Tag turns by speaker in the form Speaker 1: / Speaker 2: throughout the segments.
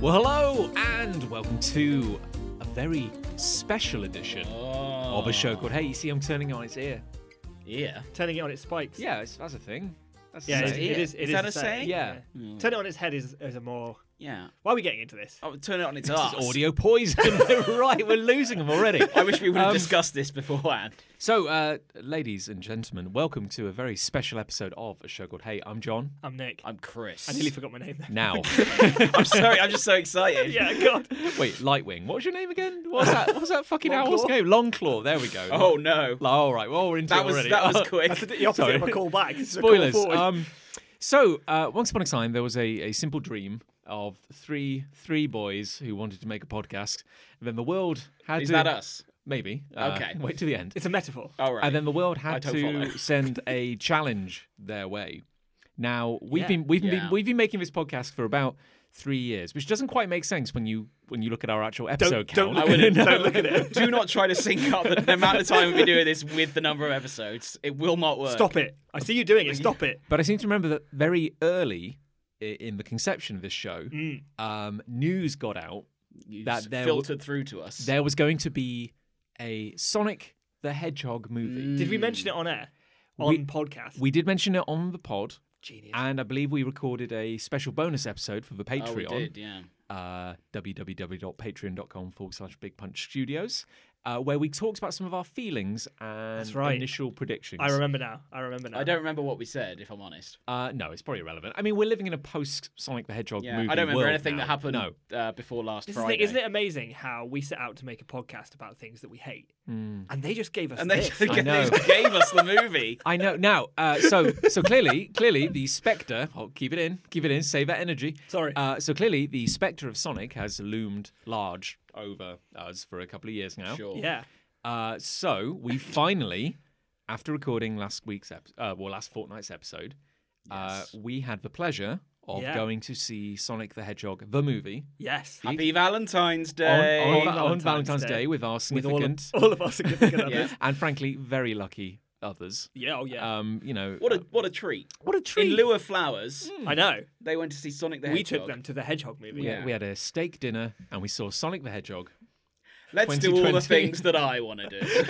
Speaker 1: Well, hello, and welcome to a very special edition of a show called Hey. You see, I'm turning it on its ear.
Speaker 2: Yeah.
Speaker 3: Turning it on its spikes.
Speaker 1: Yeah, it's, that's a thing. That's a
Speaker 3: Yeah, it,
Speaker 1: saying.
Speaker 3: it is. it
Speaker 2: Is that
Speaker 3: a
Speaker 2: a saying?
Speaker 1: Yeah,
Speaker 3: Turn it on its head is, is a more.
Speaker 2: Yeah.
Speaker 3: Why are we getting into this?
Speaker 2: Oh, turn it on its
Speaker 1: This
Speaker 2: ass.
Speaker 1: is audio poison. right, we're losing them already.
Speaker 2: I wish we would have
Speaker 1: Um,
Speaker 2: discussed this beforehand.
Speaker 1: So, uh, ladies and gentlemen, welcome to a very special episode of a show called Hey. I'm John.
Speaker 3: I'm Nick.
Speaker 2: I'm Chris.
Speaker 3: I nearly forgot my name there.
Speaker 1: Now,
Speaker 2: I'm sorry. I'm just so excited.
Speaker 3: yeah, God.
Speaker 1: wait, Lightwing. What was your name again? What was that? What was that fucking owl's
Speaker 3: Longclaw?
Speaker 1: name? Longclaw. There we go.
Speaker 2: Oh no.
Speaker 1: Like, all right. Well, we're into
Speaker 2: That
Speaker 1: it
Speaker 2: was
Speaker 1: already.
Speaker 2: that
Speaker 1: Oh.
Speaker 2: was quick.
Speaker 3: That's the, the opposite of a call back. It's a call
Speaker 1: spoilers.
Speaker 3: forward.
Speaker 2: Oh.
Speaker 1: Um, so uh, once upon a time, there was a, a simple dream of three three boys who wanted to make a podcast. And then the world had
Speaker 2: Is
Speaker 1: to
Speaker 2: that us?
Speaker 1: maybe uh,
Speaker 2: Okay.
Speaker 1: wait to the end.
Speaker 3: it's a metaphor.
Speaker 2: All Oh, right.
Speaker 1: And then the world had
Speaker 2: don't
Speaker 1: to
Speaker 2: follow.
Speaker 1: send a challenge their way. Now we've
Speaker 3: Yeah.
Speaker 1: been we've
Speaker 2: Yeah.
Speaker 1: been we've been making this podcast for about three years, which doesn't quite make sense when you when you look at our actual episode count.
Speaker 3: don't look
Speaker 2: I wouldn't.
Speaker 1: No.
Speaker 3: Don't look at it.
Speaker 2: Do not try to sync up the, the amount of time we've been doing this with the number of episodes. It will not work.
Speaker 3: Stop it. I see you doing it. Stop it.
Speaker 1: But I seem to remember that very early i- in the conception of this show,
Speaker 3: Mm.
Speaker 1: um, news got out
Speaker 2: You
Speaker 1: That
Speaker 2: s-
Speaker 1: there w-
Speaker 2: filtered through to us.
Speaker 1: there was going to be a Sonic the Hedgehog movie.
Speaker 2: Mm.
Speaker 3: Did we mention it on air? On
Speaker 1: We-
Speaker 3: podcast?
Speaker 1: We did mention it on the pod,
Speaker 3: Genius.
Speaker 1: and I believe we recorded a special bonus episode for the
Speaker 2: oh, we
Speaker 1: Patreon.
Speaker 2: did. Yeah.
Speaker 1: uh, www.patreon.com forward slash Big Punch Studios, uh, where we talked about some of our feelings and
Speaker 3: right.
Speaker 1: initial predictions.
Speaker 3: I remember now. I remember now.
Speaker 2: I don't remember what we said, if I'm honest.
Speaker 1: Uh, no, it's probably irrelevant. I mean, we're living in a post Sonic the Hedgehog
Speaker 2: Yeah.
Speaker 1: movie.
Speaker 2: I don't remember
Speaker 1: world
Speaker 2: anything
Speaker 1: now.
Speaker 2: that happened
Speaker 1: No.
Speaker 2: uh, before last
Speaker 3: This is the
Speaker 2: Friday.
Speaker 3: thing, isn't it amazing how we set out to make a podcast about things that we hate, and they just gave us
Speaker 2: Hmm. And they,
Speaker 3: this.
Speaker 2: they
Speaker 1: I know.
Speaker 2: just gave us the movie.
Speaker 1: I know now. Uh, so so clearly, clearly the specter. Oh, keep it in, keep it in. Save that energy.
Speaker 3: Sorry.
Speaker 1: Uh, so clearly, the specter of Sonic has loomed large over us for a couple of years now.
Speaker 2: Sure.
Speaker 3: yeah.
Speaker 1: Uh, so we finally, after recording last week's ep- uh, well, last fortnight's episode,
Speaker 2: Yes.
Speaker 1: uh, we had the pleasure of
Speaker 3: Yeah.
Speaker 1: going to see Sonic the Hedgehog the movie
Speaker 3: Yes.
Speaker 2: Happy Valentine's
Speaker 1: on, on,
Speaker 2: Day.
Speaker 1: Va- on Valentine's,
Speaker 3: Valentine's
Speaker 1: Day.
Speaker 3: Day.
Speaker 1: with our
Speaker 3: With all of,
Speaker 1: significant
Speaker 3: all of our significant others.
Speaker 2: Yeah.
Speaker 1: and frankly very lucky others.
Speaker 3: Yeah. Oh yeah.
Speaker 1: Um, you know
Speaker 2: What
Speaker 1: uh,
Speaker 2: a what a treat.
Speaker 1: what a treat.
Speaker 2: In lieu of flowers,
Speaker 3: I know.
Speaker 2: they went to see Sonic the
Speaker 3: We
Speaker 2: hmm. Hedgehog.
Speaker 3: took them to the Hedgehog movie.
Speaker 1: we,
Speaker 2: Yeah.
Speaker 1: had, we had a steak dinner and we saw Sonic the Hedgehog.
Speaker 2: Let's do all the
Speaker 1: 2020.
Speaker 2: things that I want to do.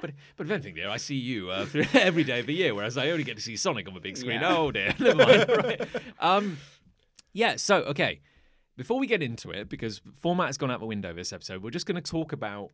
Speaker 1: But but if anything, dear, I see you uh, through every day of the year, whereas I only get to see Sonic on the big screen.
Speaker 2: Yeah.
Speaker 1: Oh dear, never mind. Right. Um, yeah. So okay, before we get into it, because format has gone out the window this episode, we're just going to talk about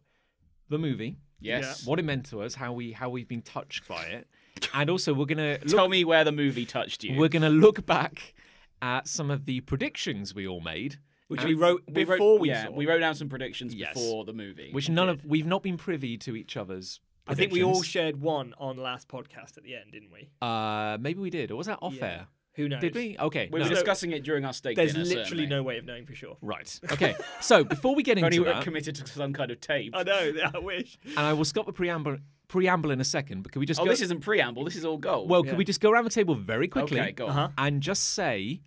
Speaker 1: the movie,
Speaker 2: Yes.
Speaker 1: what it meant to us, how we how we've been touched by it, and also we're gonna look,
Speaker 2: Tell me where the movie touched you.
Speaker 1: we're gonna look back at some of the predictions we all made,
Speaker 3: Which
Speaker 1: and-
Speaker 3: we wrote
Speaker 2: We wrote-
Speaker 3: before we
Speaker 2: yeah,
Speaker 3: saw.
Speaker 2: we wrote down some predictions
Speaker 1: Yes.
Speaker 2: before the movie.
Speaker 1: which none of we've not been privy to each other's.
Speaker 3: I think we all
Speaker 1: predictions.
Speaker 3: shared one on last podcast at the end, didn't we?
Speaker 1: uh, maybe we did, or was that off
Speaker 3: Yeah.
Speaker 1: air?
Speaker 3: Who knows?
Speaker 1: Did we? Okay.
Speaker 2: we
Speaker 1: no.
Speaker 2: were discussing it during our steak
Speaker 3: There's
Speaker 2: dinner.
Speaker 3: literally
Speaker 2: certainly.
Speaker 3: no way of knowing for sure.
Speaker 1: Right. Okay. So before we get
Speaker 2: If Only
Speaker 1: into
Speaker 2: we
Speaker 1: that,
Speaker 2: were committed to some kind of tape.
Speaker 3: I know. I wish.
Speaker 1: and I will stop the preamble preamble in a second, but can we just
Speaker 2: Oh,
Speaker 1: go,
Speaker 2: this isn't preamble. This is all gold.
Speaker 1: well,
Speaker 3: yeah.
Speaker 1: can we just go around the table very quickly
Speaker 2: okay, go on.
Speaker 3: Uh-huh.
Speaker 2: Uh-huh.
Speaker 1: and just say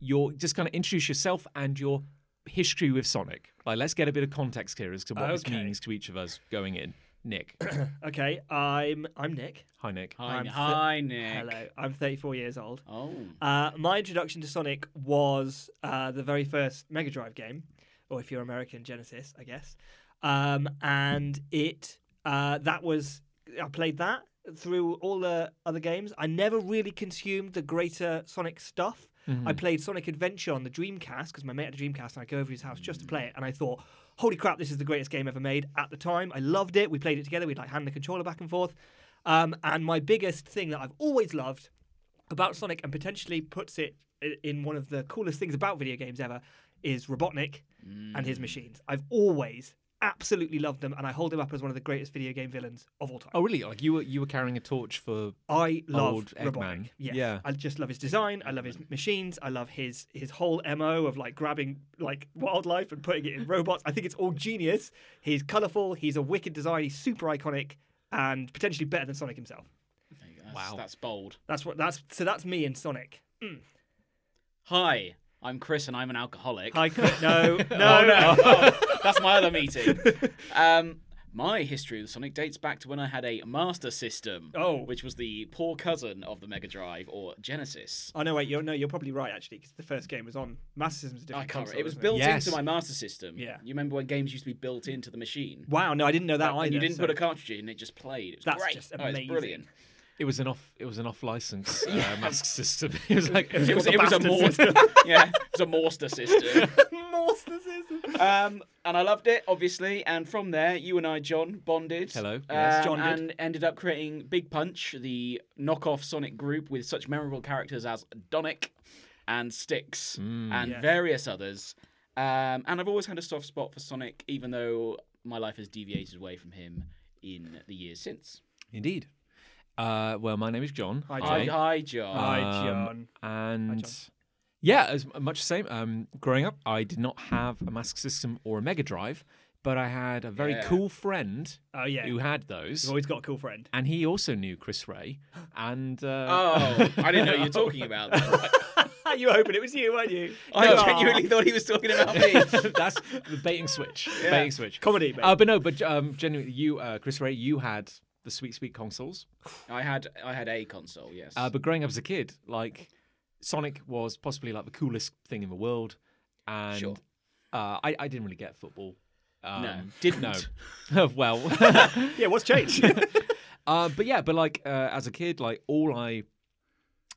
Speaker 1: your just kind of introduce yourself and your history with Sonic. Like, let's get a bit of context here as to what this
Speaker 3: Okay.
Speaker 1: means to each of us going in. Nick,
Speaker 3: Okay, I'm I'm Nick.
Speaker 1: hi Nick.
Speaker 2: Hi,
Speaker 3: I'm th-
Speaker 2: hi, Nick.
Speaker 3: Hello. I'm 34 years old.
Speaker 2: Oh,
Speaker 3: Uh, my introduction to Sonic was uh, the very first Mega Drive game, or if you're American, Genesis, I guess. Um, and it uh, that was I played that through all the other games. I never really consumed the greater Sonic stuff. I played Sonic Adventure on the Dreamcast because my mate had a Dreamcast, and I go over to his house just to play it. And I thought, holy crap, this is the greatest game ever made at the time. I loved it. We played it together. We'd like hand the controller back and forth. Um, and my biggest thing that I've always loved about Sonic and potentially puts it i- in one of
Speaker 1: Mm.
Speaker 3: the coolest things about video games ever is Robotnik and his machines. I've always absolutely love them, and I hold him up as one of the greatest video game villains of all time.
Speaker 1: Oh, really? Like you were you were carrying a torch for
Speaker 3: I love
Speaker 1: Old Eggman.
Speaker 3: Robotnik. Yes.
Speaker 1: Yeah.
Speaker 3: I just love his design. I love his machines. I love his his whole mo of like grabbing like wildlife and putting it in robots. I think it's all genius. He's colourful. He's a wicked design. He's super iconic and potentially better than Sonic himself.
Speaker 2: There you go. That's,
Speaker 1: Wow.
Speaker 2: That's bold.
Speaker 3: That's what that's so that's me in Sonic.
Speaker 2: Hi, I'm Chris and I'm an alcoholic.
Speaker 3: Hi, Cl- no, no,
Speaker 2: Oh,
Speaker 3: no.
Speaker 2: no. Oh, that's my other meeting. Um, my history of Sonic dates back to when I had a Master System,
Speaker 3: Oh.
Speaker 2: which was the poor cousin of the Mega Drive or Genesis.
Speaker 3: Oh no, wait, you're no, you're probably right actually because the first game was on Master System's a
Speaker 2: I
Speaker 3: different
Speaker 2: can't.
Speaker 3: console.
Speaker 2: remember. It was
Speaker 3: isn't
Speaker 2: built
Speaker 1: Yes.
Speaker 2: into my Master System.
Speaker 3: Yeah.
Speaker 2: You remember when games used to be built into the machine?
Speaker 3: Wow, no, I didn't know that
Speaker 2: And
Speaker 3: either.
Speaker 2: you didn't
Speaker 3: so-
Speaker 2: put a cartridge in; it just played. It was
Speaker 3: That's
Speaker 2: great.
Speaker 3: just
Speaker 2: Oh, it's brilliant.
Speaker 3: amazing.
Speaker 1: It was an off. It was an off license uh, mask system. It was like
Speaker 2: It was,
Speaker 1: called
Speaker 2: it was
Speaker 1: the
Speaker 2: a
Speaker 1: bastard
Speaker 2: Morster. yeah, it was a Morster system.
Speaker 3: Master System.
Speaker 2: Um, and I loved it, obviously. And from there, you and I, John, bonded.
Speaker 1: Hello.
Speaker 2: Um,
Speaker 1: Yes,
Speaker 3: John did.
Speaker 2: And ended up creating Big Punch, the knockoff Sonic group with such memorable characters as Donic and Styx and
Speaker 3: Yes.
Speaker 2: various others. Um, and I've always had a soft spot for Sonic, even though my life has deviated away from him in the years since.
Speaker 1: Indeed. Uh, well, my name is John.
Speaker 3: Hi,
Speaker 2: Hi,
Speaker 3: John.
Speaker 2: hi John.
Speaker 3: Hi,
Speaker 1: Um,
Speaker 3: John.
Speaker 1: and yeah, as much the same. Um, growing up, I did not have a mask system or a Mega Drive, but I had a very
Speaker 2: Yeah.
Speaker 1: cool friend
Speaker 3: Oh yeah,
Speaker 1: who
Speaker 3: you've
Speaker 1: had those,
Speaker 3: always got a cool friend.
Speaker 1: and he also knew Chris Ray. And uh,
Speaker 2: Oh, I didn't know you were talking about that.
Speaker 3: Ah, you were hoping it was you, weren't you?
Speaker 2: I
Speaker 3: No.
Speaker 2: genuinely thought he was talking about me.
Speaker 1: that's the baiting switch. Baiting switch.
Speaker 3: comedy. Mate.
Speaker 1: Uh, but no, but um, genuinely, you, uh, Chris Ray, you had the sweet, sweet consoles.
Speaker 2: I had I had a console, yes.
Speaker 1: Uh, but growing up as a kid, like Sonic was possibly like the coolest thing in the world, and
Speaker 2: Sure.
Speaker 1: uh, I, I didn't really get football. Um,
Speaker 2: didn't.
Speaker 1: No. well,
Speaker 3: yeah, what's changed?
Speaker 1: uh, but yeah, but like uh, as a kid, like all I,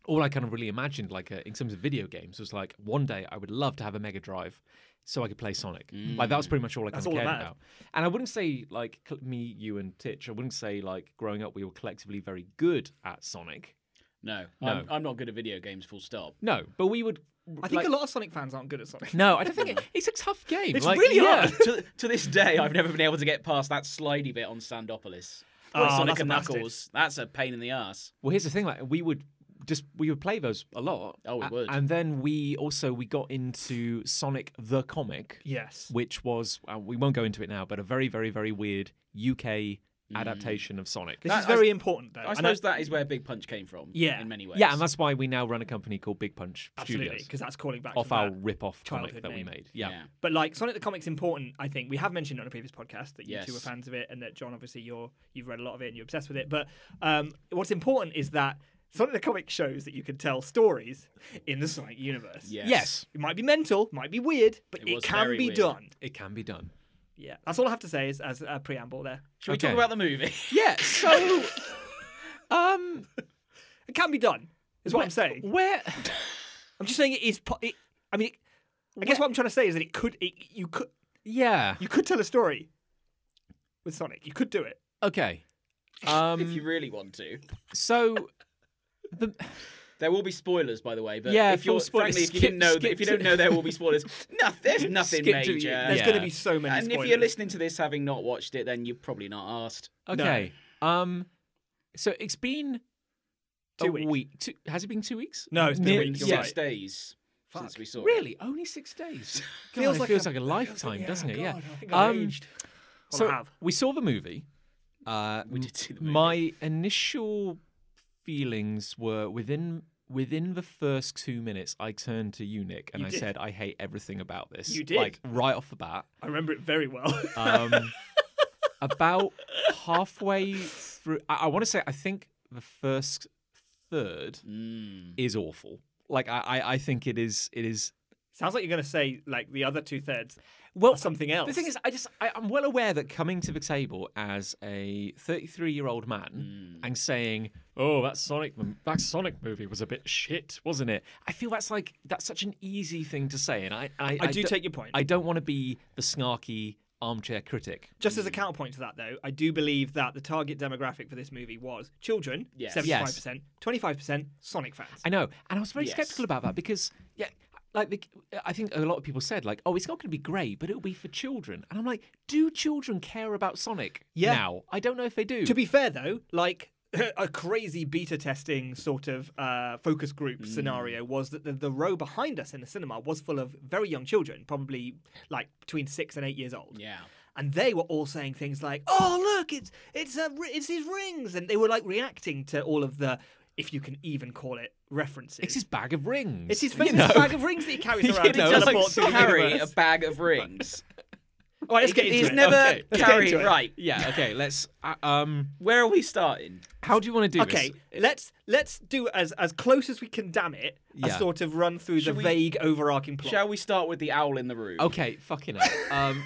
Speaker 1: all I kind of really imagined, like uh, in terms of video games, was like one day I would love to have a Mega Drive. So I could play Sonic. Like that was pretty much all I kind
Speaker 3: Mm. That's
Speaker 1: of
Speaker 3: all that
Speaker 1: cared
Speaker 3: mattered.
Speaker 1: about. And I wouldn't say like cl- me, you, and Titch. I wouldn't say like growing up we were collectively very good at Sonic.
Speaker 2: No,
Speaker 1: um,
Speaker 2: I'm, I'm not good at video games. Full stop.
Speaker 1: No, but we would.
Speaker 3: I think a lot of Sonic fans aren't good at Sonic.
Speaker 1: No, I don't think it, it's a tough game.
Speaker 3: It's
Speaker 1: like,
Speaker 3: really
Speaker 1: yeah.
Speaker 3: hard.
Speaker 2: to, to this day, I've never been able to get past that slidey bit on Sandopolis.
Speaker 1: Ah,
Speaker 3: Oh,
Speaker 2: Sonic
Speaker 3: that's
Speaker 2: and
Speaker 3: a bastard.
Speaker 2: Knuckles. That's a pain in the ass.
Speaker 1: Well, here's the thing: like we would just we would play those a lot.
Speaker 2: Oh, we
Speaker 1: A-
Speaker 2: would.
Speaker 1: And then we also we got into Sonic the Comic,
Speaker 3: Yes.
Speaker 1: which was uh, we won't go into it now, but a very very very weird UK
Speaker 3: Mm.
Speaker 1: adaptation of Sonic.
Speaker 3: This
Speaker 2: That-
Speaker 3: is very important, though.
Speaker 2: I
Speaker 3: And I-
Speaker 2: suppose that is where Big Punch came from.
Speaker 3: Yeah.
Speaker 2: in many ways.
Speaker 1: yeah, and that's why we now run a company called Big Punch
Speaker 3: absolutely,
Speaker 1: Studios
Speaker 3: because that's calling back
Speaker 1: off
Speaker 3: to
Speaker 1: our
Speaker 3: that.
Speaker 1: rip-off comic
Speaker 3: childhood
Speaker 1: that we
Speaker 3: name.
Speaker 1: made. Yeah.
Speaker 2: Yeah.
Speaker 3: But like Sonic the Comic's important, I think. We have mentioned on a previous podcast that you
Speaker 2: Yes.
Speaker 3: two are fans of it and that John obviously you're you've read a lot of it and you're obsessed with it. But um, what's important is that Sonic the Comic shows that you can tell stories in the Sonic universe.
Speaker 2: yes.
Speaker 1: Yes.
Speaker 3: It might be mental, might be weird, but
Speaker 2: It
Speaker 3: it,
Speaker 2: was
Speaker 3: can
Speaker 2: very
Speaker 3: be
Speaker 2: weird.
Speaker 3: done.
Speaker 1: it can be done.
Speaker 3: Yeah. That's all I have to say is as a preamble there.
Speaker 2: Should we
Speaker 1: Okay.
Speaker 2: talk about the movie?
Speaker 1: Yeah. So, um,
Speaker 3: It can be done. Is what I'm saying.
Speaker 1: where?
Speaker 3: I'm just saying it is. Po- it, I mean, it, I guess what I'm trying to say is that it could. It, you could.
Speaker 1: Yeah.
Speaker 3: You could tell a story with Sonic. You could do it.
Speaker 1: Okay. Um,
Speaker 2: if you really want to,
Speaker 1: so the
Speaker 2: there will be spoilers, by the way. But
Speaker 1: Yeah,
Speaker 2: if you're
Speaker 1: full spoilers.
Speaker 2: frankly, if you
Speaker 1: Skip-
Speaker 2: didn't know,
Speaker 1: skip
Speaker 2: if you
Speaker 1: to-
Speaker 2: don't know, there will be spoilers. no, there's nothing
Speaker 1: Skip to
Speaker 2: major.
Speaker 1: the-
Speaker 3: There's
Speaker 1: Yeah.
Speaker 3: going to be so many.
Speaker 2: And if
Speaker 3: spoilers.
Speaker 2: you're listening to this having not watched it, then you're probably not asked.
Speaker 1: okay. Um, so it's been
Speaker 3: Two
Speaker 1: a
Speaker 3: weeks.
Speaker 1: week. Two, has it been two weeks?
Speaker 3: No, it's been a
Speaker 1: Near-
Speaker 3: week, you're
Speaker 1: yeah.
Speaker 2: Six days since we saw it.
Speaker 1: Really, only six days. God,
Speaker 3: Feels
Speaker 1: it
Speaker 3: like
Speaker 1: feels
Speaker 3: a-
Speaker 1: like a lifetime, doesn't it? yeah.
Speaker 3: I think I've
Speaker 1: Um,
Speaker 3: aged. Well, I
Speaker 1: So
Speaker 3: have.
Speaker 1: we saw the movie. Uh, we
Speaker 2: did see the movie.
Speaker 1: My initial feelings were within within the first two minutes. I turned to you, Nick, and
Speaker 3: You
Speaker 1: I
Speaker 3: did.
Speaker 1: said, "I hate everything about this."
Speaker 3: You did.
Speaker 1: like right off the bat.
Speaker 3: I remember it very well.
Speaker 1: Um, about halfway through, I, I want to say I think the first third
Speaker 2: Mm.
Speaker 1: is awful. Like I, I, I think it is, it is.
Speaker 3: Sounds like you're going to say like the other two thirds.
Speaker 1: Well,
Speaker 3: something else.
Speaker 1: the thing is, I just, I, I'm well aware that coming to the table as a 33 year old man and saying, "Oh, that Sonic, that Sonic movie was a bit shit, wasn't it?" I feel that's like that's such an easy thing to say, and I, I,
Speaker 3: I do
Speaker 1: don't-
Speaker 3: take your point.
Speaker 1: I don't want to be the snarky armchair critic.
Speaker 3: Just
Speaker 2: Mm.
Speaker 3: as a counterpoint to that, though, I do believe that the target demographic for this movie was children,
Speaker 2: Yes.
Speaker 3: seventy-five percent, twenty-five percent Sonic fans.
Speaker 1: I know, and I was very
Speaker 2: Yes.
Speaker 1: skeptical about that because yeah, like the, I think a lot of people said like, oh, it's not going to be great, but it'll be for children. And I'm like, do children care about Sonic
Speaker 3: Yeah.
Speaker 1: now? I don't know if they do.
Speaker 3: To be fair, though, like a crazy beta testing sort of uh, focus group
Speaker 2: Mm.
Speaker 3: scenario was that the, the row behind us in the cinema was full of very young children, probably like between six and eight years old.
Speaker 2: Yeah.
Speaker 3: And they were all saying things like, "Oh, look, it's it's a, ri- it's his rings," and they were like reacting to all of the, if you can even call it, references.
Speaker 1: it's his bag of rings.
Speaker 3: It's his
Speaker 1: you
Speaker 3: famous
Speaker 1: know?
Speaker 3: bag of rings that he carries
Speaker 1: You
Speaker 3: around.
Speaker 1: know,
Speaker 3: he
Speaker 1: it's like
Speaker 3: teleports to the
Speaker 2: carry
Speaker 3: universe.
Speaker 2: a bag of rings.
Speaker 3: All right, let's get into
Speaker 2: He's
Speaker 3: it.
Speaker 2: never
Speaker 1: Okay.
Speaker 3: Let's get
Speaker 2: carry
Speaker 3: into it.
Speaker 2: right.
Speaker 1: Yeah. Okay. Let's. Uh, um.
Speaker 2: Where are we starting?
Speaker 1: How do you want to do this?
Speaker 3: Okay, let's let's do as as close as we can. Damn it!
Speaker 1: Yeah.
Speaker 3: A sort of run through
Speaker 2: Should
Speaker 3: the
Speaker 2: we-
Speaker 3: vague overarching plot.
Speaker 2: Shall we start with the owl in the room?
Speaker 1: Okay. Fucking. Hell. Um.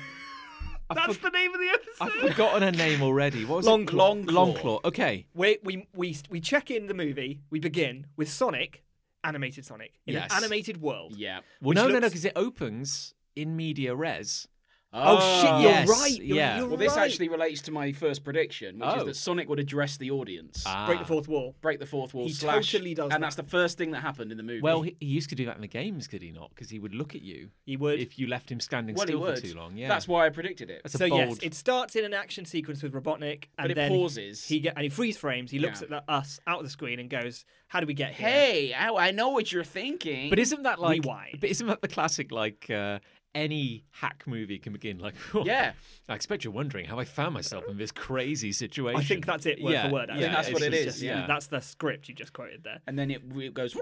Speaker 1: I
Speaker 3: That's
Speaker 1: for-
Speaker 3: the name of the
Speaker 1: I've
Speaker 3: episode.
Speaker 1: forgotten her name already. What was it?
Speaker 2: Longclaw.
Speaker 1: Longclaw. Okay.
Speaker 3: We, we we we check in the movie. We begin with Sonic, animated Sonic in
Speaker 1: Yes.
Speaker 3: an animated world.
Speaker 2: Yeah.
Speaker 1: Well, no, no, no,
Speaker 3: looks-
Speaker 1: because it opens in media res.
Speaker 3: Oh, shit! You're
Speaker 1: yes,
Speaker 3: right. You're,
Speaker 1: yeah.
Speaker 3: you're
Speaker 2: Well, this
Speaker 3: right.
Speaker 2: actually relates to my first prediction, which
Speaker 1: Oh. Ah.
Speaker 2: is that Sonic would address the audience.
Speaker 3: break the fourth wall.
Speaker 2: Break the fourth wall.
Speaker 3: He
Speaker 2: slash,
Speaker 3: totally does
Speaker 2: And
Speaker 3: that.
Speaker 2: that's the first thing that happened in the movie.
Speaker 1: Well, he, he used to do that in the games, could he not? Because he would look at you
Speaker 3: He would.
Speaker 1: if you left him standing
Speaker 2: Well, he
Speaker 1: still for
Speaker 2: would.
Speaker 1: too long. Yeah,
Speaker 2: That's why I predicted it.
Speaker 1: That's
Speaker 3: so
Speaker 1: a bold.
Speaker 3: yes, it starts in an action sequence with Robotnik, and
Speaker 2: it
Speaker 3: then
Speaker 2: pauses.
Speaker 3: He get and he freeze frames. He looks
Speaker 2: Yeah.
Speaker 3: at the, us out of the screen and goes, "How do we get here?"
Speaker 2: Hey, ow, I know what you're thinking.
Speaker 1: But isn't that like?
Speaker 3: Rewind.
Speaker 1: But isn't that the classic like? Uh, any hack movie can begin like,
Speaker 2: Yeah.
Speaker 1: I expect you're wondering how I found myself in this crazy situation.
Speaker 3: I think that's it, word
Speaker 1: yeah,
Speaker 3: for word.
Speaker 1: Yeah,
Speaker 3: actually.
Speaker 2: that's what
Speaker 1: it's
Speaker 2: it
Speaker 1: just-
Speaker 2: is,
Speaker 3: just-
Speaker 1: yeah.
Speaker 3: that's the script you just quoted there.
Speaker 2: and then it re- goes.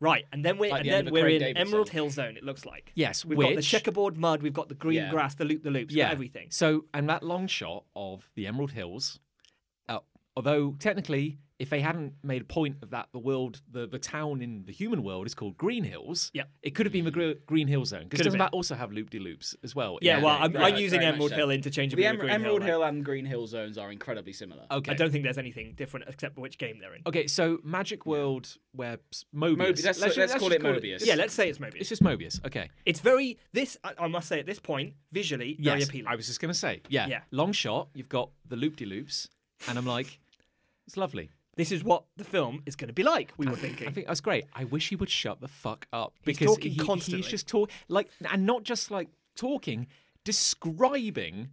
Speaker 3: Right, and then we're
Speaker 2: Like
Speaker 3: and
Speaker 2: the end
Speaker 3: then
Speaker 2: of a
Speaker 3: we're
Speaker 2: Craig
Speaker 3: in
Speaker 2: David
Speaker 3: Emerald
Speaker 2: song.
Speaker 3: Hill Zone. It looks like.
Speaker 1: Yes,
Speaker 3: we've got the
Speaker 1: which-
Speaker 3: checkerboard mud. We've got the green
Speaker 2: Yeah.
Speaker 3: grass, the loop the loops,
Speaker 1: yeah,
Speaker 3: got everything.
Speaker 1: So, and that long shot of the Emerald Hills, uh, although technically, if they hadn't made a point of that, the world, the, the town in the human world is called Green Hills.
Speaker 3: Yep.
Speaker 1: it could have been the gre- Green Hill Zone because
Speaker 3: Could have
Speaker 1: doesn't
Speaker 3: been.
Speaker 1: that also have loop de loops as well? in
Speaker 3: Yeah,
Speaker 1: that
Speaker 3: well,
Speaker 1: game?
Speaker 3: I'm,
Speaker 2: Right,
Speaker 3: I'm using
Speaker 2: very much
Speaker 3: Emerald
Speaker 2: so.
Speaker 3: Hill interchangeably.
Speaker 2: The
Speaker 3: with
Speaker 2: Emer-
Speaker 3: Green
Speaker 2: Emerald
Speaker 3: Hill. Oh,
Speaker 2: Hill and Green Hill zones are incredibly similar.
Speaker 1: Okay.
Speaker 3: I don't think there's anything different except which game they're in.
Speaker 1: Okay, so Magic World where s- Mobius.
Speaker 2: Mobius, let's- let's
Speaker 1: just
Speaker 2: call it Mobius.
Speaker 1: just-
Speaker 3: Yeah, let's say it's
Speaker 1: It's
Speaker 3: Mobius.
Speaker 1: just Mobius. Okay.
Speaker 3: It's very this. I, I must say at this point, visually very
Speaker 1: yes,
Speaker 3: appealing.
Speaker 1: I was just gonna say. Yeah.
Speaker 3: Yeah.
Speaker 1: Long shot. You've got the loop de loops, and I'm like, it's lovely.
Speaker 3: This is what the film is going to be like. We were thinking.
Speaker 1: I think that's great. I wish he would shut the fuck up
Speaker 3: He's
Speaker 1: because
Speaker 3: talking
Speaker 1: he-
Speaker 3: constantly.
Speaker 1: he's just talk like, and not just like talking, describing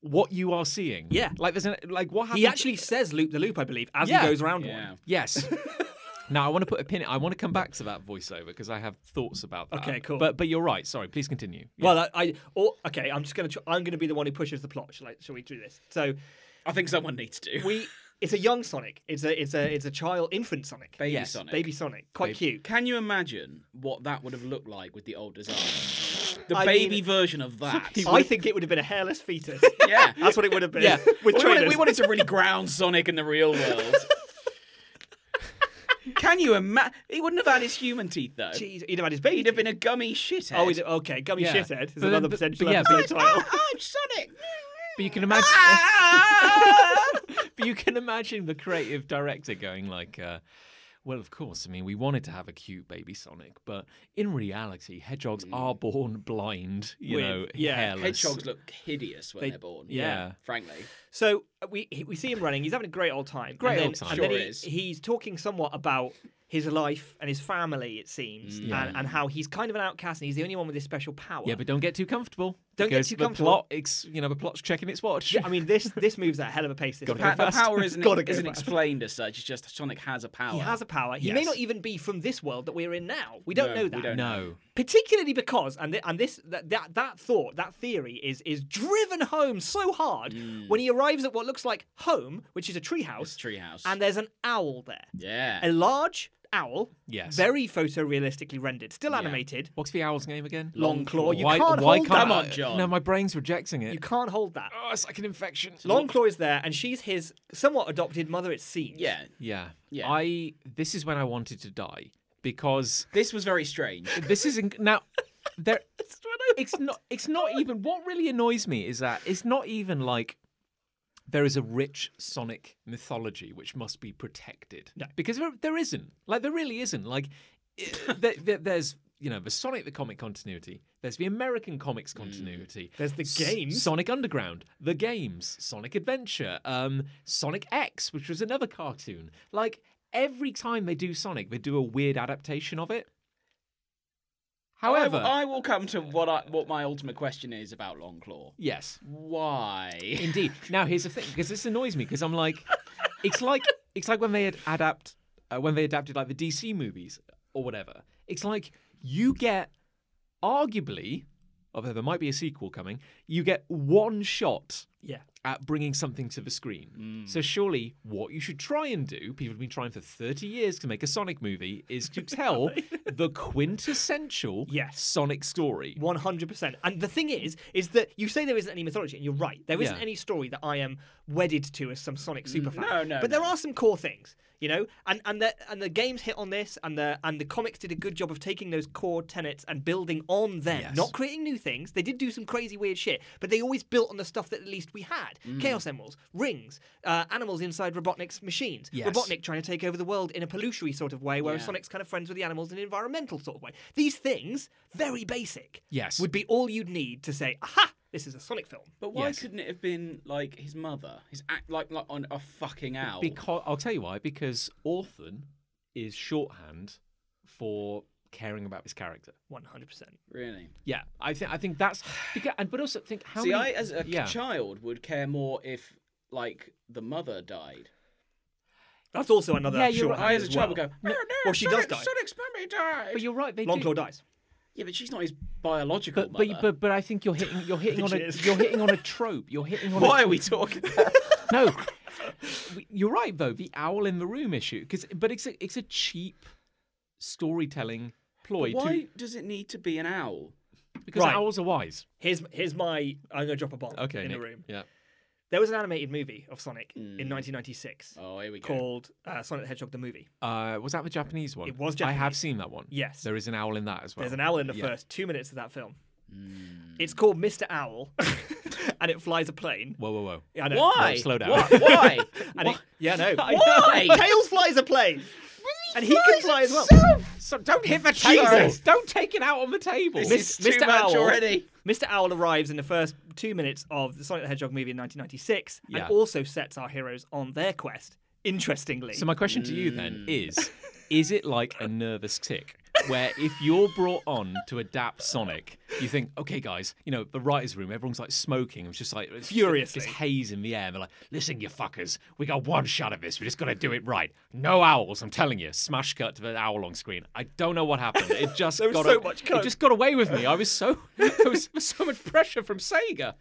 Speaker 1: what you are seeing.
Speaker 3: Yeah.
Speaker 1: Like there's an like what happened.
Speaker 3: he actually says loop the loop, I believe, as
Speaker 1: Yeah.
Speaker 3: he goes round
Speaker 2: Yeah.
Speaker 3: one.
Speaker 1: Yes. now I want to put a pin. I want to come back to that voiceover because I have thoughts about that.
Speaker 3: Okay, cool.
Speaker 1: But but you're right. Sorry. Please continue. Yeah.
Speaker 3: Well, I, I or, okay. I'm just gonna. Tr- I'm gonna be the one who pushes the plot. Shall I? Shall we do this? So
Speaker 2: I think someone needs to.
Speaker 3: we. It's a young Sonic. It's a. It's a. It's a child infant Sonic.
Speaker 2: Baby
Speaker 1: Yes,
Speaker 2: Sonic.
Speaker 3: Baby Sonic, quite cute.
Speaker 2: Can you imagine what that would have looked like with the old design? The
Speaker 3: I
Speaker 2: baby
Speaker 3: mean-
Speaker 2: version of that.
Speaker 3: I think it would have been a hairless fetus.
Speaker 2: yeah.
Speaker 3: That's what it would have been.
Speaker 1: Yeah.
Speaker 3: with
Speaker 2: we, wanted,
Speaker 3: trainers.
Speaker 2: we wanted to really ground Sonic in the real world. Can you imagine? He wouldn't have had his human teeth though.
Speaker 3: Jeez, he'd have had his baby.
Speaker 2: He'd have been a gummy shithead.
Speaker 3: Oh, he'd, okay. Gummy
Speaker 1: Yeah.
Speaker 3: shithead is
Speaker 1: But then-
Speaker 3: another
Speaker 1: but-
Speaker 3: potential
Speaker 1: but yeah, but-
Speaker 3: episode title.
Speaker 2: I'm Sonic.
Speaker 1: But you can imagine.
Speaker 2: Ah!
Speaker 1: but you can imagine the creative director going like. Uh, well, of course. I mean, we wanted to have a cute baby Sonic, but in reality, hedgehogs are born blind, you
Speaker 3: Mm. With-
Speaker 1: know,
Speaker 3: yeah,
Speaker 1: hairless.
Speaker 2: Hedgehogs look hideous when
Speaker 3: They-
Speaker 2: they, are born.
Speaker 1: yeah.
Speaker 2: frankly.
Speaker 3: So uh, we he- we see him running. He's having a great old time.
Speaker 1: Great
Speaker 3: and then,
Speaker 1: old time.
Speaker 3: And
Speaker 2: Sure
Speaker 3: then he,
Speaker 2: is.
Speaker 3: he's talking somewhat about his life and his family, it seems, and, and how he's kind of an outcast and he's the only one with this special power.
Speaker 1: Mm. Yeah, but don't get too comfortable.
Speaker 3: Don't get
Speaker 1: because
Speaker 3: too
Speaker 1: the
Speaker 3: comfortable.
Speaker 1: Plot, it's, you know, the plot's checking its watch.
Speaker 3: Yeah, I mean, this this moves at a hell of a pace. This
Speaker 1: Gotta
Speaker 3: film.
Speaker 1: go
Speaker 2: Pa- the
Speaker 1: fast.
Speaker 2: power isn't,
Speaker 3: Gotta go
Speaker 2: isn't
Speaker 3: fast.
Speaker 2: explained as such. It's just Sonic has a power.
Speaker 3: He has a power. He may
Speaker 1: Yes.
Speaker 3: not even be from this world that we're in now. We don't
Speaker 2: No,
Speaker 3: know
Speaker 2: we
Speaker 3: that.
Speaker 2: don't.
Speaker 1: no.
Speaker 3: particularly because and th- and this that, that that thought that theory is is driven home so hard
Speaker 1: Mm.
Speaker 3: when he arrives at what looks like home which is a
Speaker 2: It's
Speaker 3: treehouse
Speaker 2: treehouse.
Speaker 3: and there's an owl there
Speaker 2: yeah,
Speaker 3: a large owl
Speaker 1: Yes.
Speaker 3: very photorealistically rendered still animated
Speaker 1: What's the owl's name again?
Speaker 3: long claw you
Speaker 1: why,
Speaker 3: can't
Speaker 1: why
Speaker 3: hold
Speaker 1: can't
Speaker 3: that
Speaker 1: I-
Speaker 2: Come on, John.
Speaker 1: No, my brain's rejecting it.
Speaker 3: you can't hold that
Speaker 1: Oh, it's like an infection.
Speaker 3: long claw is there and she's his somewhat adopted mother it seems
Speaker 2: yeah.
Speaker 1: Yeah.
Speaker 2: Yeah.
Speaker 1: I. This is when I wanted to die because
Speaker 2: This was very strange.
Speaker 1: this isn't now. There. it's not. It's not even. What really annoys me is that it's not even like. There is a rich Sonic mythology which must be protected.
Speaker 3: No.
Speaker 1: Because there, there isn't. Like, there really isn't. Like, i- there, there, there's, you know, the Sonic the Comic continuity, there's the American Comics continuity,
Speaker 3: Mm. there's the
Speaker 1: S-
Speaker 3: games
Speaker 1: Sonic Underground, The Games, Sonic Adventure, um, Sonic X, which was another cartoon. Like every time they do Sonic, they do a weird adaptation of it. However,
Speaker 2: Oh, I, I will come to what I, what my ultimate question is about Longclaw.
Speaker 1: yes,
Speaker 2: Why?
Speaker 1: indeed. Now here's the thing, because this annoys me, because I'm like, it's like it's like when they had adapt uh, when they adapted like the DC movies or whatever. It's like you get arguably, although there might be a sequel coming, you get one shot
Speaker 3: Yeah.
Speaker 1: at bringing something to the screen.
Speaker 2: Mm.
Speaker 1: So surely, what you should try and do, people have been trying for 30 years to make a Sonic movie, is to tell the quintessential
Speaker 3: Yes.
Speaker 1: Sonic story.
Speaker 3: One hundred percent. And the thing is, is that you say there isn't any mythology, and you're right. There isn't
Speaker 1: Yeah.
Speaker 3: any story that I am wedded to as some Sonic superfan.
Speaker 2: no, no,
Speaker 3: But there
Speaker 2: no.
Speaker 3: are some core things, you know. And and the and the games hit on this, and the and the comics did a good job of taking those core tenets and building on them,
Speaker 1: Yes.
Speaker 3: not creating new things. They did do some crazy weird shit, but they always built on the stuff that at least we had:
Speaker 2: Mm.
Speaker 3: chaos emeralds, rings, uh, animals inside Robotnik's machines,
Speaker 1: Yes.
Speaker 3: Robotnik trying to take over the world in a pollutory sort of way, whereas
Speaker 2: Yeah.
Speaker 3: Sonic's kind of friends with the animals in an environmental sort of way. These things, very basic
Speaker 1: Yes.
Speaker 3: would be all you'd need to say, aha, this is a Sonic film.
Speaker 2: But why
Speaker 1: Yes.
Speaker 2: couldn't it have been like his mother? His act like like on a fucking owl.
Speaker 1: Because I'll tell you why. Because Orphan is shorthand for caring about his character.
Speaker 3: 100%.
Speaker 2: really.
Speaker 1: Yeah, I think I think that's because, and but also think how
Speaker 2: See,
Speaker 1: many.
Speaker 2: I as a
Speaker 1: yeah.
Speaker 2: child would care more if like the mother died.
Speaker 3: That's also another
Speaker 1: Yeah, you're
Speaker 3: short
Speaker 1: right.
Speaker 3: hand
Speaker 2: I as a
Speaker 3: as
Speaker 2: child
Speaker 3: well.
Speaker 2: would go. No, no,
Speaker 3: Well, she does
Speaker 2: Sonic's,
Speaker 3: die.
Speaker 2: Sonic's mummy died.
Speaker 1: but you're right. They do.
Speaker 3: Longclaw dies.
Speaker 2: Yeah, but she's not his biological
Speaker 1: But, but,
Speaker 2: mother.
Speaker 1: but but I think you're hitting you're hitting on a
Speaker 3: she is.
Speaker 1: you're hitting on a trope. You're hitting on
Speaker 2: why
Speaker 1: a,
Speaker 2: are we talking?
Speaker 1: no. We- You're right though. The owl in the room issue because but it's a, it's a cheap storytelling ploy.
Speaker 2: why
Speaker 1: To,
Speaker 2: does it need to be an owl?
Speaker 1: because
Speaker 3: Right.
Speaker 1: owls are wise.
Speaker 3: Here's, here's my, I'm going to drop a bomb
Speaker 1: Okay.
Speaker 3: in
Speaker 1: Nick.
Speaker 3: the room.
Speaker 1: Yeah.
Speaker 3: There was an animated movie of Sonic in 1996
Speaker 2: Oh, here we go.
Speaker 3: called uh, Sonic the Hedgehog the Movie.
Speaker 1: Uh, was that the Japanese one?
Speaker 3: It was
Speaker 1: I have
Speaker 3: Japanese.
Speaker 1: seen that one.
Speaker 3: Yes.
Speaker 1: There is an owl in that as well.
Speaker 3: There's an owl in the
Speaker 1: Yeah.
Speaker 3: first two minutes of that film. It's called Mr. Owl, and it flies a plane.
Speaker 1: Whoa, whoa, whoa.
Speaker 3: Yeah, I know.
Speaker 2: Why?
Speaker 1: slow down.
Speaker 2: Why? Why?
Speaker 3: And it, yeah, no.
Speaker 2: Why?
Speaker 3: Tails flies a plane, and he can fly as well.
Speaker 1: So don't hit the
Speaker 3: Jesus.
Speaker 1: table. Don't take it out on the table.
Speaker 2: This
Speaker 3: Miss-
Speaker 2: is too
Speaker 3: Mr.
Speaker 2: much
Speaker 3: Owl.
Speaker 2: already.
Speaker 3: Mr. Owl arrives in the first two minutes of the Sonic the Hedgehog movie in 1996
Speaker 1: Yeah.
Speaker 3: and also sets our heroes on their quest, interestingly.
Speaker 1: So my question to you then
Speaker 3: Mm.
Speaker 1: is: Is it like a nervous tick, where if you're brought on to adapt Sonic, you think, okay, guys, you know, the writers' room, everyone's like smoking, it's just like it's
Speaker 3: Furiously.
Speaker 1: just haze in the air. And they're like, listen, you fuckers, we got one shot at this. We just got to do it right. No owls, I'm telling you. Smash cut to the owl on screen. I don't know what happened. It just
Speaker 3: There was
Speaker 1: got
Speaker 3: so
Speaker 1: a-
Speaker 3: much
Speaker 1: It
Speaker 3: coke.
Speaker 1: just got away with me. I was so there was so much pressure from Sega.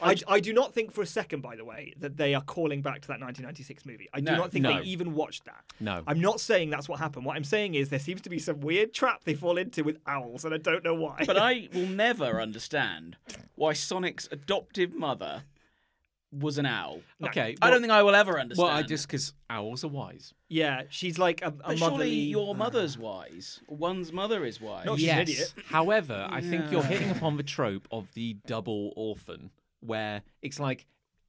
Speaker 3: I, I do not think for a second, by the way, that they are calling back to that 1996 movie. I do
Speaker 2: No.
Speaker 3: not think
Speaker 1: No.
Speaker 3: they even watched that.
Speaker 1: No.
Speaker 3: I'm not saying that's what happened. What I'm saying is there seems to be some weird trap they fall into with owls, and I don't know why.
Speaker 2: But uh, I will never understand why Sonic's adoptive mother was an owl.
Speaker 1: Okay,
Speaker 2: I
Speaker 1: well-
Speaker 2: don't think I will ever understand.
Speaker 1: Well, I just because owls are wise.
Speaker 3: yeah, she's like a, a
Speaker 2: But
Speaker 3: motherly.
Speaker 2: surely your
Speaker 1: Ah.
Speaker 2: mother's wise. One's mother is wise.
Speaker 3: No, she's an idiot.
Speaker 1: However, I think you're hitting upon the trope of the double orphan, where it's like,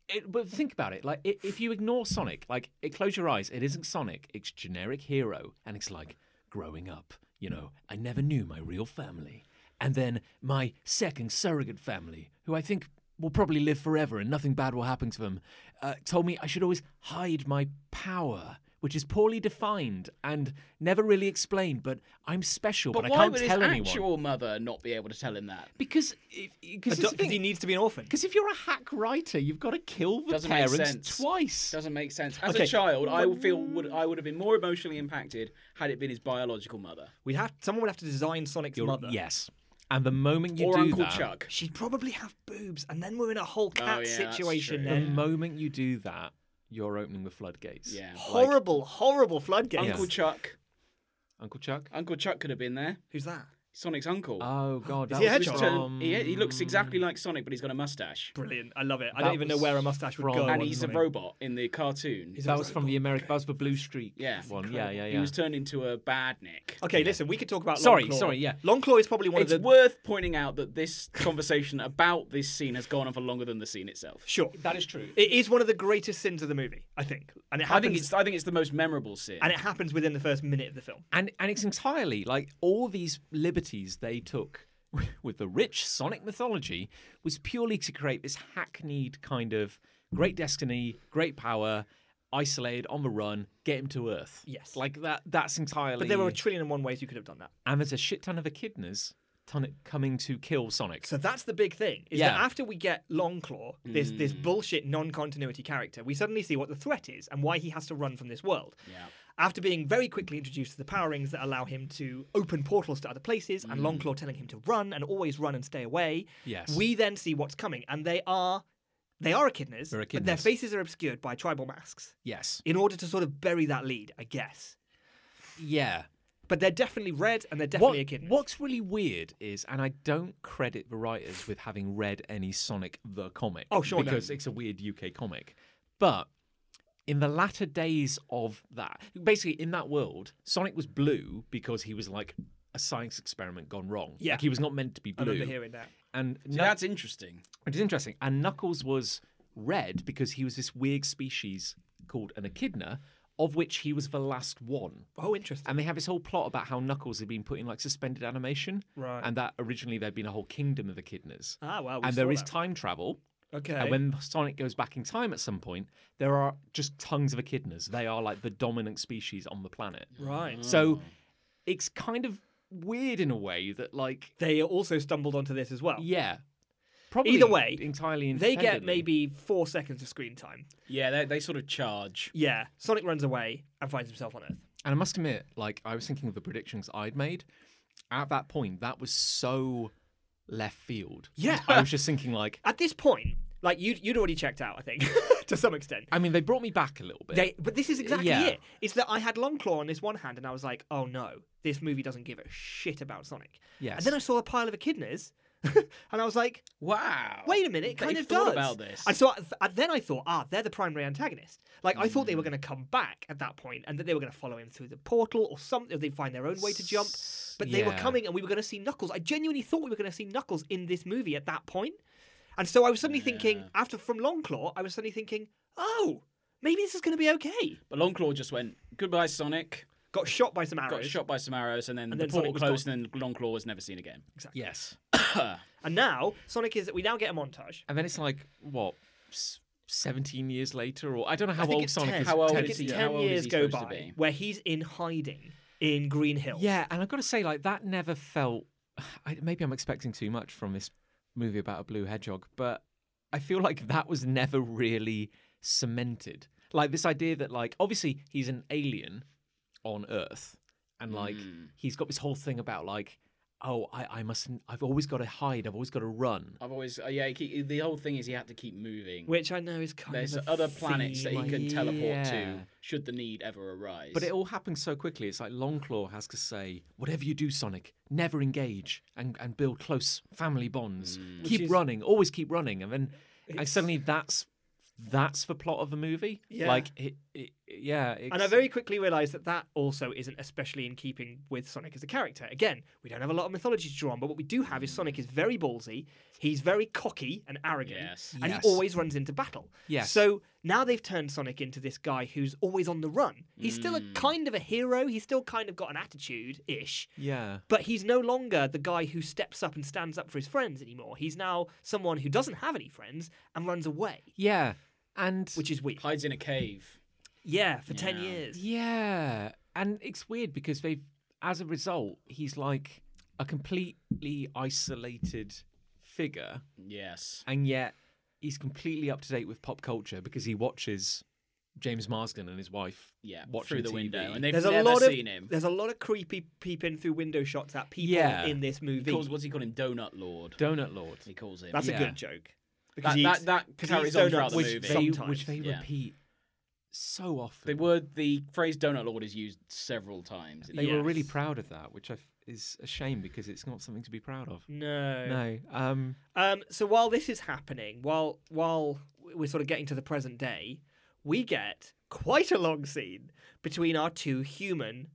Speaker 1: it, but think about it. Like, i if you ignore Sonic, like, it, close your eyes. It isn't Sonic. It's generic hero, and it's like growing up. You know, I never knew my real family, and then my second surrogate family, who I think will probably live forever and nothing bad will happen to them, uh, told me I should always hide my power. Which is poorly defined and never really explained, but I'm special, but,
Speaker 2: But
Speaker 1: I
Speaker 2: why
Speaker 1: can't
Speaker 2: would his
Speaker 1: tell anyone.
Speaker 2: actual mother not be able to tell him that?
Speaker 1: Because if, because it's the
Speaker 3: Because he
Speaker 1: thing,
Speaker 3: needs to be an orphan.
Speaker 1: because if you're a hack writer, you've got to kill the
Speaker 2: Doesn't make sense.
Speaker 1: parents twice.
Speaker 2: Doesn't make sense. As
Speaker 3: Okay.
Speaker 2: a child, I would feel would I would have been more emotionally impacted had it been his biological mother
Speaker 3: We'd have someone would have to design Sonic's mother.
Speaker 1: Yes. And the moment you
Speaker 2: or
Speaker 1: do
Speaker 2: Uncle
Speaker 1: that,
Speaker 2: Chuck.
Speaker 3: She'd probably have boobs, and then we're in a whole cat
Speaker 2: Oh, yeah, that's true.
Speaker 3: situation.
Speaker 1: the
Speaker 3: Then.
Speaker 1: moment you do that, you're opening the floodgates.
Speaker 2: Yeah.
Speaker 3: Horrible, horrible floodgates.
Speaker 2: Uncle Chuck.
Speaker 1: Uncle Chuck.
Speaker 2: Uncle Chuck could have been there.
Speaker 3: Who's that?
Speaker 2: Sonic's uncle.
Speaker 1: Oh God, that
Speaker 3: he a
Speaker 1: was
Speaker 3: hedgehog?
Speaker 1: from-
Speaker 2: he, he looks exactly like Sonic, but he's got a mustache,
Speaker 3: Brilliant. I love it. I
Speaker 1: That
Speaker 3: don't even know
Speaker 1: was
Speaker 3: where a mustache would
Speaker 1: from-
Speaker 3: go.
Speaker 2: and
Speaker 3: on
Speaker 2: he's a
Speaker 3: something.
Speaker 2: robot in the cartoon.
Speaker 1: That was from the American. That was the Blue Streak.
Speaker 2: Yeah.
Speaker 1: One. Yeah, yeah, yeah.
Speaker 2: He was turned into a bad Nick.
Speaker 3: Okay, listen, we could talk about
Speaker 1: Sorry,
Speaker 3: Longclaw.
Speaker 1: sorry, yeah.
Speaker 3: Longclaw is probably Uh, one
Speaker 2: It's
Speaker 3: of the
Speaker 2: worth pointing out that this conversation about this scene has gone on for longer than the scene itself.
Speaker 3: sure.
Speaker 1: that is true.
Speaker 3: It is one of the greatest sins of the movie, I think. And it
Speaker 2: I
Speaker 3: happens
Speaker 2: think it's I think it's the most memorable scene.
Speaker 3: and it happens within the first minute of the film.
Speaker 1: and and it's entirely like all these liberties they took with the rich Sonic mythology was purely to create this hackneyed kind of great destiny, great power, isolated on the run, get him to Earth.
Speaker 3: Yes.
Speaker 1: like that. That's entirely.
Speaker 3: But there were a trillion and one ways you could have done that.
Speaker 1: and there's a shit ton of echidnas ton- coming to kill Sonic.
Speaker 3: So that's the big thing. Is that
Speaker 2: Yeah.
Speaker 3: after we get Longclaw, this this
Speaker 1: Mm.
Speaker 3: bullshit non-continuity character, we suddenly see what the threat is and why he has to run from this world.
Speaker 2: Yeah.
Speaker 3: After being very quickly introduced to the power rings that allow him to open portals to other places, and Longclaw telling him to run and always run and stay away,
Speaker 1: Mm. Yes.
Speaker 3: we then see what's coming, and they are they are echidnas,
Speaker 1: They're
Speaker 3: but their
Speaker 1: echidnas.
Speaker 3: faces are obscured by tribal masks
Speaker 1: yes.
Speaker 3: in order to sort of bury that lead, I guess.
Speaker 1: Yeah.
Speaker 3: But they're definitely red and they're definitely
Speaker 1: What-
Speaker 3: echidnas.
Speaker 1: What's really weird is, and I don't credit the writers with having read any Sonic the comic.
Speaker 3: Oh, sure, no.
Speaker 1: because it's a weird UK comic. But in the latter days of that, basically in that world, Sonic was blue because he was like a science experiment gone wrong.
Speaker 3: Yeah.
Speaker 1: like he was not meant to be
Speaker 3: I
Speaker 1: blue.
Speaker 3: remember hearing that.
Speaker 1: And
Speaker 2: See,
Speaker 1: Knuck-
Speaker 2: that's interesting.
Speaker 1: it is interesting. And Knuckles was red because he was this weird species called an echidna, of which he was the last one.
Speaker 3: Oh, interesting.
Speaker 1: And they have this whole plot about how Knuckles had been put in like suspended animation,
Speaker 3: Right.
Speaker 1: and that originally there'd been a whole kingdom of echidnas.
Speaker 3: Ah, wow. we
Speaker 1: and there
Speaker 3: saw
Speaker 1: is
Speaker 3: that.
Speaker 1: time travel.
Speaker 3: Okay.
Speaker 1: And when Sonic goes back in time at some point, there are just tons of echidnas. They are like the dominant species on the planet.
Speaker 3: right.
Speaker 1: So it's kind of weird in a way that, like,
Speaker 3: They also stumbled onto this as well.
Speaker 1: yeah, probably
Speaker 3: Either way,
Speaker 1: entirely.
Speaker 3: They get
Speaker 1: independently.
Speaker 3: maybe four seconds of screen time.
Speaker 2: Yeah, they, they sort of charge.
Speaker 3: Yeah. Sonic runs away and finds himself on Earth.
Speaker 1: And I must admit, like I was thinking of the predictions I'd made at that point. That was so left field.
Speaker 3: Yeah.
Speaker 1: I was just thinking, like,
Speaker 3: At this point, like you'd, you'd already checked out, I think, to some extent.
Speaker 1: I mean, they brought me back a little bit.
Speaker 3: They, but this is exactly
Speaker 1: Yeah.
Speaker 3: it. It's that I had Longclaw on this one hand, and I was like, "Oh no, this movie doesn't give a shit about Sonic."
Speaker 1: Yes.
Speaker 3: And then I saw a pile of echidnas, and I was like,
Speaker 2: Wow.
Speaker 3: "Wait a minute, it
Speaker 2: They
Speaker 3: kind of
Speaker 2: thought
Speaker 3: does."
Speaker 2: about this.
Speaker 3: And so I, and then I thought, "Ah, they're the primary antagonist." Like I thought they
Speaker 2: Mm.
Speaker 3: were going to come back at that point, and that they were going to follow him through the portal or something. Or they'd find their own way to jump. But they were
Speaker 1: Yeah.
Speaker 3: coming, and we were going to see Knuckles. I genuinely thought we were going to see Knuckles in this movie at that point. And so I was suddenly thinking,
Speaker 2: Yeah.
Speaker 3: after from Longclaw, I was suddenly thinking, "Oh, maybe this is going to be okay."
Speaker 2: But Longclaw just went, goodbye, Sonic.
Speaker 3: got shot by some arrows.
Speaker 2: Got shot by some arrows, and then
Speaker 3: And
Speaker 2: the
Speaker 3: then
Speaker 2: portal
Speaker 3: Sonic was
Speaker 2: closed, and then Longclaw was never seen again.
Speaker 1: Yes.
Speaker 3: And now Sonic is. We now get a montage.
Speaker 1: And then it's like what, s- seventeen years later, or I don't know
Speaker 3: I
Speaker 1: how
Speaker 3: think
Speaker 1: old
Speaker 3: it's
Speaker 1: Sonic
Speaker 3: 10.
Speaker 1: is.
Speaker 2: How old
Speaker 3: I
Speaker 1: Ten-
Speaker 3: think
Speaker 2: is
Speaker 3: it's
Speaker 2: he?
Speaker 3: ten
Speaker 2: How old is
Speaker 3: years
Speaker 2: he
Speaker 3: go
Speaker 2: supposed to
Speaker 3: by
Speaker 2: be?
Speaker 3: where he's in hiding in Green Hill.
Speaker 1: Yeah, and I've got to say, like that never felt. I, maybe I'm expecting too much from this movie about a blue hedgehog, but I feel like that was never really cemented. Like this idea that, like, obviously he's an alien on Earth, and like
Speaker 3: Hmm.
Speaker 1: he's got this whole thing about like, oh, I, I mustn't. I've always got to hide. I've always got to run.
Speaker 2: I've always, uh, yeah, he keep, the whole thing is he had to keep moving.
Speaker 3: Which I know is kind
Speaker 2: There's
Speaker 3: of a
Speaker 2: other planets that he
Speaker 3: theme, like-
Speaker 2: can teleport to
Speaker 1: Yeah.
Speaker 2: should the need ever arise.
Speaker 1: But it all happens so quickly. It's like Longclaw has to say, whatever you do, Sonic, never engage and, and build close family bonds. Keep
Speaker 3: is-
Speaker 1: running, always keep running. And then and suddenly that's that's the plot of the movie.
Speaker 3: Yeah.
Speaker 1: Like, it, it, yeah.
Speaker 3: And I
Speaker 1: it's-
Speaker 3: very quickly realised that that also isn't especially in keeping with Sonic as a character. Again, we don't have a lot of mythology to draw on, but what we do have is Sonic is very ballsy, he's very cocky and arrogant,
Speaker 2: Yes.
Speaker 3: and
Speaker 1: Yes.
Speaker 3: he always runs into battle.
Speaker 1: Yes.
Speaker 3: So now they've turned Sonic into this guy who's always on the run. He's still
Speaker 2: Hmm.
Speaker 3: a kind of a hero, he's still kind of got an attitude ish,
Speaker 1: Yeah.
Speaker 3: But he's no longer the guy who steps up and stands up for his friends anymore. He's now someone who doesn't have any friends and runs away,
Speaker 1: Yeah. And.
Speaker 3: which is weird.
Speaker 2: hides in a cave.
Speaker 3: Yeah, for 10
Speaker 2: Yeah.
Speaker 3: years.
Speaker 1: Yeah. And it's weird because they've, as a result, he's like a completely isolated figure.
Speaker 2: Yes.
Speaker 1: and yet he's completely up to date with pop culture because he watches James Marsden and his wife.
Speaker 2: Yeah.
Speaker 1: watching
Speaker 2: through the
Speaker 1: TV.
Speaker 2: window, and they've
Speaker 3: There's a
Speaker 2: never
Speaker 3: lot of
Speaker 2: seen him.
Speaker 3: there's a lot of creepy peeping through window shots at people
Speaker 1: Yeah.
Speaker 3: in this
Speaker 2: He
Speaker 3: movie.
Speaker 2: calls, what's he call him? Donut Lord.
Speaker 1: Donut Lord,
Speaker 2: he calls him.
Speaker 3: That's
Speaker 1: Yeah.
Speaker 3: a good joke.
Speaker 2: that,
Speaker 3: he
Speaker 2: that,
Speaker 3: eats-
Speaker 2: that
Speaker 3: because he
Speaker 2: carries
Speaker 3: eats
Speaker 2: on
Speaker 3: donuts,
Speaker 2: throughout the
Speaker 3: which
Speaker 2: movie.
Speaker 1: they,
Speaker 3: Sometimes.
Speaker 1: which they
Speaker 2: Yeah.
Speaker 1: repeat so often.
Speaker 2: The word, the phrase "donut lord" is used several times.
Speaker 1: They were really
Speaker 3: Yes.
Speaker 1: proud of that, which I f- is a shame because it's not something to be proud of.
Speaker 3: No.
Speaker 1: No, um,
Speaker 3: Um, so while this is happening, while while we're sort of getting to the present day, we get quite a long scene between our two human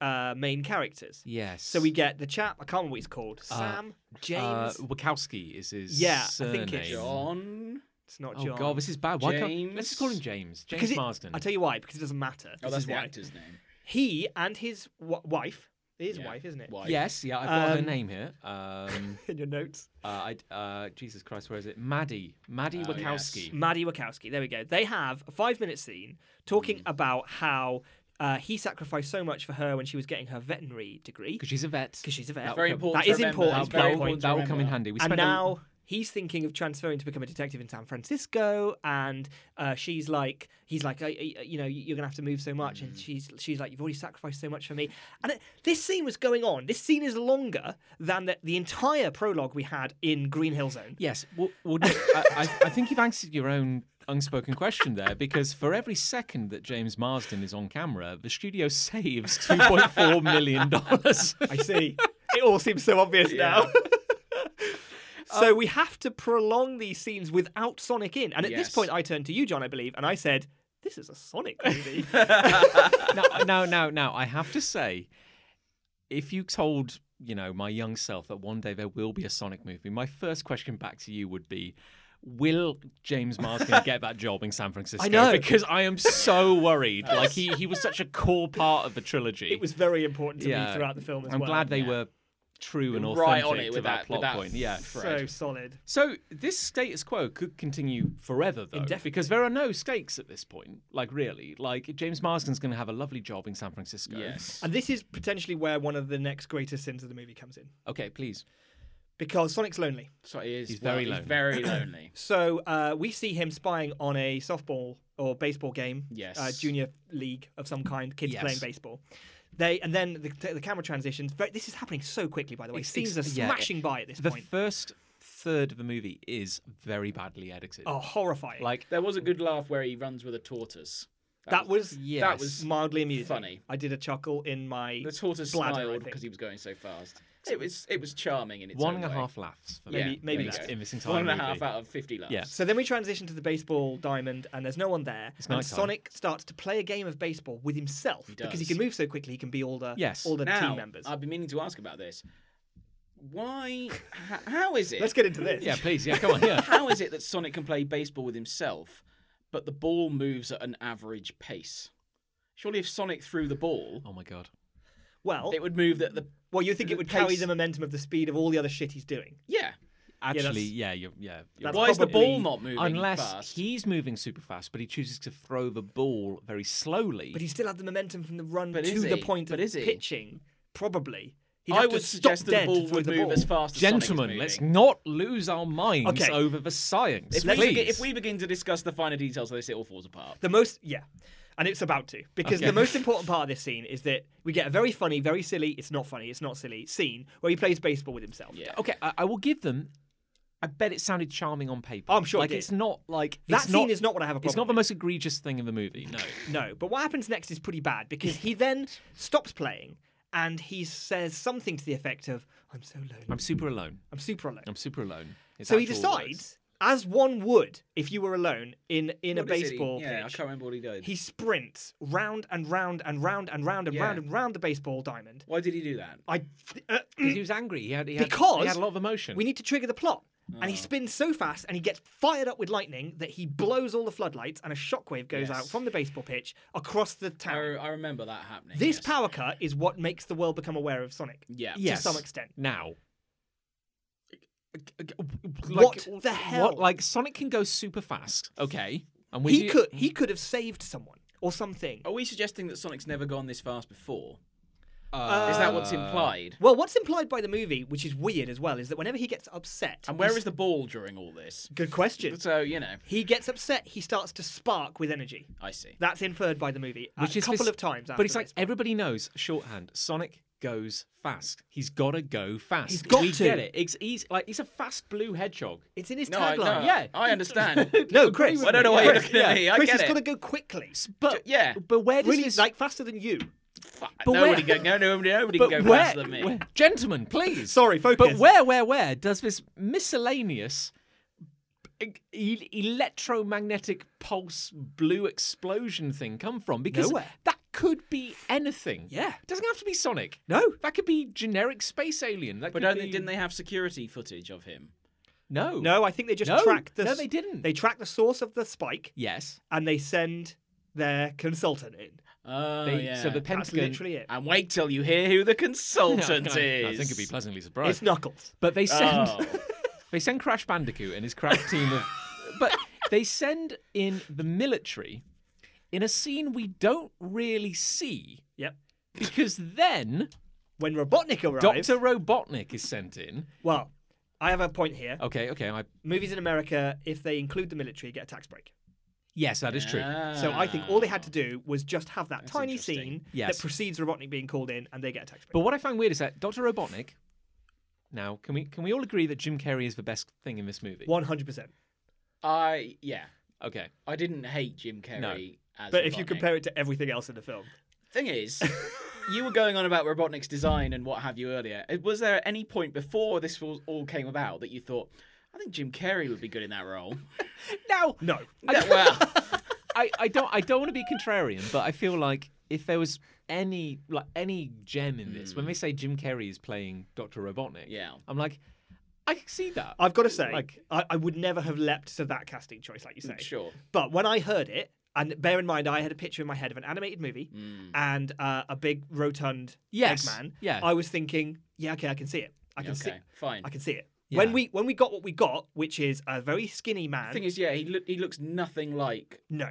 Speaker 3: uh, main characters.
Speaker 1: yes.
Speaker 3: So we get the chap, I can't remember what he's called.
Speaker 1: Uh,
Speaker 3: Sam? James?
Speaker 1: uh, Wachowski is his
Speaker 3: Yeah, I
Speaker 1: surname.
Speaker 3: think it's
Speaker 2: John.
Speaker 3: it's not
Speaker 1: Oh
Speaker 3: John.
Speaker 1: god, this is bad. Why can't let's just call him James?
Speaker 2: James.
Speaker 3: Because
Speaker 1: James
Speaker 3: it-
Speaker 1: Marsden.
Speaker 3: I'll tell you why, because it doesn't matter.
Speaker 2: Oh,
Speaker 3: This
Speaker 2: that's
Speaker 3: is
Speaker 2: the
Speaker 3: why.
Speaker 2: actor's name.
Speaker 3: He and his w- wife, his
Speaker 2: Yeah.
Speaker 3: wife, isn't it?
Speaker 2: Wife.
Speaker 1: yes, yeah, I've got her
Speaker 3: Um,
Speaker 1: name here. Um,
Speaker 3: In your notes.
Speaker 1: Uh, I, uh, Jesus Christ, where is it? Maddie. Maddie
Speaker 2: Oh,
Speaker 1: Wachowski.
Speaker 2: yes.
Speaker 3: Mm. Maddie Wachowski. There we go. They have a five minute scene talking about how uh, he sacrificed so much for her when she was getting her veterinary degree
Speaker 1: Because she's a vet.
Speaker 3: because she's a vet.
Speaker 1: That
Speaker 2: Very
Speaker 1: will come-
Speaker 2: important.
Speaker 3: that
Speaker 2: to
Speaker 3: is
Speaker 2: remember.
Speaker 3: important,
Speaker 1: That,
Speaker 3: it's
Speaker 2: Very
Speaker 1: will-
Speaker 2: important to
Speaker 3: point.
Speaker 1: that will
Speaker 2: remember
Speaker 1: come in
Speaker 2: that.
Speaker 1: handy. We
Speaker 3: and
Speaker 1: spent
Speaker 3: now he's thinking of transferring to become a detective in San Francisco, and uh, she's like, he's like, I, I- you know, you're gonna have to move so much, and she's she's like, you've already sacrificed so much for me. And it, this scene was going on. This scene is longer than the, the entire prologue we had in Green Hill Zone.
Speaker 1: Yes, well, well no, I, I, I think you've answered your own unspoken question there because for every second that James Marsden is on camera, the studio saves two point four million dollars.
Speaker 3: I see. it all seems so obvious now. Um, so we have to prolong these scenes without Sonic in. And at
Speaker 2: Yes.
Speaker 3: this point, I turned to you, John, I believe, and I said, "This is a Sonic movie."
Speaker 1: now, now, now, now, I have to say, if you told you know my young self that one day there will be a Sonic movie, my first question back to you would be. Will James Marsden get that job in San Francisco?
Speaker 3: know.
Speaker 1: because I am so worried. Like he, he was such a core part of the trilogy.
Speaker 3: it was very important to me
Speaker 1: Yeah.
Speaker 3: throughout the film as
Speaker 1: I'm
Speaker 3: well.
Speaker 1: glad they were true and authentic
Speaker 2: Right on it
Speaker 1: to
Speaker 2: with
Speaker 1: that,
Speaker 2: that-
Speaker 1: plot
Speaker 2: with that
Speaker 1: point. Yeah.
Speaker 3: so solid.
Speaker 1: So this status quo could continue forever, though,
Speaker 3: Indefinitely.
Speaker 1: because there are no stakes at this point. Like really, like James Marsden's going to have a lovely job in San Francisco.
Speaker 2: Yes.
Speaker 3: And this is potentially where one of the next greatest sins of the movie comes in
Speaker 1: Okay, please.
Speaker 3: because Sonic's lonely.
Speaker 2: So he is.
Speaker 1: He's
Speaker 2: well,
Speaker 1: very
Speaker 2: he's
Speaker 1: lonely.
Speaker 2: very lonely.
Speaker 3: So uh, we see him spying on a softball or baseball game,
Speaker 2: Yes.
Speaker 3: uh, junior league of some kind, kids
Speaker 1: Yes.
Speaker 3: playing baseball. They and then the, the camera transitions. But this is happening so quickly, by the way.
Speaker 1: Ex-
Speaker 3: Scenes are
Speaker 1: ex- yeah,
Speaker 3: smashing by at this
Speaker 1: The
Speaker 3: point.
Speaker 1: first third of the movie is very badly edited.
Speaker 3: Oh, horrifying!
Speaker 1: Like
Speaker 2: There was a good laugh where he runs with a tortoise.
Speaker 3: that was
Speaker 1: yes.
Speaker 2: that was
Speaker 3: mildly amusing.
Speaker 2: funny.
Speaker 3: I did a chuckle in my.
Speaker 2: The tortoise
Speaker 3: bladder, I
Speaker 2: smiled
Speaker 3: think.
Speaker 2: because he was going so fast. It was it was charming in its
Speaker 1: one
Speaker 2: own
Speaker 1: and a
Speaker 2: way.
Speaker 1: half laughs for
Speaker 2: Yeah,
Speaker 1: me
Speaker 3: maybe
Speaker 1: in this,
Speaker 3: that's-
Speaker 1: in this entire
Speaker 2: One and a
Speaker 1: movie.
Speaker 2: half out of fifty laughs.
Speaker 1: Yeah.
Speaker 3: So then we transition to the baseball diamond, and there's no one there.
Speaker 1: It's
Speaker 3: and
Speaker 1: nighttime.
Speaker 3: Sonic starts to play a game of baseball with himself because he
Speaker 2: does.
Speaker 3: can move so quickly. He can be all the
Speaker 1: Yes.
Speaker 3: all the
Speaker 2: Now,
Speaker 3: team members.
Speaker 2: I've been meaning to ask about this. Why? h- how is it?
Speaker 3: Let's get into this.
Speaker 1: Yeah, please. Yeah, come on. Yeah.
Speaker 2: how is it that Sonic can play baseball with himself, but the ball moves at an average pace? Surely, if Sonic threw the ball,
Speaker 1: Oh my god.
Speaker 3: Well,
Speaker 2: it would move that the
Speaker 3: well, you think it would
Speaker 2: pace-
Speaker 3: carry the momentum of the speed of all the other shit he's doing.
Speaker 2: yeah.
Speaker 3: that's-
Speaker 1: Actually, yeah, you're, yeah. you're
Speaker 3: That's
Speaker 2: Why is the
Speaker 3: probably-
Speaker 2: ball not moving
Speaker 1: unless
Speaker 2: fast?
Speaker 1: he's moving super fast, but he chooses to throw the ball very slowly.
Speaker 3: But he still had the momentum from the run
Speaker 2: But
Speaker 3: to
Speaker 2: is
Speaker 3: the
Speaker 2: he?
Speaker 3: point
Speaker 2: But
Speaker 3: of
Speaker 2: is he?
Speaker 3: pitching. Probably. He'd
Speaker 2: I
Speaker 3: have to
Speaker 2: would
Speaker 3: stop
Speaker 2: suggest that the
Speaker 3: dead to
Speaker 2: ball
Speaker 3: throw
Speaker 2: would
Speaker 3: the
Speaker 2: move
Speaker 3: ball.
Speaker 2: as fast as
Speaker 1: Gentlemen,
Speaker 2: Sonic is
Speaker 1: let's
Speaker 2: moving.
Speaker 1: not lose our minds
Speaker 3: Okay.
Speaker 1: over the science.
Speaker 2: If we,
Speaker 1: please.
Speaker 2: begin, if we begin to discuss the finer details of this, it all falls apart.
Speaker 3: The most, yeah. And it's about to. Because
Speaker 1: Okay.
Speaker 3: the most important part of this scene is that we get a very funny, very silly, it's not funny, it's not silly, scene where he plays baseball with himself.
Speaker 2: Yeah.
Speaker 1: Okay, I, I will give them. I bet it sounded charming on paper.
Speaker 3: Oh, I'm sure it
Speaker 1: Like
Speaker 3: did.
Speaker 1: it's not like
Speaker 3: That
Speaker 1: it's
Speaker 3: scene is not what I have a problem
Speaker 1: It's not the
Speaker 3: with.
Speaker 1: most egregious thing in the movie. No.
Speaker 3: No, but what happens next is pretty bad because he then stops playing and he says something to the effect of, I'm so lonely. I'm,
Speaker 1: I'm super alone.
Speaker 3: super alone.
Speaker 1: I'm super alone. It's
Speaker 3: so he
Speaker 1: actual words.
Speaker 3: decides, as one would if you were alone in, in a
Speaker 2: What is it he-
Speaker 3: baseball
Speaker 2: Yeah, I
Speaker 3: pitch,
Speaker 2: can't remember what he did.
Speaker 3: he sprints round and round and round and round and
Speaker 2: Yeah.
Speaker 3: round and round the baseball diamond.
Speaker 2: Why did he do that?
Speaker 3: I, uh,
Speaker 1: 'Cause he was angry. He had, he had
Speaker 3: Because
Speaker 1: he had a lot of emotion.
Speaker 3: we need to trigger the plot. And he
Speaker 2: Ah.
Speaker 3: spins so fast and he gets fired up with lightning that he blows all the floodlights and a shockwave goes
Speaker 2: Yes.
Speaker 3: out from the baseball pitch across the
Speaker 2: I,
Speaker 3: town.
Speaker 2: I remember that happening.
Speaker 3: This
Speaker 2: yes.
Speaker 3: power cut is what makes the world become aware of Sonic.
Speaker 2: Yeah.
Speaker 1: yes.
Speaker 3: some extent.
Speaker 1: Now.
Speaker 3: What the hell?
Speaker 1: What, like Sonic can go super fast. Okay. And we
Speaker 3: He
Speaker 1: do-
Speaker 3: could he
Speaker 2: Hmm?
Speaker 3: could have saved someone or something.
Speaker 2: Are we suggesting that Sonic's never gone this fast before?
Speaker 1: Uh,
Speaker 2: Is that what's implied?
Speaker 3: Well, what's implied by the movie, which is weird as well, is that whenever he gets upset,
Speaker 2: And where
Speaker 3: he's-
Speaker 2: is the ball during all this?
Speaker 3: good question?
Speaker 2: So you know,
Speaker 3: He gets upset, he starts to spark with energy.
Speaker 2: I see.
Speaker 3: That's inferred by the movie a couple
Speaker 1: this-
Speaker 3: of times.
Speaker 1: But
Speaker 3: after
Speaker 1: it's like
Speaker 3: this.
Speaker 1: everybody knows shorthand. Sonic goes fast. He's gotta go fast.
Speaker 3: He's got
Speaker 1: we
Speaker 3: to.
Speaker 1: get it. It's, he's like he's a fast blue hedgehog.
Speaker 3: it's in his
Speaker 2: No, I, no,
Speaker 3: tagline.
Speaker 1: yeah.
Speaker 2: I understand.
Speaker 3: No, Chris.
Speaker 2: I don't know why you're
Speaker 3: Chris,
Speaker 2: looking at me. I
Speaker 3: Chris
Speaker 2: get
Speaker 3: has
Speaker 2: it.
Speaker 3: got to go quickly.
Speaker 1: But
Speaker 2: yeah.
Speaker 1: But where does
Speaker 3: Really,
Speaker 1: this?
Speaker 3: like faster than you.
Speaker 2: Fuck,
Speaker 1: but
Speaker 2: nobody
Speaker 1: where-
Speaker 2: go, no, nobody, nobody
Speaker 1: but
Speaker 2: can go
Speaker 1: where,
Speaker 2: faster than me.
Speaker 1: where- gentlemen, please.
Speaker 3: Sorry, focus.
Speaker 1: But where, where, where does this miscellaneous e- electromagnetic pulse blue explosion thing come from? Because
Speaker 3: Nowhere.
Speaker 1: that could be anything.
Speaker 3: Yeah.
Speaker 1: it doesn't have to be Sonic.
Speaker 3: No.
Speaker 1: that could be generic space alien. That
Speaker 2: But
Speaker 1: could
Speaker 2: don't
Speaker 1: be...
Speaker 2: they, didn't they have security footage of him?
Speaker 1: No.
Speaker 3: No, I think they just
Speaker 1: No,
Speaker 3: track the.
Speaker 1: no,
Speaker 3: s-
Speaker 1: they didn't.
Speaker 3: They track the source of the spike
Speaker 1: Yes.
Speaker 3: and they send their consultant in.
Speaker 2: Oh
Speaker 1: They-
Speaker 2: yeah.
Speaker 1: So the
Speaker 3: That's
Speaker 1: Pentagon.
Speaker 3: literally it.
Speaker 2: and wait till you hear who the consultant
Speaker 1: I,
Speaker 2: is.
Speaker 1: I think you'd be pleasantly
Speaker 3: It's
Speaker 1: surprised.
Speaker 3: Knuckles.
Speaker 1: But they send
Speaker 2: Oh.
Speaker 1: they send Crash Bandicoot and his crack team of. but they send in the military in a scene we don't really see
Speaker 3: Yep.
Speaker 1: because then
Speaker 3: When Robotnik arrives,
Speaker 1: Doctor Robotnik is sent in.
Speaker 3: well, I have a point here.
Speaker 1: Okay, okay, I
Speaker 3: Movies in America, if they include the military, get a tax break.
Speaker 1: yes, that is true.
Speaker 3: So I think all they had to do was just have that tiny
Speaker 2: interesting.
Speaker 3: scene
Speaker 1: Yes.
Speaker 3: that precedes Robotnik being called in, and they get a tax break.
Speaker 1: But what I found weird is that Doctor Robotnik. Now, can we can we all agree that Jim Carrey is the best thing in this movie?
Speaker 3: One hundred percent.
Speaker 2: I yeah.
Speaker 1: Okay,
Speaker 2: I didn't hate Jim Carrey. As
Speaker 3: But if you
Speaker 2: Robotnik.
Speaker 3: compare it to everything else in the film,
Speaker 2: thing is, you were going on about Robotnik's design and what have you earlier. Uh, Was there any point before this was- all came about that you thought, I think Jim Carrey would be good in that role?
Speaker 1: now
Speaker 3: no.
Speaker 2: I, well,
Speaker 1: I, I don't I don't want to be contrarian, but I feel like if there was any like any gem in this, when they say Jim Carrey is playing Doctor Robotnik,
Speaker 2: Hmm. Yeah.
Speaker 1: I'm like, I can see that.
Speaker 3: I've got to say,
Speaker 1: Like-
Speaker 3: I, I would never have leapt to that casting choice, like you say.
Speaker 2: sure.
Speaker 3: But when I heard it, and bear in mind, I had a picture in my head of an animated movie and uh, a big rotund
Speaker 1: Mm. Yes,
Speaker 3: Eggman.
Speaker 1: yeah.
Speaker 3: I was thinking, yeah, okay, I can see it. I can see.
Speaker 2: Okay, fine.
Speaker 3: I can see it.
Speaker 1: Yeah.
Speaker 3: When we when we got what we got, which is a very skinny man.
Speaker 2: thing is, yeah, he look, he looks nothing like
Speaker 3: no,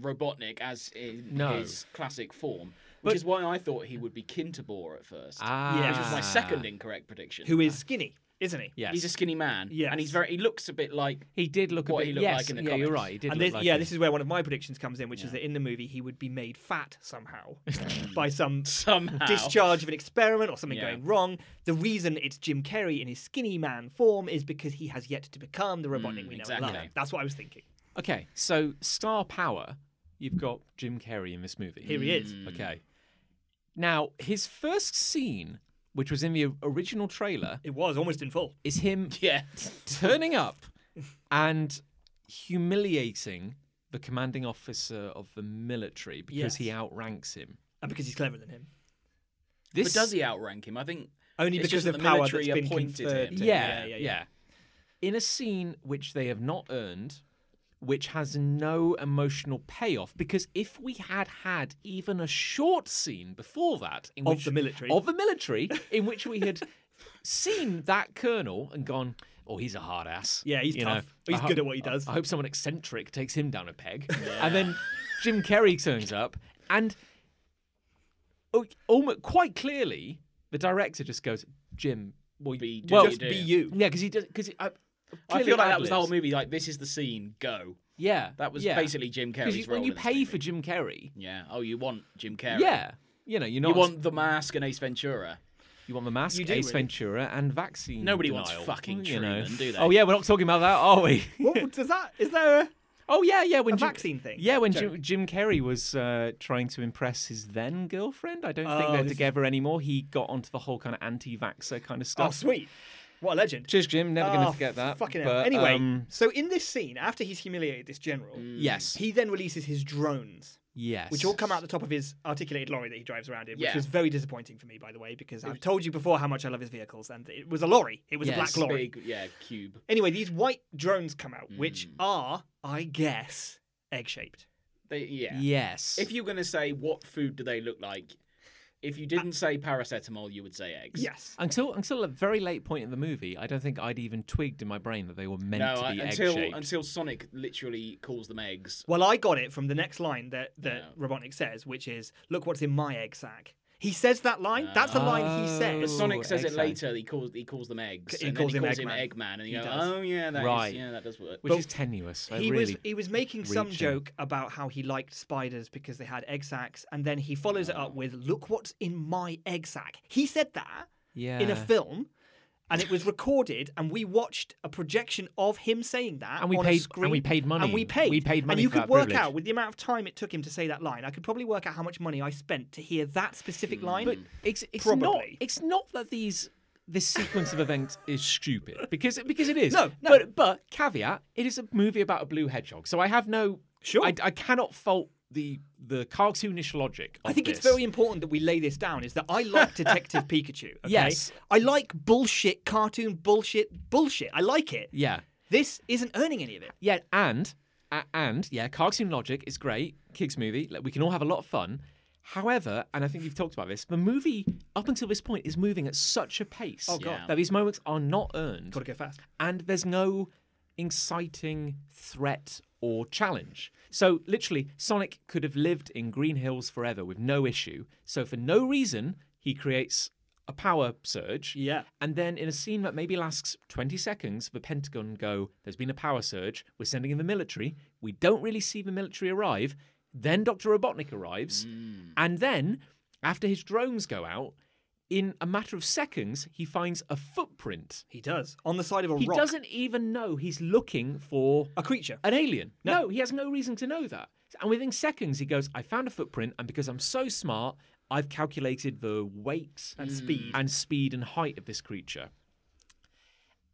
Speaker 2: Robotnik as in
Speaker 1: No.
Speaker 2: his classic form, which is why I thought he would be kin to Boar at first.
Speaker 1: Ah,
Speaker 3: Yeah.
Speaker 2: which was my second incorrect prediction.
Speaker 3: who is skinny, isn't he?
Speaker 1: Yes,
Speaker 2: He's a skinny man.
Speaker 3: Yes.
Speaker 2: And he's very. He looks a bit like.
Speaker 1: he did look
Speaker 2: what
Speaker 1: a bit.
Speaker 2: he looked
Speaker 1: yes,
Speaker 2: like in the
Speaker 1: yeah, you're
Speaker 2: comics.
Speaker 1: right. He did
Speaker 3: And
Speaker 1: look
Speaker 3: this,
Speaker 1: like
Speaker 3: yeah,
Speaker 1: him.
Speaker 3: this is where one of my predictions comes in, which is that in the movie he would be made fat somehow by some
Speaker 2: Somehow.
Speaker 3: discharge of an experiment or something
Speaker 2: Yeah.
Speaker 3: going wrong. The reason it's Jim Carrey in his skinny man form is because he has yet to become the
Speaker 1: Mm,
Speaker 3: Robotnik we know and love.
Speaker 2: exactly.
Speaker 3: That's what I was thinking.
Speaker 1: Okay, so star power, you've got Jim Carrey in this movie.
Speaker 3: Here he is.
Speaker 2: Hmm.
Speaker 1: Okay. Now, his first scene, which was in the original trailer,
Speaker 3: It was almost in full.
Speaker 1: is him
Speaker 2: Yeah.
Speaker 1: turning up and humiliating the commanding officer of the military because
Speaker 3: Yes.
Speaker 1: he outranks him.
Speaker 3: And because he's cleverer than him.
Speaker 1: This
Speaker 2: But does he outrank him? I think.
Speaker 3: Only
Speaker 2: It's just
Speaker 3: because
Speaker 2: that
Speaker 3: of
Speaker 2: the
Speaker 3: power that's
Speaker 2: military
Speaker 3: been
Speaker 2: appointed
Speaker 3: conferred.
Speaker 2: him.
Speaker 3: to him.
Speaker 1: yeah, yeah, In a scene which they have not earned, which has no emotional payoff, because if we had had even a short scene before that, in
Speaker 3: Of
Speaker 1: which,
Speaker 3: the military.
Speaker 1: of the military, in which we had seen that colonel and gone, oh, he's a hard ass.
Speaker 3: Yeah, he's
Speaker 1: You
Speaker 3: tough.
Speaker 1: know,
Speaker 3: He's
Speaker 1: I
Speaker 3: good
Speaker 1: ho-
Speaker 3: at what he does.
Speaker 1: I hope someone eccentric takes him down a peg, and then Jim Carrey turns up, and oh, almost quite clearly, the director just goes, "Jim, well,
Speaker 2: Be- do
Speaker 1: well,
Speaker 2: what you
Speaker 3: Just
Speaker 2: do.
Speaker 3: be you.
Speaker 1: yeah, because he does. Because I,
Speaker 2: I feel
Speaker 1: clearly
Speaker 2: like that was the
Speaker 1: ad-libs.
Speaker 2: whole movie. Like this is the scene. Go.
Speaker 1: Yeah,
Speaker 2: That was
Speaker 1: yeah.
Speaker 2: basically Jim Carrey's
Speaker 1: Because you-
Speaker 2: role
Speaker 1: when you
Speaker 2: in this
Speaker 1: pay
Speaker 2: movie.
Speaker 1: for Jim Carrey,
Speaker 2: Yeah. Oh, you want Jim Carrey?
Speaker 1: yeah, you know, you're not
Speaker 2: You want The Mask and Ace Ventura?
Speaker 1: you want the mask,
Speaker 3: You do,
Speaker 1: Ace
Speaker 3: really.
Speaker 1: Ventura, and vaccine.
Speaker 2: Nobody wants
Speaker 1: denial,
Speaker 2: fucking
Speaker 1: you know.
Speaker 2: Truman, do they?
Speaker 1: Oh yeah, we're not talking about that, are we?
Speaker 3: What does that? Is there a.
Speaker 1: Oh yeah, yeah. When
Speaker 3: A
Speaker 1: Jim-
Speaker 3: vaccine thing.
Speaker 1: Yeah, when
Speaker 3: Joke.
Speaker 1: Jim, Jim Carrey was uh, trying to impress his then girlfriend. I don't think
Speaker 3: Oh,
Speaker 1: they're
Speaker 3: this is-
Speaker 1: together anymore. He got onto the whole kind of anti-vaxxer kind of
Speaker 3: Oh,
Speaker 1: stuff.
Speaker 3: sweet. What a legend.
Speaker 1: Cheers, Jim. Never
Speaker 3: Oh,
Speaker 1: gonna forget that.
Speaker 3: Fucking hell.
Speaker 1: but,
Speaker 3: Anyway,
Speaker 1: um,
Speaker 3: so in this scene, after he's humiliated this general,
Speaker 1: yes,
Speaker 3: he then releases his drones.
Speaker 1: yes,
Speaker 3: which all come out the top of his articulated lorry that he drives around in, which
Speaker 2: Yeah.
Speaker 3: was very disappointing for me, by the way, because I've told you before how much I love his vehicles, and it was a lorry. It was
Speaker 1: Yes,
Speaker 3: a black lorry.
Speaker 2: Big, yeah, cube.
Speaker 3: Anyway, these white drones come out, which are, I guess, egg shaped.
Speaker 2: They, yeah.
Speaker 1: Yes.
Speaker 2: If you're gonna say what food do they look like, if you didn't say paracetamol, you would say eggs.
Speaker 3: Yes.
Speaker 1: until until a very late point in the movie, I don't think I'd even twigged in my brain that they were meant
Speaker 2: No,
Speaker 1: to
Speaker 2: I-
Speaker 1: be
Speaker 2: until
Speaker 1: egg-shaped.
Speaker 2: until Sonic literally calls them eggs.
Speaker 3: Well, I got it from the next line that, that
Speaker 2: Yeah.
Speaker 3: Robotnik says, which is, Look what's in my egg sack. He says that line. That's the line he
Speaker 1: Oh.
Speaker 2: But
Speaker 3: says.
Speaker 2: Sonic
Speaker 1: Ooh,
Speaker 2: says
Speaker 1: egg
Speaker 2: it
Speaker 1: sack.
Speaker 2: later. He calls he calls them eggs.
Speaker 3: He
Speaker 2: and
Speaker 3: calls
Speaker 2: then
Speaker 3: him
Speaker 2: he calls him
Speaker 3: Eggman.
Speaker 2: Eggman, and you go,
Speaker 3: does.
Speaker 2: oh yeah, that is
Speaker 1: Right.
Speaker 2: yeah, that does work.
Speaker 1: which is tenuous. I
Speaker 3: he
Speaker 1: really,
Speaker 3: was he was making some
Speaker 1: reaching.
Speaker 3: joke about how he liked spiders because they had egg sacs, and then he follows it up with "Look what's in my egg sac." He said that
Speaker 1: yeah.
Speaker 3: in a film, and it was recorded, and we watched a projection of him saying that
Speaker 1: And we
Speaker 3: on
Speaker 1: paid-
Speaker 3: a
Speaker 1: and
Speaker 3: screen,
Speaker 1: we paid money.
Speaker 3: and we paid,
Speaker 1: We paid money
Speaker 3: and you
Speaker 1: for
Speaker 3: could
Speaker 1: that
Speaker 3: work
Speaker 1: privilege.
Speaker 3: out with the amount of time it took him to say that line. I could probably work out how much money I spent to hear that
Speaker 1: Hmm.
Speaker 3: specific line. But
Speaker 1: It's, it's not.
Speaker 3: Probably.
Speaker 1: It's not that these this sequence of events is stupid because because it is.
Speaker 3: No, no.
Speaker 1: But but caveat: it is a movie about a blue hedgehog, so I have no.
Speaker 3: Sure.
Speaker 1: I, I cannot fault the the cartoonish logic. Of
Speaker 3: I think it's
Speaker 1: this.
Speaker 3: very important that we lay this down is that I like Detective Pikachu. Okay?
Speaker 1: Yes.
Speaker 3: I like bullshit, cartoon bullshit, bullshit. I like it.
Speaker 1: Yeah.
Speaker 3: This isn't earning any of it.
Speaker 1: Yeah, and a- and yeah, cartoon logic is great. Kids movie, like, we can all have a lot of fun. However, and I think you've talked about this, the movie up until this point is moving at such a pace
Speaker 3: God.
Speaker 1: that these moments are not earned,
Speaker 3: Gotta go fast.
Speaker 1: and there's no inciting threat or challenge. So literally, Sonic could have lived in Green Hills forever with no issue. So for no reason, he creates a power surge.
Speaker 3: Yeah.
Speaker 1: And then in a scene that maybe lasts 20 seconds, the Pentagon go, There's been a power surge. We're sending in the military. We don't really see the military arrive. Then Dr. Robotnik arrives. And then, after his drones go out, in a matter of seconds, he finds a footprint.
Speaker 3: He does. On the side of a
Speaker 1: He
Speaker 3: rock.
Speaker 1: doesn't even know he's looking for
Speaker 3: A creature.
Speaker 1: an alien. No. he has no reason to know that. And within seconds, he goes, I found a footprint, and because I'm so smart, I've calculated the weight Mm.
Speaker 3: And speed.
Speaker 1: and speed and height of this creature.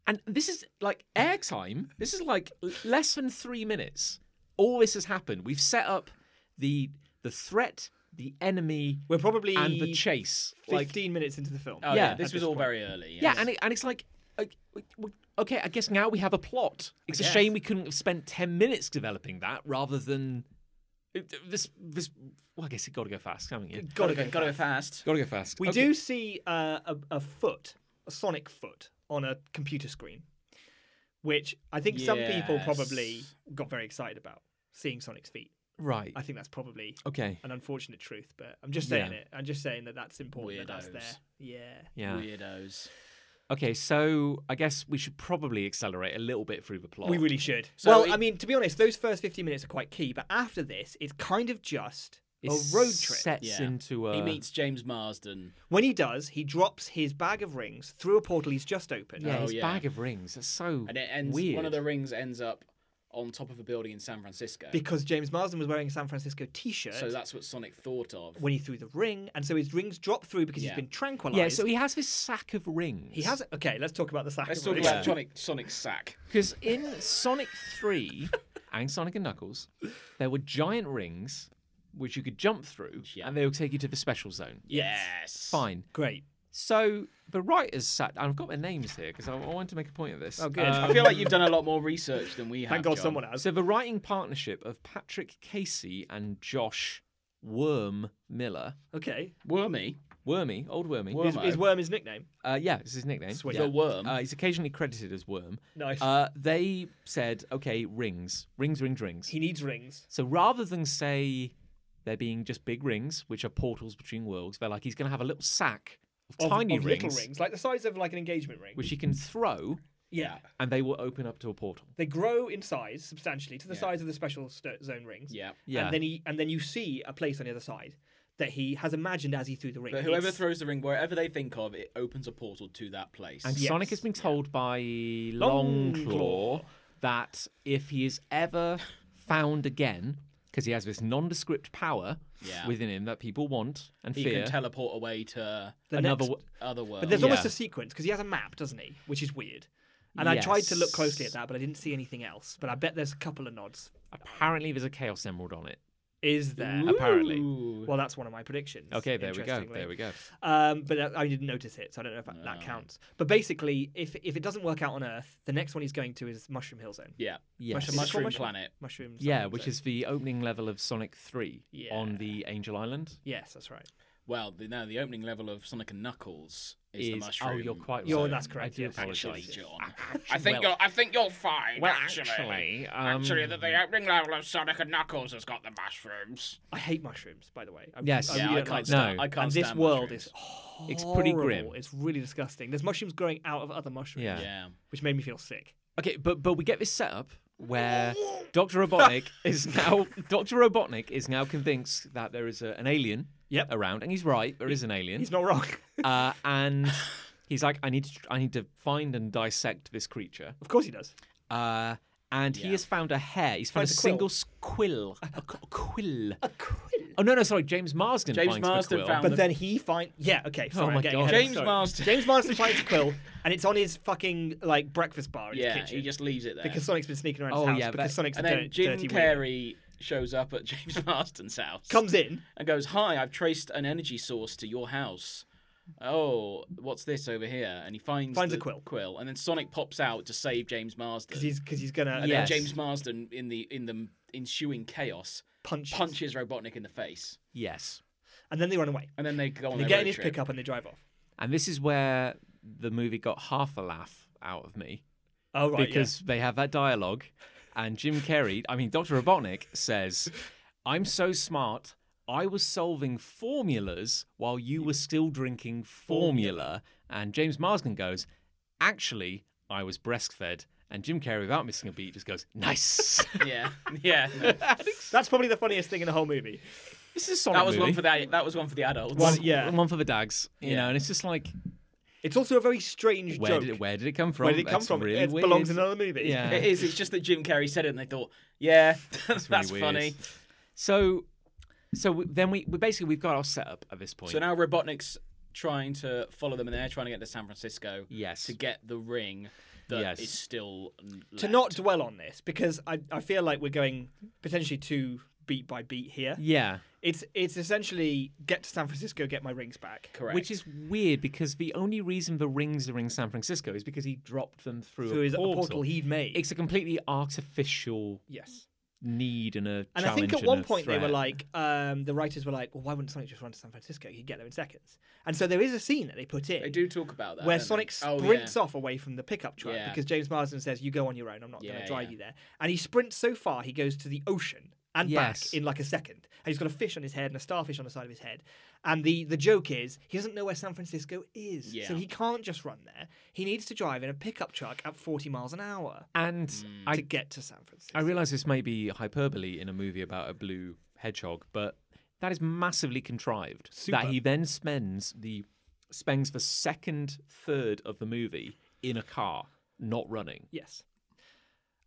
Speaker 1: And this is like airtime. This is like l- less than three minutes. All this has happened. We've set up the the threat, the enemy,
Speaker 3: We're probably
Speaker 1: and the chase. Like
Speaker 3: 15 minutes into the film.
Speaker 2: Oh, yeah,
Speaker 1: Yeah,
Speaker 2: this
Speaker 3: at
Speaker 2: was
Speaker 3: this
Speaker 2: all
Speaker 3: point.
Speaker 2: very early.
Speaker 1: yeah,
Speaker 2: yes.
Speaker 1: and it, and it's like, like, w- w- okay, I guess now we have a plot. It's a
Speaker 3: guess.
Speaker 1: shame we couldn't have spent ten minutes developing that rather than it- this. This well, I guess you got to go fast, haven't you?
Speaker 2: gotta go, gotta go fast.
Speaker 1: Got to go fast.
Speaker 3: We
Speaker 1: Okay.
Speaker 3: do see uh, a, a foot, a sonic foot, on a computer screen, which I think some people probably
Speaker 2: Yes.
Speaker 3: got very excited about seeing Sonic's feet.
Speaker 1: right.
Speaker 3: I think that's probably
Speaker 1: Okay.
Speaker 3: an unfortunate truth, but I'm just saying
Speaker 1: Yeah.
Speaker 3: it. I'm just saying that that's important that that's
Speaker 2: Weirdos.
Speaker 3: there. Yeah.
Speaker 1: Yeah.
Speaker 2: Weirdos.
Speaker 1: Okay. So I guess we should probably accelerate a little bit through the plot.
Speaker 3: We really should.
Speaker 2: So
Speaker 3: well,
Speaker 2: it-
Speaker 3: I mean, to be honest, those first 50 minutes are quite key, but after this, it's kind of just
Speaker 1: It
Speaker 3: a road trip.
Speaker 1: Sets
Speaker 2: Yeah.
Speaker 1: into a.
Speaker 2: He meets James Marsden.
Speaker 3: When he does, he drops his bag of rings through a portal he's just opened.
Speaker 1: Yeah,
Speaker 2: Oh,
Speaker 1: his
Speaker 2: yeah.
Speaker 1: bag of rings. That's so
Speaker 2: And it ends.
Speaker 1: weird.
Speaker 2: One of the rings ends up on top of a building in San Francisco.
Speaker 3: Because James Marsden was wearing a San Francisco t shirt.
Speaker 2: so that's what Sonic thought of.
Speaker 3: when he threw the ring, and so his rings drop through because
Speaker 2: Yeah.
Speaker 3: he's been tranquilized.
Speaker 1: yeah, so he has this sack of rings.
Speaker 3: he has. Okay, let's talk about the sack.
Speaker 2: Let's
Speaker 3: of
Speaker 2: talk
Speaker 3: rings.
Speaker 2: about Sonic, Sonic's sack.
Speaker 1: Because in Sonic 3 and Sonic and Knuckles, there were giant rings which you could jump through
Speaker 2: Yeah.
Speaker 1: and they would take you to the special zone.
Speaker 2: Yes.
Speaker 1: Fine.
Speaker 3: Great.
Speaker 1: So the writers sat, and I've got their names here because I, I wanted to make a point of this. Uh,
Speaker 3: Oh, good.
Speaker 2: I feel like you've done a lot more research than we have.
Speaker 3: Thank God
Speaker 2: John.
Speaker 3: someone has.
Speaker 1: So the writing partnership of Patrick Casey and Josh Worm Miller,
Speaker 3: okay.
Speaker 2: Wormy.
Speaker 1: Wormy, old Wormy.
Speaker 2: Worm-
Speaker 3: Is,
Speaker 2: Wormo.
Speaker 3: is Worm his nickname?
Speaker 1: Uh, yeah, it's his nickname.
Speaker 3: Sweet.
Speaker 1: Yeah.
Speaker 2: The worm.
Speaker 1: Uh, he's occasionally credited as Worm.
Speaker 3: Nice.
Speaker 1: Uh, they said, okay, rings, rings, rings, rings.
Speaker 3: he needs rings.
Speaker 1: So rather than say there being just big rings, which are portals between worlds, they're like he's going to have a little sack of,
Speaker 3: Of,
Speaker 1: tiny
Speaker 3: of
Speaker 1: rings,
Speaker 3: little rings, like the size of like an engagement ring.
Speaker 1: which he can throw,
Speaker 3: yeah.
Speaker 1: and they will open up to a portal.
Speaker 3: They grow in size substantially to the
Speaker 2: Yeah.
Speaker 3: size of the special st- zone rings.
Speaker 2: Yeah.
Speaker 1: Yeah.
Speaker 3: And then he and then you see a place on the other side that he has imagined as he threw the ring.
Speaker 2: But whoever
Speaker 3: It's-
Speaker 2: throws the ring, wherever they think of, it opens a portal to that place.
Speaker 1: And
Speaker 3: Yes.
Speaker 1: Sonic has been told by Longclaw that if he is ever found again, because he has this nondescript power
Speaker 2: Yeah.
Speaker 1: within him that people want and
Speaker 2: he
Speaker 1: fear,
Speaker 2: can teleport away to
Speaker 3: The
Speaker 1: another
Speaker 3: next-
Speaker 1: wo-
Speaker 2: other worlds.
Speaker 3: But there's
Speaker 1: Yeah.
Speaker 3: almost a sequence because he has a map, doesn't he? Which is weird. And I tried to look closely at
Speaker 1: Yes.
Speaker 3: that, but I didn't see anything else. But I bet there's a couple of nods.
Speaker 1: apparently there's a Chaos Emerald on it.
Speaker 3: Is there?
Speaker 1: Apparently.
Speaker 2: Ooh.
Speaker 3: Well, that's one of my predictions.
Speaker 1: Okay, there we go.
Speaker 3: interestingly.
Speaker 1: There we go.
Speaker 3: Um, but I- I didn't notice it, so I don't know if that, that counts. But basically, if if it doesn't work out on Earth, the next one he's going to is Mushroom Hill Zone.
Speaker 2: Yeah.
Speaker 1: Yes.
Speaker 2: It's a
Speaker 3: Is it called
Speaker 2: mushroom
Speaker 3: mushroom?
Speaker 2: planet.
Speaker 3: Mushroom.
Speaker 1: Yeah,
Speaker 3: something
Speaker 1: which
Speaker 3: zone.
Speaker 1: is the opening level of Sonic 3 on the Angel Island.
Speaker 3: yes, that's right.
Speaker 2: Well, the, no, the opening level of Sonic and Knuckles is, the
Speaker 1: Is- oh,
Speaker 2: mushroom.
Speaker 1: you're quite right.
Speaker 3: You're
Speaker 1: Zone.
Speaker 3: that's
Speaker 1: I
Speaker 3: correct.
Speaker 1: do
Speaker 3: yes.
Speaker 2: Actually,
Speaker 1: apologise.
Speaker 2: John, I think
Speaker 1: well-
Speaker 2: you're. I think you're fine.
Speaker 1: Well,
Speaker 2: actually,
Speaker 1: actually, um,
Speaker 2: actually, that the opening level of Sonic and Knuckles has got the mushrooms.
Speaker 3: I hate mushrooms, by the way. I,
Speaker 1: Yes.
Speaker 3: I
Speaker 1: Yeah,
Speaker 3: really
Speaker 1: I
Speaker 3: don't
Speaker 1: can't
Speaker 3: like
Speaker 1: stand-
Speaker 3: them.
Speaker 1: No.
Speaker 2: I can't
Speaker 3: And this
Speaker 2: stand
Speaker 3: world
Speaker 2: mushrooms.
Speaker 3: is
Speaker 1: It's pretty
Speaker 3: horrible.
Speaker 1: grim.
Speaker 3: It's really disgusting. There's mushrooms growing out of other mushrooms,
Speaker 1: Yeah.
Speaker 2: Yeah.
Speaker 3: which made me feel sick.
Speaker 1: Okay, but but we get this setup where Dr. Robotnik is now Dr. Robotnik is now convinced that there is a, an alien
Speaker 3: Yep.
Speaker 1: around, and he's right. There is an alien,
Speaker 3: He's not wrong.
Speaker 1: uh, and he's like, I need to tr- I need to find and dissect this creature.
Speaker 3: of course he does.
Speaker 1: Uh, and he
Speaker 2: Yeah.
Speaker 1: has found a hair. He's found a,
Speaker 3: Finds a quill.
Speaker 1: single s- quill. A, qu- a quill. Oh no, no, sorry. James Marsden.
Speaker 2: James
Speaker 1: finds the
Speaker 2: Marsden
Speaker 1: quill.
Speaker 2: found
Speaker 3: But
Speaker 2: the-
Speaker 3: then he finds yeah okay sorry
Speaker 1: my
Speaker 3: I'm getting
Speaker 1: God.
Speaker 3: ahead of the
Speaker 2: James
Speaker 3: story.
Speaker 2: Marsden.
Speaker 3: James Marsden finds Quill and it's on his fucking like breakfast bar in
Speaker 2: Yeah.
Speaker 3: his kitchen
Speaker 2: He just leaves it there.
Speaker 3: because Sonic's been sneaking around his
Speaker 1: Oh,
Speaker 3: house
Speaker 1: yeah,
Speaker 3: because
Speaker 1: but-
Speaker 3: Sonic's
Speaker 2: and
Speaker 3: a
Speaker 2: then
Speaker 3: dirty,
Speaker 2: Jim
Speaker 3: dirty weirdo.
Speaker 2: Carrey shows up at James Marsden's house.
Speaker 3: comes in
Speaker 2: and goes, "Hi, I've traced an energy source to your house." Oh, what's this over here? And he finds
Speaker 3: Finds a
Speaker 2: the
Speaker 3: quill.
Speaker 2: Quill, and then Sonic pops out to save James Marsden.
Speaker 3: because he's because he's gonna uh, and
Speaker 2: And
Speaker 3: then
Speaker 1: Yes.
Speaker 2: then James Marsden, in the in the ensuing chaos,
Speaker 3: punch
Speaker 2: punches Robotnik in the face,
Speaker 1: Yes.
Speaker 3: and then they run
Speaker 1: Oh,
Speaker 3: away.
Speaker 2: and then they go on
Speaker 3: They
Speaker 2: their
Speaker 3: get
Speaker 2: road
Speaker 3: in his
Speaker 2: trip.
Speaker 3: pickup and they drive off.
Speaker 1: And this is where the movie got half a laugh out of me
Speaker 3: Oh right,
Speaker 1: because they have that dialogue, and Jim Carrey, I mean Dr. Robotnik says, "I'm so smart. I was solving formulas while you were still drinking formula." And James Marsden goes, "Actually, I was breastfed." And Jim Carrey, without missing a beat, just goes, "Nice."
Speaker 2: yeah, yeah. no.
Speaker 3: yeah. That's probably the funniest thing in the whole movie.
Speaker 1: this is a Sonic
Speaker 2: That was
Speaker 1: movie.
Speaker 2: one for the that was one for the adults.
Speaker 3: One- yeah.
Speaker 1: one for the dags, you
Speaker 2: Yeah.
Speaker 1: know. And it's just like,
Speaker 3: It's also a very strange
Speaker 1: where
Speaker 3: joke.
Speaker 1: did it, where did it come from?
Speaker 3: Where did it come
Speaker 1: That's
Speaker 3: from?
Speaker 1: Really
Speaker 3: it
Speaker 1: weird.
Speaker 3: belongs in another movie.
Speaker 1: Yeah.
Speaker 2: It is. It's just that Jim Carrey said it, and they thought, yeah, that's,
Speaker 1: It's really weird.
Speaker 2: funny.
Speaker 1: So, so we, then we, we basically we've got our setup at this point.
Speaker 2: So now Robotnik's trying to follow them, and they're trying to get to San Francisco
Speaker 1: yes,
Speaker 2: to get the ring that is
Speaker 1: Yes.
Speaker 2: still
Speaker 3: To
Speaker 2: left.
Speaker 3: not dwell on this because I, I feel like we're going potentially too beat by beat here.
Speaker 1: yeah,
Speaker 3: It's it's essentially get to San Francisco, get my rings back.
Speaker 2: correct.
Speaker 1: which is weird because the only reason the rings are in San Francisco is because he dropped them through,
Speaker 3: Through
Speaker 1: a,
Speaker 3: his a
Speaker 1: portal.
Speaker 3: portal he'd made.
Speaker 1: It's a completely artificial
Speaker 3: yes.
Speaker 1: need and a
Speaker 3: And I
Speaker 1: challenge
Speaker 3: think at
Speaker 1: and
Speaker 3: one
Speaker 1: a
Speaker 3: point they were
Speaker 1: threat.
Speaker 3: like, um, the writers were like, well, why wouldn't Sonic just run to San Francisco? He'd get there in seconds. And so there is a scene that they put in
Speaker 2: they do talk about that
Speaker 3: where
Speaker 2: don't they?
Speaker 3: Sonic
Speaker 2: Oh, yeah.
Speaker 3: sprints off away from the pickup truck
Speaker 2: Yeah.
Speaker 3: because James Marsden says, "You go on your own. I'm not going
Speaker 2: Yeah,
Speaker 3: to drive
Speaker 2: yeah.
Speaker 3: you there." And he sprints so far he goes to the ocean and
Speaker 1: Yes.
Speaker 3: back in like a second. And he's got a fish on his head and a starfish on the side of his head. And the the joke is he doesn't know where San Francisco is,
Speaker 2: Yeah.
Speaker 3: so he can't just run there. He needs to drive in a pickup truck at 40 miles an hour
Speaker 1: and
Speaker 3: "Hmm,
Speaker 1: I
Speaker 3: to get to San Francisco.
Speaker 1: I realize this may be hyperbole in a movie about a blue hedgehog, but that is massively contrived. That
Speaker 3: Super.
Speaker 1: he then spends the spends the second third of the movie in a car, not running.
Speaker 3: yes.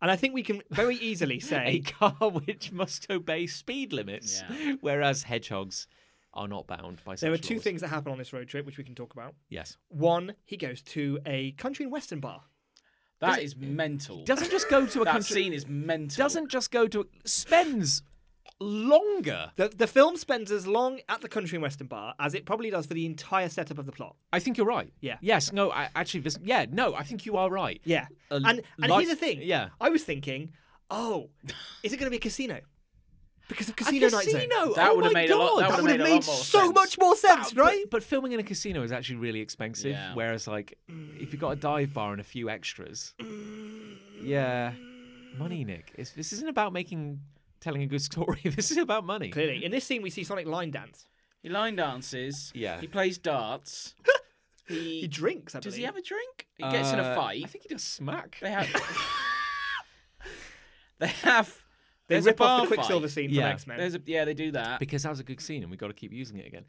Speaker 3: And I think we can very easily
Speaker 1: a
Speaker 3: say
Speaker 1: car which must obey speed limits,
Speaker 2: Yeah.
Speaker 1: whereas hedgehogs are not bound by. Such
Speaker 3: there are two
Speaker 1: laws.
Speaker 3: things that happen on this road trip which we can talk about.
Speaker 1: Yes,
Speaker 3: One, he goes to a country and western bar.
Speaker 2: That is mental.
Speaker 1: doesn't just go to a
Speaker 2: that
Speaker 1: country.
Speaker 2: scene is mental.
Speaker 1: Doesn't just go to spends longer.
Speaker 3: The, the film spends as long at the country and western bar as it probably does for the entire setup of the plot.
Speaker 1: I think you're right.
Speaker 3: Yeah.
Speaker 1: Yes. No. I, actually, this. Yeah. No. I think you are right.
Speaker 3: Yeah.
Speaker 1: A l-
Speaker 3: and and
Speaker 1: like-
Speaker 3: here's the thing.
Speaker 1: yeah.
Speaker 3: I was thinking, oh, is it going to be a casino? Because of Casino,
Speaker 1: A
Speaker 3: Night Zone.
Speaker 1: casino.
Speaker 2: That
Speaker 1: oh
Speaker 2: would have
Speaker 1: my
Speaker 2: made a
Speaker 1: God.
Speaker 2: lot- that
Speaker 3: That
Speaker 2: would've
Speaker 3: would have
Speaker 2: made a
Speaker 3: made,
Speaker 2: lot more
Speaker 3: so
Speaker 2: sense.
Speaker 3: much more sense, right?
Speaker 1: But, but filming in a casino is actually really expensive.
Speaker 2: Yeah.
Speaker 1: Whereas, like, if you've got a dive bar and a few extras, yeah, money, Nick. It's, this isn't about making telling a good story. This is about money.
Speaker 3: Clearly, in this scene we see Sonic line dance.
Speaker 2: he line dances.
Speaker 1: Yeah.
Speaker 2: He plays darts. he,
Speaker 3: He drinks. I
Speaker 2: does he
Speaker 3: believe.
Speaker 2: have a drink? He gets in
Speaker 1: Uh,
Speaker 2: a fight.
Speaker 1: I think he does smack.
Speaker 2: They have. they have.
Speaker 3: They
Speaker 2: there's
Speaker 3: rip
Speaker 2: a bar
Speaker 3: off the Quicksilver
Speaker 2: fight.
Speaker 3: scene
Speaker 1: Yeah.
Speaker 3: from X Men.
Speaker 2: There's a, yeah, they do that.
Speaker 1: because that was a good scene, and we got to keep using it again.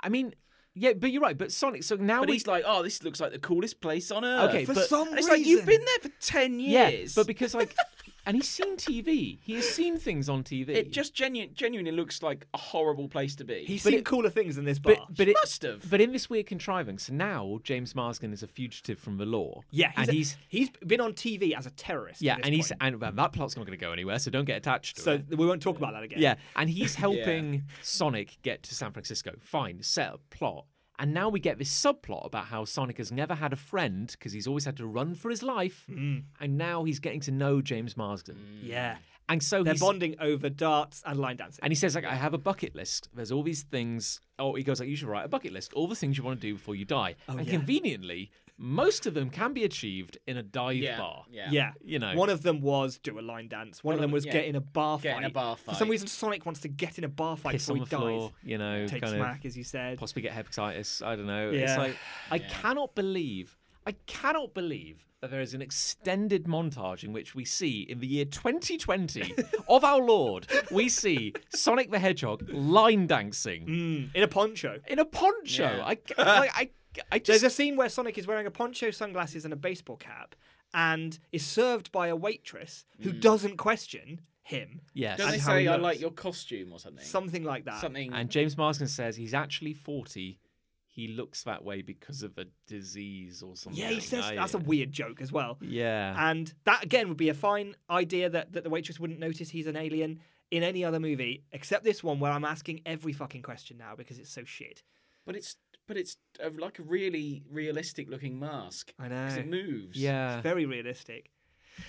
Speaker 1: I mean, yeah, but you're right. But Sonic. So now
Speaker 2: But
Speaker 1: we.
Speaker 2: he's like, oh, this looks like the coolest place on earth.
Speaker 1: Okay,
Speaker 3: For
Speaker 1: but-
Speaker 3: some
Speaker 2: And it's
Speaker 3: reason,
Speaker 2: like you've been there for ten
Speaker 1: yeah,
Speaker 2: years.
Speaker 1: but because like, and he's seen TV. He has seen things on TV.
Speaker 2: it just genu- genuinely looks like a horrible place to be.
Speaker 3: He's
Speaker 1: but
Speaker 3: seen
Speaker 1: it-
Speaker 3: cooler things than this bar.
Speaker 1: But but it
Speaker 2: must have.
Speaker 1: But in this weird contrivance, so now James Marsden is a fugitive from the law.
Speaker 3: yeah, he's
Speaker 1: and
Speaker 3: a-
Speaker 1: he's
Speaker 3: he's been on TV as a terrorist. at
Speaker 1: yeah,
Speaker 3: this
Speaker 1: and he's
Speaker 3: point.
Speaker 1: and well, that plot's not going to go anywhere. So don't get attached to
Speaker 3: so
Speaker 1: it.
Speaker 3: we won't talk about that again.
Speaker 1: Yeah, and he's helping Sonic get to San Francisco. Fine, set up plot. And now we get this subplot about how Sonic has never had a friend because he's always had to run for his life,
Speaker 3: Mm.
Speaker 1: and now he's getting to know James Marsden.
Speaker 3: yeah.
Speaker 1: And so
Speaker 3: Mm. They're
Speaker 1: he's,
Speaker 3: bonding over darts and line dancing.
Speaker 1: and he says like, I have a bucket list. There's all these things. Oh, he goes like, you should write a bucket list. All the things you want to do before you die. and
Speaker 3: Oh, yeah.
Speaker 1: conveniently, most of them can be achieved in a dive
Speaker 2: yeah,
Speaker 1: bar.
Speaker 2: yeah,
Speaker 3: Yeah,
Speaker 1: You know.
Speaker 3: one of them was do a line dance. One, of them was
Speaker 2: yeah.
Speaker 3: get in a bar
Speaker 2: Get in
Speaker 3: fight.
Speaker 2: a bar
Speaker 3: For some
Speaker 2: fight.
Speaker 3: reason, Sonic wants to get in a bar fight
Speaker 1: Piss on
Speaker 3: before he
Speaker 1: the
Speaker 3: dies.
Speaker 1: floor. You know,
Speaker 3: Take
Speaker 1: kind of
Speaker 3: smack, as you said.
Speaker 1: possibly get hepatitis. I don't know. It's
Speaker 3: Yeah.
Speaker 1: like I cannot believe, I cannot believe that there is an extended montage in which we see in the year 2020 of our Lord, we see Sonic the Hedgehog line dancing
Speaker 3: Mm, in a poncho.
Speaker 1: in a poncho.
Speaker 2: Yeah.
Speaker 1: I, ca- like, I, I
Speaker 3: There's
Speaker 1: just.
Speaker 3: a scene where Sonic is wearing a poncho, sunglasses, and a baseball cap, and is served by a waitress who doesn't question him.
Speaker 1: Yes.
Speaker 2: Don't they
Speaker 3: And how
Speaker 2: Mm.
Speaker 3: he
Speaker 2: say I
Speaker 3: looks.
Speaker 2: like your costume or something?
Speaker 3: Something like that.
Speaker 2: something.
Speaker 1: And James Marsden says he's actually 40. He looks that way because of a disease or something.
Speaker 3: Yeah, he says
Speaker 2: Oh,
Speaker 1: I-
Speaker 3: that's a weird joke as well.
Speaker 1: Yeah.
Speaker 3: And that again would be a fine idea that, that the waitress wouldn't notice he's an alien in any other movie, except this one where I'm asking every fucking question now because it's so shit.
Speaker 2: But it's but it's a, like a really realistic looking mask.
Speaker 3: I
Speaker 2: 'Cause
Speaker 3: know.
Speaker 2: It moves.
Speaker 1: yeah.
Speaker 3: Very realistic.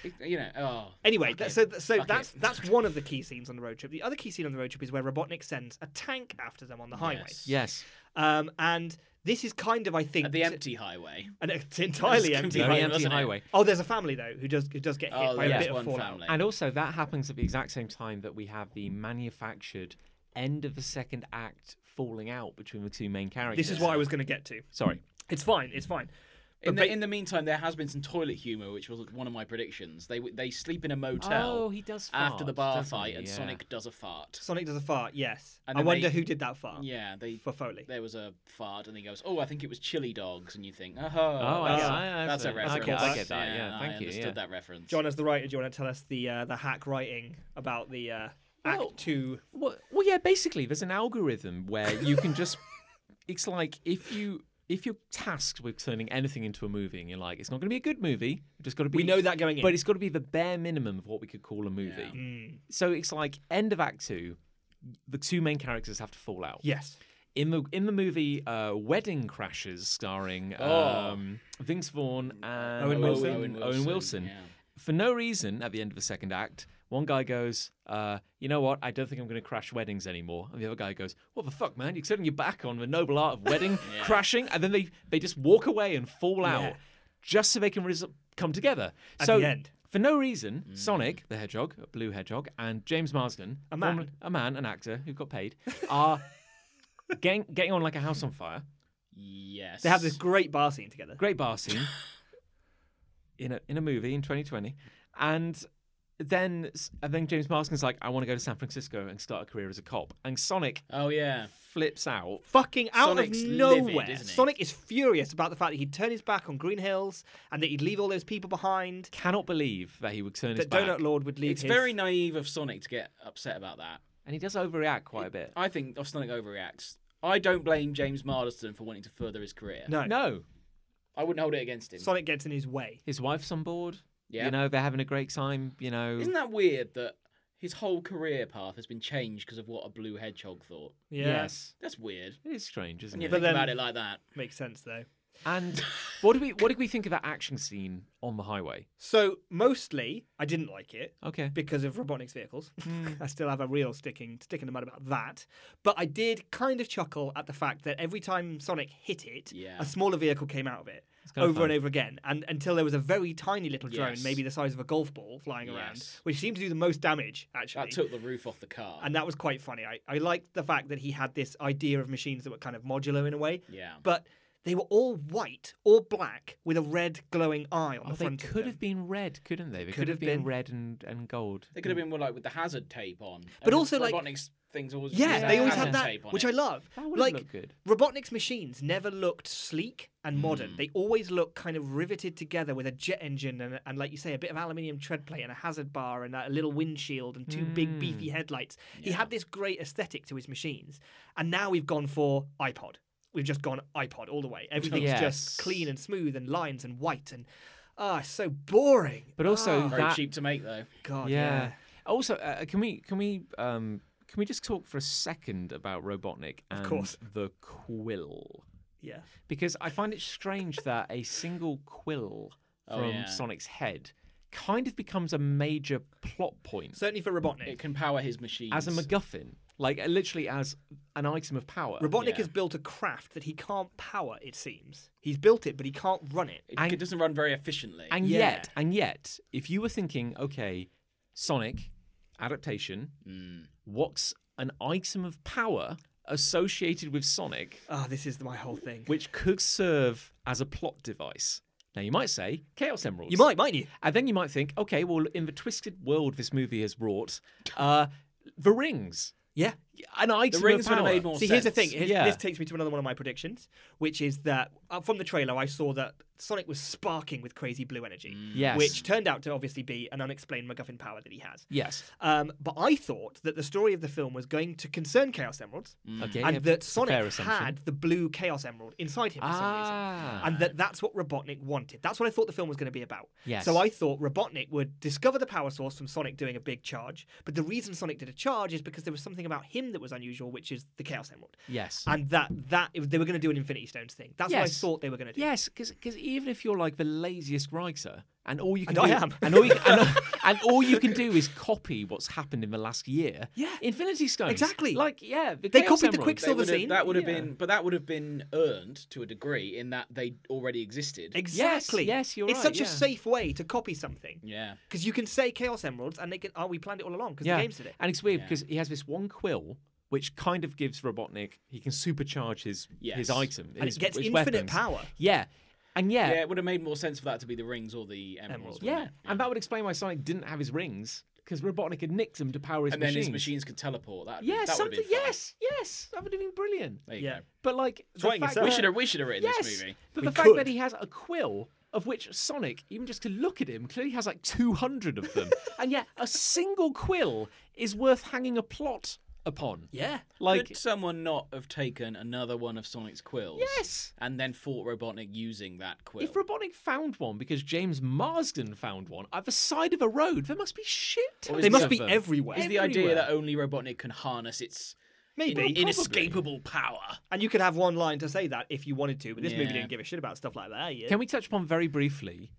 Speaker 2: It- you know. Oh.
Speaker 3: Anyway,
Speaker 2: fuck
Speaker 3: that,
Speaker 2: it.
Speaker 3: so so
Speaker 2: Fuck it.
Speaker 3: that's that's one of the key scenes on the road trip. The other key scene on the road trip is where Robotnik sends a tank after them on the highway.
Speaker 2: Yes.
Speaker 1: Yes.
Speaker 3: Um, and This is kind of, I think,
Speaker 2: At the
Speaker 3: t-
Speaker 2: empty highway.
Speaker 3: and it's entirely
Speaker 2: It's completely
Speaker 3: empty.
Speaker 1: Very
Speaker 3: highway.
Speaker 2: highway,
Speaker 1: empty
Speaker 2: wasn't it?
Speaker 1: highway.
Speaker 3: Oh, there's a family though who does who does get hit
Speaker 2: Oh,
Speaker 3: by
Speaker 2: yeah,
Speaker 3: a
Speaker 2: it's
Speaker 3: bit of
Speaker 2: one
Speaker 3: fallout.
Speaker 2: family.
Speaker 1: And also, that happens at the exact same time that we have the manufactured end of the second act falling out between the two main characters.
Speaker 3: This is what I was going to get to.
Speaker 1: Sorry.
Speaker 3: It's fine. It's fine.
Speaker 2: In
Speaker 3: But
Speaker 2: the,
Speaker 3: ba-
Speaker 2: in the meantime, there has been some toilet humor, which was one of my predictions. They w- they sleep in a motel
Speaker 1: Oh, he does
Speaker 2: after the
Speaker 1: fart,
Speaker 2: bar
Speaker 1: doesn't
Speaker 2: fight,
Speaker 1: he?
Speaker 2: and
Speaker 1: Yeah.
Speaker 2: Sonic does a fart.
Speaker 3: Sonic does a fart. Yes.
Speaker 2: And
Speaker 3: I
Speaker 2: then
Speaker 3: wonder
Speaker 2: they-
Speaker 3: who did that fart.
Speaker 2: Yeah, they
Speaker 3: For Foley.
Speaker 2: there was a fart, and he goes, "Oh, I think it was chili dogs," and you think, "Oh, oh
Speaker 1: I
Speaker 2: that's,
Speaker 1: see, I
Speaker 2: that's
Speaker 1: see.
Speaker 2: a
Speaker 1: Okay,
Speaker 2: reference."
Speaker 3: I get
Speaker 1: that, yeah,
Speaker 2: I
Speaker 1: thank you,
Speaker 2: understood
Speaker 1: yeah.
Speaker 2: that reference.
Speaker 3: John, as the writer, do you want to tell us the uh, the hack writing about the uh, Act
Speaker 1: Well-
Speaker 3: Two?
Speaker 1: Well, well, yeah. Basically, there's an algorithm where you can just. it's like if you if you're tasked with turning anything into a movie, and you're like, it's not going to be a good movie. It's just got to be.
Speaker 3: We know that going in.
Speaker 1: But it's got to be the bare minimum of what we could call a movie. So it's like end of Act Two, the two main characters have to fall out.
Speaker 3: Yes.
Speaker 1: In the in the movie uh, Wedding Crashes, starring um, Vince Vaughn and
Speaker 3: Owen Wilson.
Speaker 1: Owen, Owen Wilson.
Speaker 2: yeah.
Speaker 1: For no reason, at the end of the second act, one guy goes, uh, "You know what? I don't think I'm going to crash weddings anymore." And the other guy goes, "What the fuck, man? You're turning your back on the noble art of wedding crashing." And then they they just walk away and fall out, just so they can res- come together.
Speaker 3: At
Speaker 1: so
Speaker 3: the end.
Speaker 1: for no reason, Sonic the Hedgehog, a blue hedgehog, and James Marsden,
Speaker 3: A man.
Speaker 1: former- a man, an actor who got paid, are getting, getting on like a house on fire.
Speaker 2: Yes.
Speaker 3: They have this great bar scene together.
Speaker 1: Great bar scene in a in a movie in 2020, and then s- and then James Marsden's like, I want to go to San Francisco and start a career as a cop, and Sonic
Speaker 2: Oh yeah.
Speaker 1: flips out.
Speaker 3: Fucking out
Speaker 2: Sonic's
Speaker 3: of
Speaker 2: livid,
Speaker 3: nowhere.
Speaker 2: isn't he?
Speaker 3: Sonic is furious about the fact that he'd turn his back on Green Hills and that he'd leave all those people behind.
Speaker 1: Cannot believe that he would turn his
Speaker 3: That
Speaker 1: back,
Speaker 3: Donut Lord would leave.
Speaker 2: It's
Speaker 3: his-
Speaker 2: very naive of Sonic to get upset about that.
Speaker 1: and he does overreact quite a bit.
Speaker 2: I think Sonic overreacts. I don't blame James Marsden for wanting to further his career.
Speaker 3: no.
Speaker 1: No,
Speaker 2: I wouldn't hold it against him.
Speaker 3: Sonic gets in his way.
Speaker 1: his wife's on board.
Speaker 2: Yeah.
Speaker 1: you know they're having a great time. You know,
Speaker 2: Isn't that weird that his whole career path has been changed because of what a blue hedgehog thought?
Speaker 3: Yeah.
Speaker 1: yes,
Speaker 2: That's weird.
Speaker 1: it is strange, isn't
Speaker 2: When you
Speaker 1: it?
Speaker 3: But
Speaker 2: think
Speaker 3: then-
Speaker 2: about it like that.
Speaker 3: Makes sense though.
Speaker 1: And what do we what did we think of that action scene on the highway?
Speaker 3: So mostly, I didn't like it.
Speaker 1: Okay,
Speaker 3: because of robotics vehicles.
Speaker 2: Hmm.
Speaker 3: I still have a real sticking stick in the mud about that. But I did kind of chuckle at the fact that every time Sonic hit it,
Speaker 2: Yeah.
Speaker 3: a smaller vehicle came out of it
Speaker 1: kind of
Speaker 3: over and
Speaker 1: fun.
Speaker 3: over again, and until there was a very tiny little drone,
Speaker 2: Yes.
Speaker 3: maybe the size of a golf ball, flying around,
Speaker 2: Yes.
Speaker 3: which seemed to do the most damage actually.
Speaker 2: That took the roof off the car.
Speaker 3: and that was quite funny. I, I liked the fact that he had this idea of machines that were kind of modular in a way.
Speaker 2: Yeah.
Speaker 3: But they were all white or black with a red glowing eye on
Speaker 1: oh,
Speaker 3: the
Speaker 1: they
Speaker 3: front. of
Speaker 1: could
Speaker 3: them.
Speaker 1: have been red, couldn't they? They could,
Speaker 3: Could
Speaker 1: have
Speaker 3: have
Speaker 1: been,
Speaker 3: been.
Speaker 1: red and and gold.
Speaker 2: They could have been more like with the hazard tape on.
Speaker 3: Hmm. But
Speaker 2: I mean,
Speaker 3: also, like-
Speaker 2: Robotnik's things always.
Speaker 3: Yeah,
Speaker 2: used to
Speaker 3: they
Speaker 2: have
Speaker 3: always
Speaker 2: hazard
Speaker 3: had that,
Speaker 2: tape on
Speaker 3: which
Speaker 2: it.
Speaker 3: I love.
Speaker 1: That would've
Speaker 3: like
Speaker 1: looked good. Hmm.
Speaker 3: Robotnik's machines never looked sleek and modern. They always look kind of riveted together with a jet engine and, and like you say, a bit of aluminium tread plate and a hazard bar and a little windshield and two big
Speaker 1: Hmm.
Speaker 3: beefy headlights. He had this great aesthetic to his machines, and now we've gone for iPod. We've just gone iPod all the way. Everything's
Speaker 1: Yes.
Speaker 3: just clean and smooth and lines and white and ah, it's so boring.
Speaker 1: But also
Speaker 3: Ah,
Speaker 1: that
Speaker 2: Very cheap to make though.
Speaker 3: God,
Speaker 1: yeah.
Speaker 3: yeah.
Speaker 1: Also, uh, can we can we um can we just talk for a second about Robotnik and
Speaker 3: course.
Speaker 1: the quill?
Speaker 3: yeah.
Speaker 1: Because I find it strange that a single quill
Speaker 2: Oh,
Speaker 1: from
Speaker 2: yeah.
Speaker 1: Sonic's head kind of becomes a major plot point
Speaker 3: Certainly for Robotnik.
Speaker 2: It can power his machines.
Speaker 1: as a MacGuffin, like uh, literally as an item of power.
Speaker 3: Robotnik
Speaker 2: Yeah.
Speaker 3: has built a craft that he can't power, it seems. He's built it, but he can't run it.
Speaker 2: it, it doesn't run very efficiently.
Speaker 1: And
Speaker 3: Yeah.
Speaker 1: yet, and yet, if you were thinking, okay, Sonic adaptation, what's an item of power associated with Sonic
Speaker 3: Ah, this is my whole thing.
Speaker 1: which could serve as a plot device? Now you might say Chaos Emeralds.
Speaker 3: You might, might you?
Speaker 1: and then you might think, okay, well, in the twisted world this movie has wrought, uh, the rings,
Speaker 3: Yeah.
Speaker 1: an item
Speaker 2: the rings
Speaker 1: of
Speaker 2: would
Speaker 1: power.
Speaker 2: have made more
Speaker 3: See,
Speaker 2: sense.
Speaker 3: here's the thing. Here's-
Speaker 1: Yeah.
Speaker 3: This takes me to another one of my predictions, which is that uh, from the trailer, I saw that Sonic was sparking with crazy blue energy,
Speaker 1: Yes.
Speaker 3: which turned out to obviously be an unexplained MacGuffin power that he has.
Speaker 1: Yes.
Speaker 3: Um, but I thought that the story of the film was going to concern Chaos Emeralds,
Speaker 1: Okay.
Speaker 3: and
Speaker 1: yeah,
Speaker 3: that
Speaker 1: it's a fair
Speaker 3: Sonic
Speaker 1: assumption.
Speaker 3: had the blue Chaos Emerald inside him for some reason.
Speaker 1: Ah.
Speaker 3: and that that's what Robotnik wanted. That's what I thought the film was going to be about.
Speaker 1: Yes.
Speaker 3: So I thought Robotnik would discover the power source from Sonic doing a big charge, but the reason Sonic did a charge is because there was something about him that was unusual, which is the Chaos Emerald.
Speaker 1: yes.
Speaker 3: And that that they were going to do an Infinity Stones thing. That's what I
Speaker 1: Yes.
Speaker 3: thought they were going to do.
Speaker 1: Yes, because even if you're like the laziest writer and all you can
Speaker 3: And I
Speaker 1: do
Speaker 3: am.
Speaker 1: and all you and, all- and all you can do is copy what's happened in the last year.
Speaker 3: Yeah.
Speaker 1: Infinity Stones.
Speaker 3: Exactly.
Speaker 1: Like yeah, the
Speaker 3: They
Speaker 1: Chaos
Speaker 3: copied the
Speaker 1: Emerald.
Speaker 3: Quicksilver-
Speaker 2: They would've-
Speaker 3: scene?
Speaker 2: That would have
Speaker 1: Yeah.
Speaker 2: been, but that would have been earned to a degree in that they already existed.
Speaker 3: Exactly.
Speaker 1: yes, you're
Speaker 3: It's
Speaker 1: right,
Speaker 3: such
Speaker 1: yeah.
Speaker 3: a safe way to copy something
Speaker 2: yeah.
Speaker 3: because you can say Chaos Emeralds and they can. Oh, we planned it all along because the games did it.
Speaker 1: And it's weird
Speaker 2: Yeah.
Speaker 1: because he has this one quill, which kind of gives Robotnik he can supercharge his
Speaker 2: Yes.
Speaker 1: his item.
Speaker 3: And
Speaker 1: his,
Speaker 3: it gets
Speaker 1: his
Speaker 3: infinite
Speaker 1: weapons.
Speaker 3: power.
Speaker 1: Yeah, and
Speaker 2: Yeah,
Speaker 1: yeah, yeah,
Speaker 2: it would have made more sense for that to be the rings or the emeralds. wouldn't it?
Speaker 1: and that would explain why Sonic didn't have his rings because Robotnik had nicked them to power his
Speaker 2: And then
Speaker 1: machines.
Speaker 2: his machines could teleport. That
Speaker 1: Yeah,
Speaker 2: that would've
Speaker 1: something.
Speaker 2: Been fun.
Speaker 1: Yes, yes, that would have been brilliant.
Speaker 2: There you
Speaker 3: Yeah.
Speaker 2: go.
Speaker 1: But like, the
Speaker 3: writing
Speaker 1: fact
Speaker 3: itself.
Speaker 2: We
Speaker 1: that-
Speaker 2: should have we should have written
Speaker 1: yes,
Speaker 2: this movie.
Speaker 1: but
Speaker 3: We
Speaker 1: the fact
Speaker 3: could.
Speaker 1: that he has a quill. Of which Sonic, even just to look at him, clearly has like 200 of them. and yet, a single quill is worth hanging a plot upon.
Speaker 3: Yeah.
Speaker 1: Like,
Speaker 2: Could someone not have taken another one of Sonic's quills?
Speaker 1: Yes.
Speaker 2: And then fought Robotnik using that quill.
Speaker 1: If Robotnik found one because James Marsden found one at the side of a road, there must be shit.
Speaker 2: Or is
Speaker 3: They
Speaker 2: the-
Speaker 3: must be
Speaker 1: Of them.
Speaker 3: everywhere.
Speaker 2: is the idea
Speaker 1: everywhere.
Speaker 2: that only Robotnik can harness its
Speaker 3: Maybe.
Speaker 2: in- inescapable power?
Speaker 3: And you could have one line to say that if you wanted to, but this
Speaker 2: Yeah.
Speaker 3: movie didn't give a shit about stuff like that. Yeah.
Speaker 1: Can we touch upon very briefly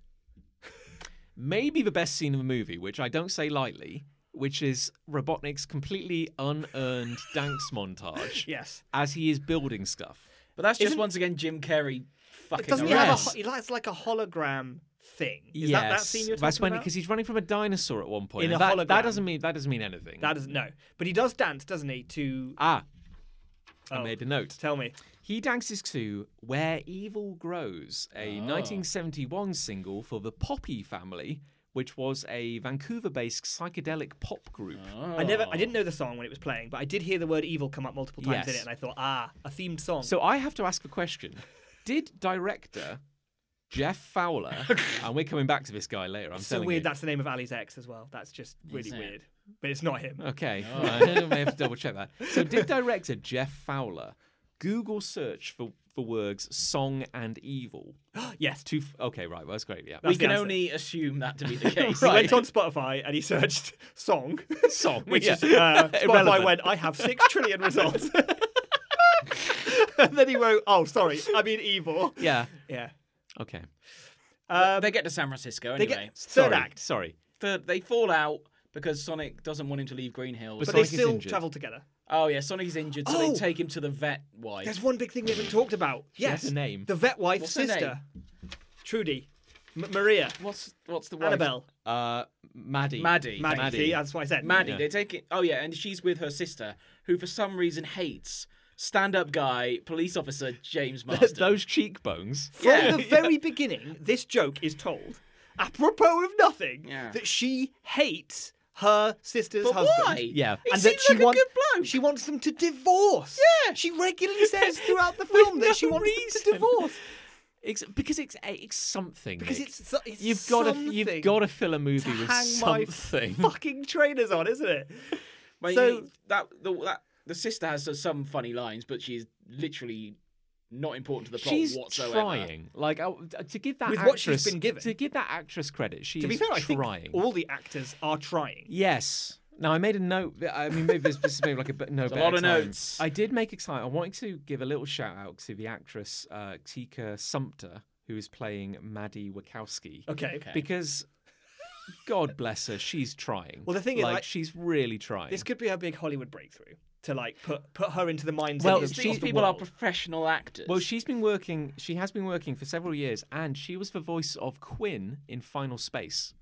Speaker 1: maybe the best scene in the movie, which I don't say lightly, which is Robotnik's completely unearned dance montage
Speaker 3: yes.
Speaker 1: as he is building stuff.
Speaker 2: But that's just
Speaker 3: Isn't-
Speaker 2: once again Jim Carrey fucking.
Speaker 3: Doesn't he
Speaker 2: around.
Speaker 3: have a?
Speaker 1: Yes.
Speaker 3: ho- He likes like a hologram thing. Is
Speaker 1: yes,
Speaker 3: that that scene you're talking
Speaker 1: that's when
Speaker 3: about?
Speaker 1: because he's running from a dinosaur at one point.
Speaker 3: In
Speaker 1: and
Speaker 3: a
Speaker 1: that, that
Speaker 3: hologram.
Speaker 1: doesn't mean that doesn't mean anything.
Speaker 3: That doesn't no, but he does dance, doesn't he? To
Speaker 1: ah, I
Speaker 3: Oh.
Speaker 1: made a note.
Speaker 3: tell me,
Speaker 1: He dances to Where Evil Grows, a
Speaker 3: Ah.
Speaker 1: 1971 single for the Poppy Family, which was a Vancouver based psychedelic pop group.
Speaker 3: I never,
Speaker 2: Oh.
Speaker 3: I didn't know the song when it was playing, but I did hear the word evil come up multiple times in
Speaker 1: Yes.
Speaker 3: it, and I thought, ah, a themed song.
Speaker 1: So I have to ask a question Did director Jeff Fowler, and we're coming back to this guy later, I'm
Speaker 3: It's so
Speaker 1: telling
Speaker 3: weird.
Speaker 1: you.
Speaker 3: That's the name of Ali's ex as well. That's just really
Speaker 2: Is it?
Speaker 3: weird, but it's not him.
Speaker 1: Okay, I may have to double check that. So did director Jeff Fowler Google search for, for words song and evil?
Speaker 3: yes,
Speaker 1: To f- okay, right, well, that's great, yeah.
Speaker 2: We
Speaker 3: That's the
Speaker 2: can
Speaker 3: answer.
Speaker 2: only assume that to be the case.
Speaker 3: he went on Spotify and he searched song,
Speaker 1: song,
Speaker 3: which is
Speaker 1: yeah.
Speaker 3: uh, Spotify
Speaker 1: Irrelevant.
Speaker 3: went, I have six trillion results. and then he wrote, oh, sorry, I mean evil.
Speaker 1: Yeah.
Speaker 3: Yeah.
Speaker 1: Okay.
Speaker 3: Um,
Speaker 2: they get to San Francisco
Speaker 3: they
Speaker 2: anyway.
Speaker 3: get
Speaker 1: Sorry.
Speaker 3: third act,
Speaker 1: Sorry.
Speaker 2: Third- they fall out because Sonic doesn't want him to leave Green Hills.
Speaker 3: but
Speaker 1: Sonic is
Speaker 3: they still
Speaker 1: injured.
Speaker 3: travel together.
Speaker 2: oh yeah, Sonic is injured, so
Speaker 3: Oh!
Speaker 2: they take him to the vet wife.
Speaker 3: There's one big thing we haven't talked about.
Speaker 1: has
Speaker 3: Yes,
Speaker 1: a name.
Speaker 3: The vet wife's
Speaker 2: What's her
Speaker 3: sister, Trudy, M- Maria,
Speaker 2: What's what's the wife?
Speaker 3: Annabelle,
Speaker 1: Uh, Maddie.
Speaker 2: Maddie.
Speaker 3: Maddie.
Speaker 1: Maddie.
Speaker 3: See, that's what I said.
Speaker 2: Maddie.
Speaker 1: Yeah.
Speaker 2: They take it. Oh yeah, and she's with her sister, who for some reason hates stand-up guy police officer James Marsden.
Speaker 1: Those cheekbones.
Speaker 3: From
Speaker 2: Yeah.
Speaker 3: the very beginning, this joke is told, apropos of nothing,
Speaker 2: Yeah.
Speaker 3: that she hates her sister's
Speaker 2: but
Speaker 3: husband.
Speaker 2: why?
Speaker 1: Yeah.
Speaker 2: He
Speaker 3: And
Speaker 2: seems
Speaker 3: that she
Speaker 2: like a
Speaker 3: wants
Speaker 2: good bloke.
Speaker 3: she wants them to divorce. Yeah, she regularly says throughout the film that she
Speaker 1: no
Speaker 3: wants
Speaker 1: reason.
Speaker 3: them to divorce
Speaker 1: It's, because it's it's something.
Speaker 3: because
Speaker 1: Nick.
Speaker 3: it's, so- it's
Speaker 1: you've got to
Speaker 3: something
Speaker 1: you've got to fill a movie
Speaker 3: to
Speaker 1: with
Speaker 3: hang
Speaker 1: something.
Speaker 3: my fucking trainers on, isn't it?
Speaker 2: But
Speaker 3: So-
Speaker 2: you- that the that the sister has some funny lines, but she's literally not important to the plot
Speaker 1: She's
Speaker 2: whatsoever.
Speaker 1: trying. Like I, to give that
Speaker 3: With
Speaker 1: actress
Speaker 3: what she's been given.
Speaker 1: to give that actress credit. She
Speaker 3: To
Speaker 1: is
Speaker 3: be fair, I think
Speaker 1: trying.
Speaker 3: all the actors are trying.
Speaker 1: Yes. Now I made a note. I mean, maybe this, this is maybe like a bit- no.
Speaker 2: a
Speaker 1: better
Speaker 2: lot of
Speaker 1: time.
Speaker 2: notes.
Speaker 1: I did make excited. I wanted to give a little shout out to the actress uh, Tika Sumpter, who is playing Maddie Wachowski.
Speaker 3: Okay.
Speaker 2: Okay.
Speaker 1: Because, God bless her, she's trying.
Speaker 3: Well, the thing is,
Speaker 1: like,
Speaker 3: like,
Speaker 1: she's really trying.
Speaker 3: This could be her big Hollywood breakthrough to like put put her into the minds
Speaker 1: Well,
Speaker 3: of the,
Speaker 1: it's
Speaker 3: of
Speaker 2: These
Speaker 3: the
Speaker 2: people are
Speaker 3: world.
Speaker 2: professional actors.
Speaker 1: Well, she's been working. She has been working for several years, and she was the voice of Quinn in Final Space,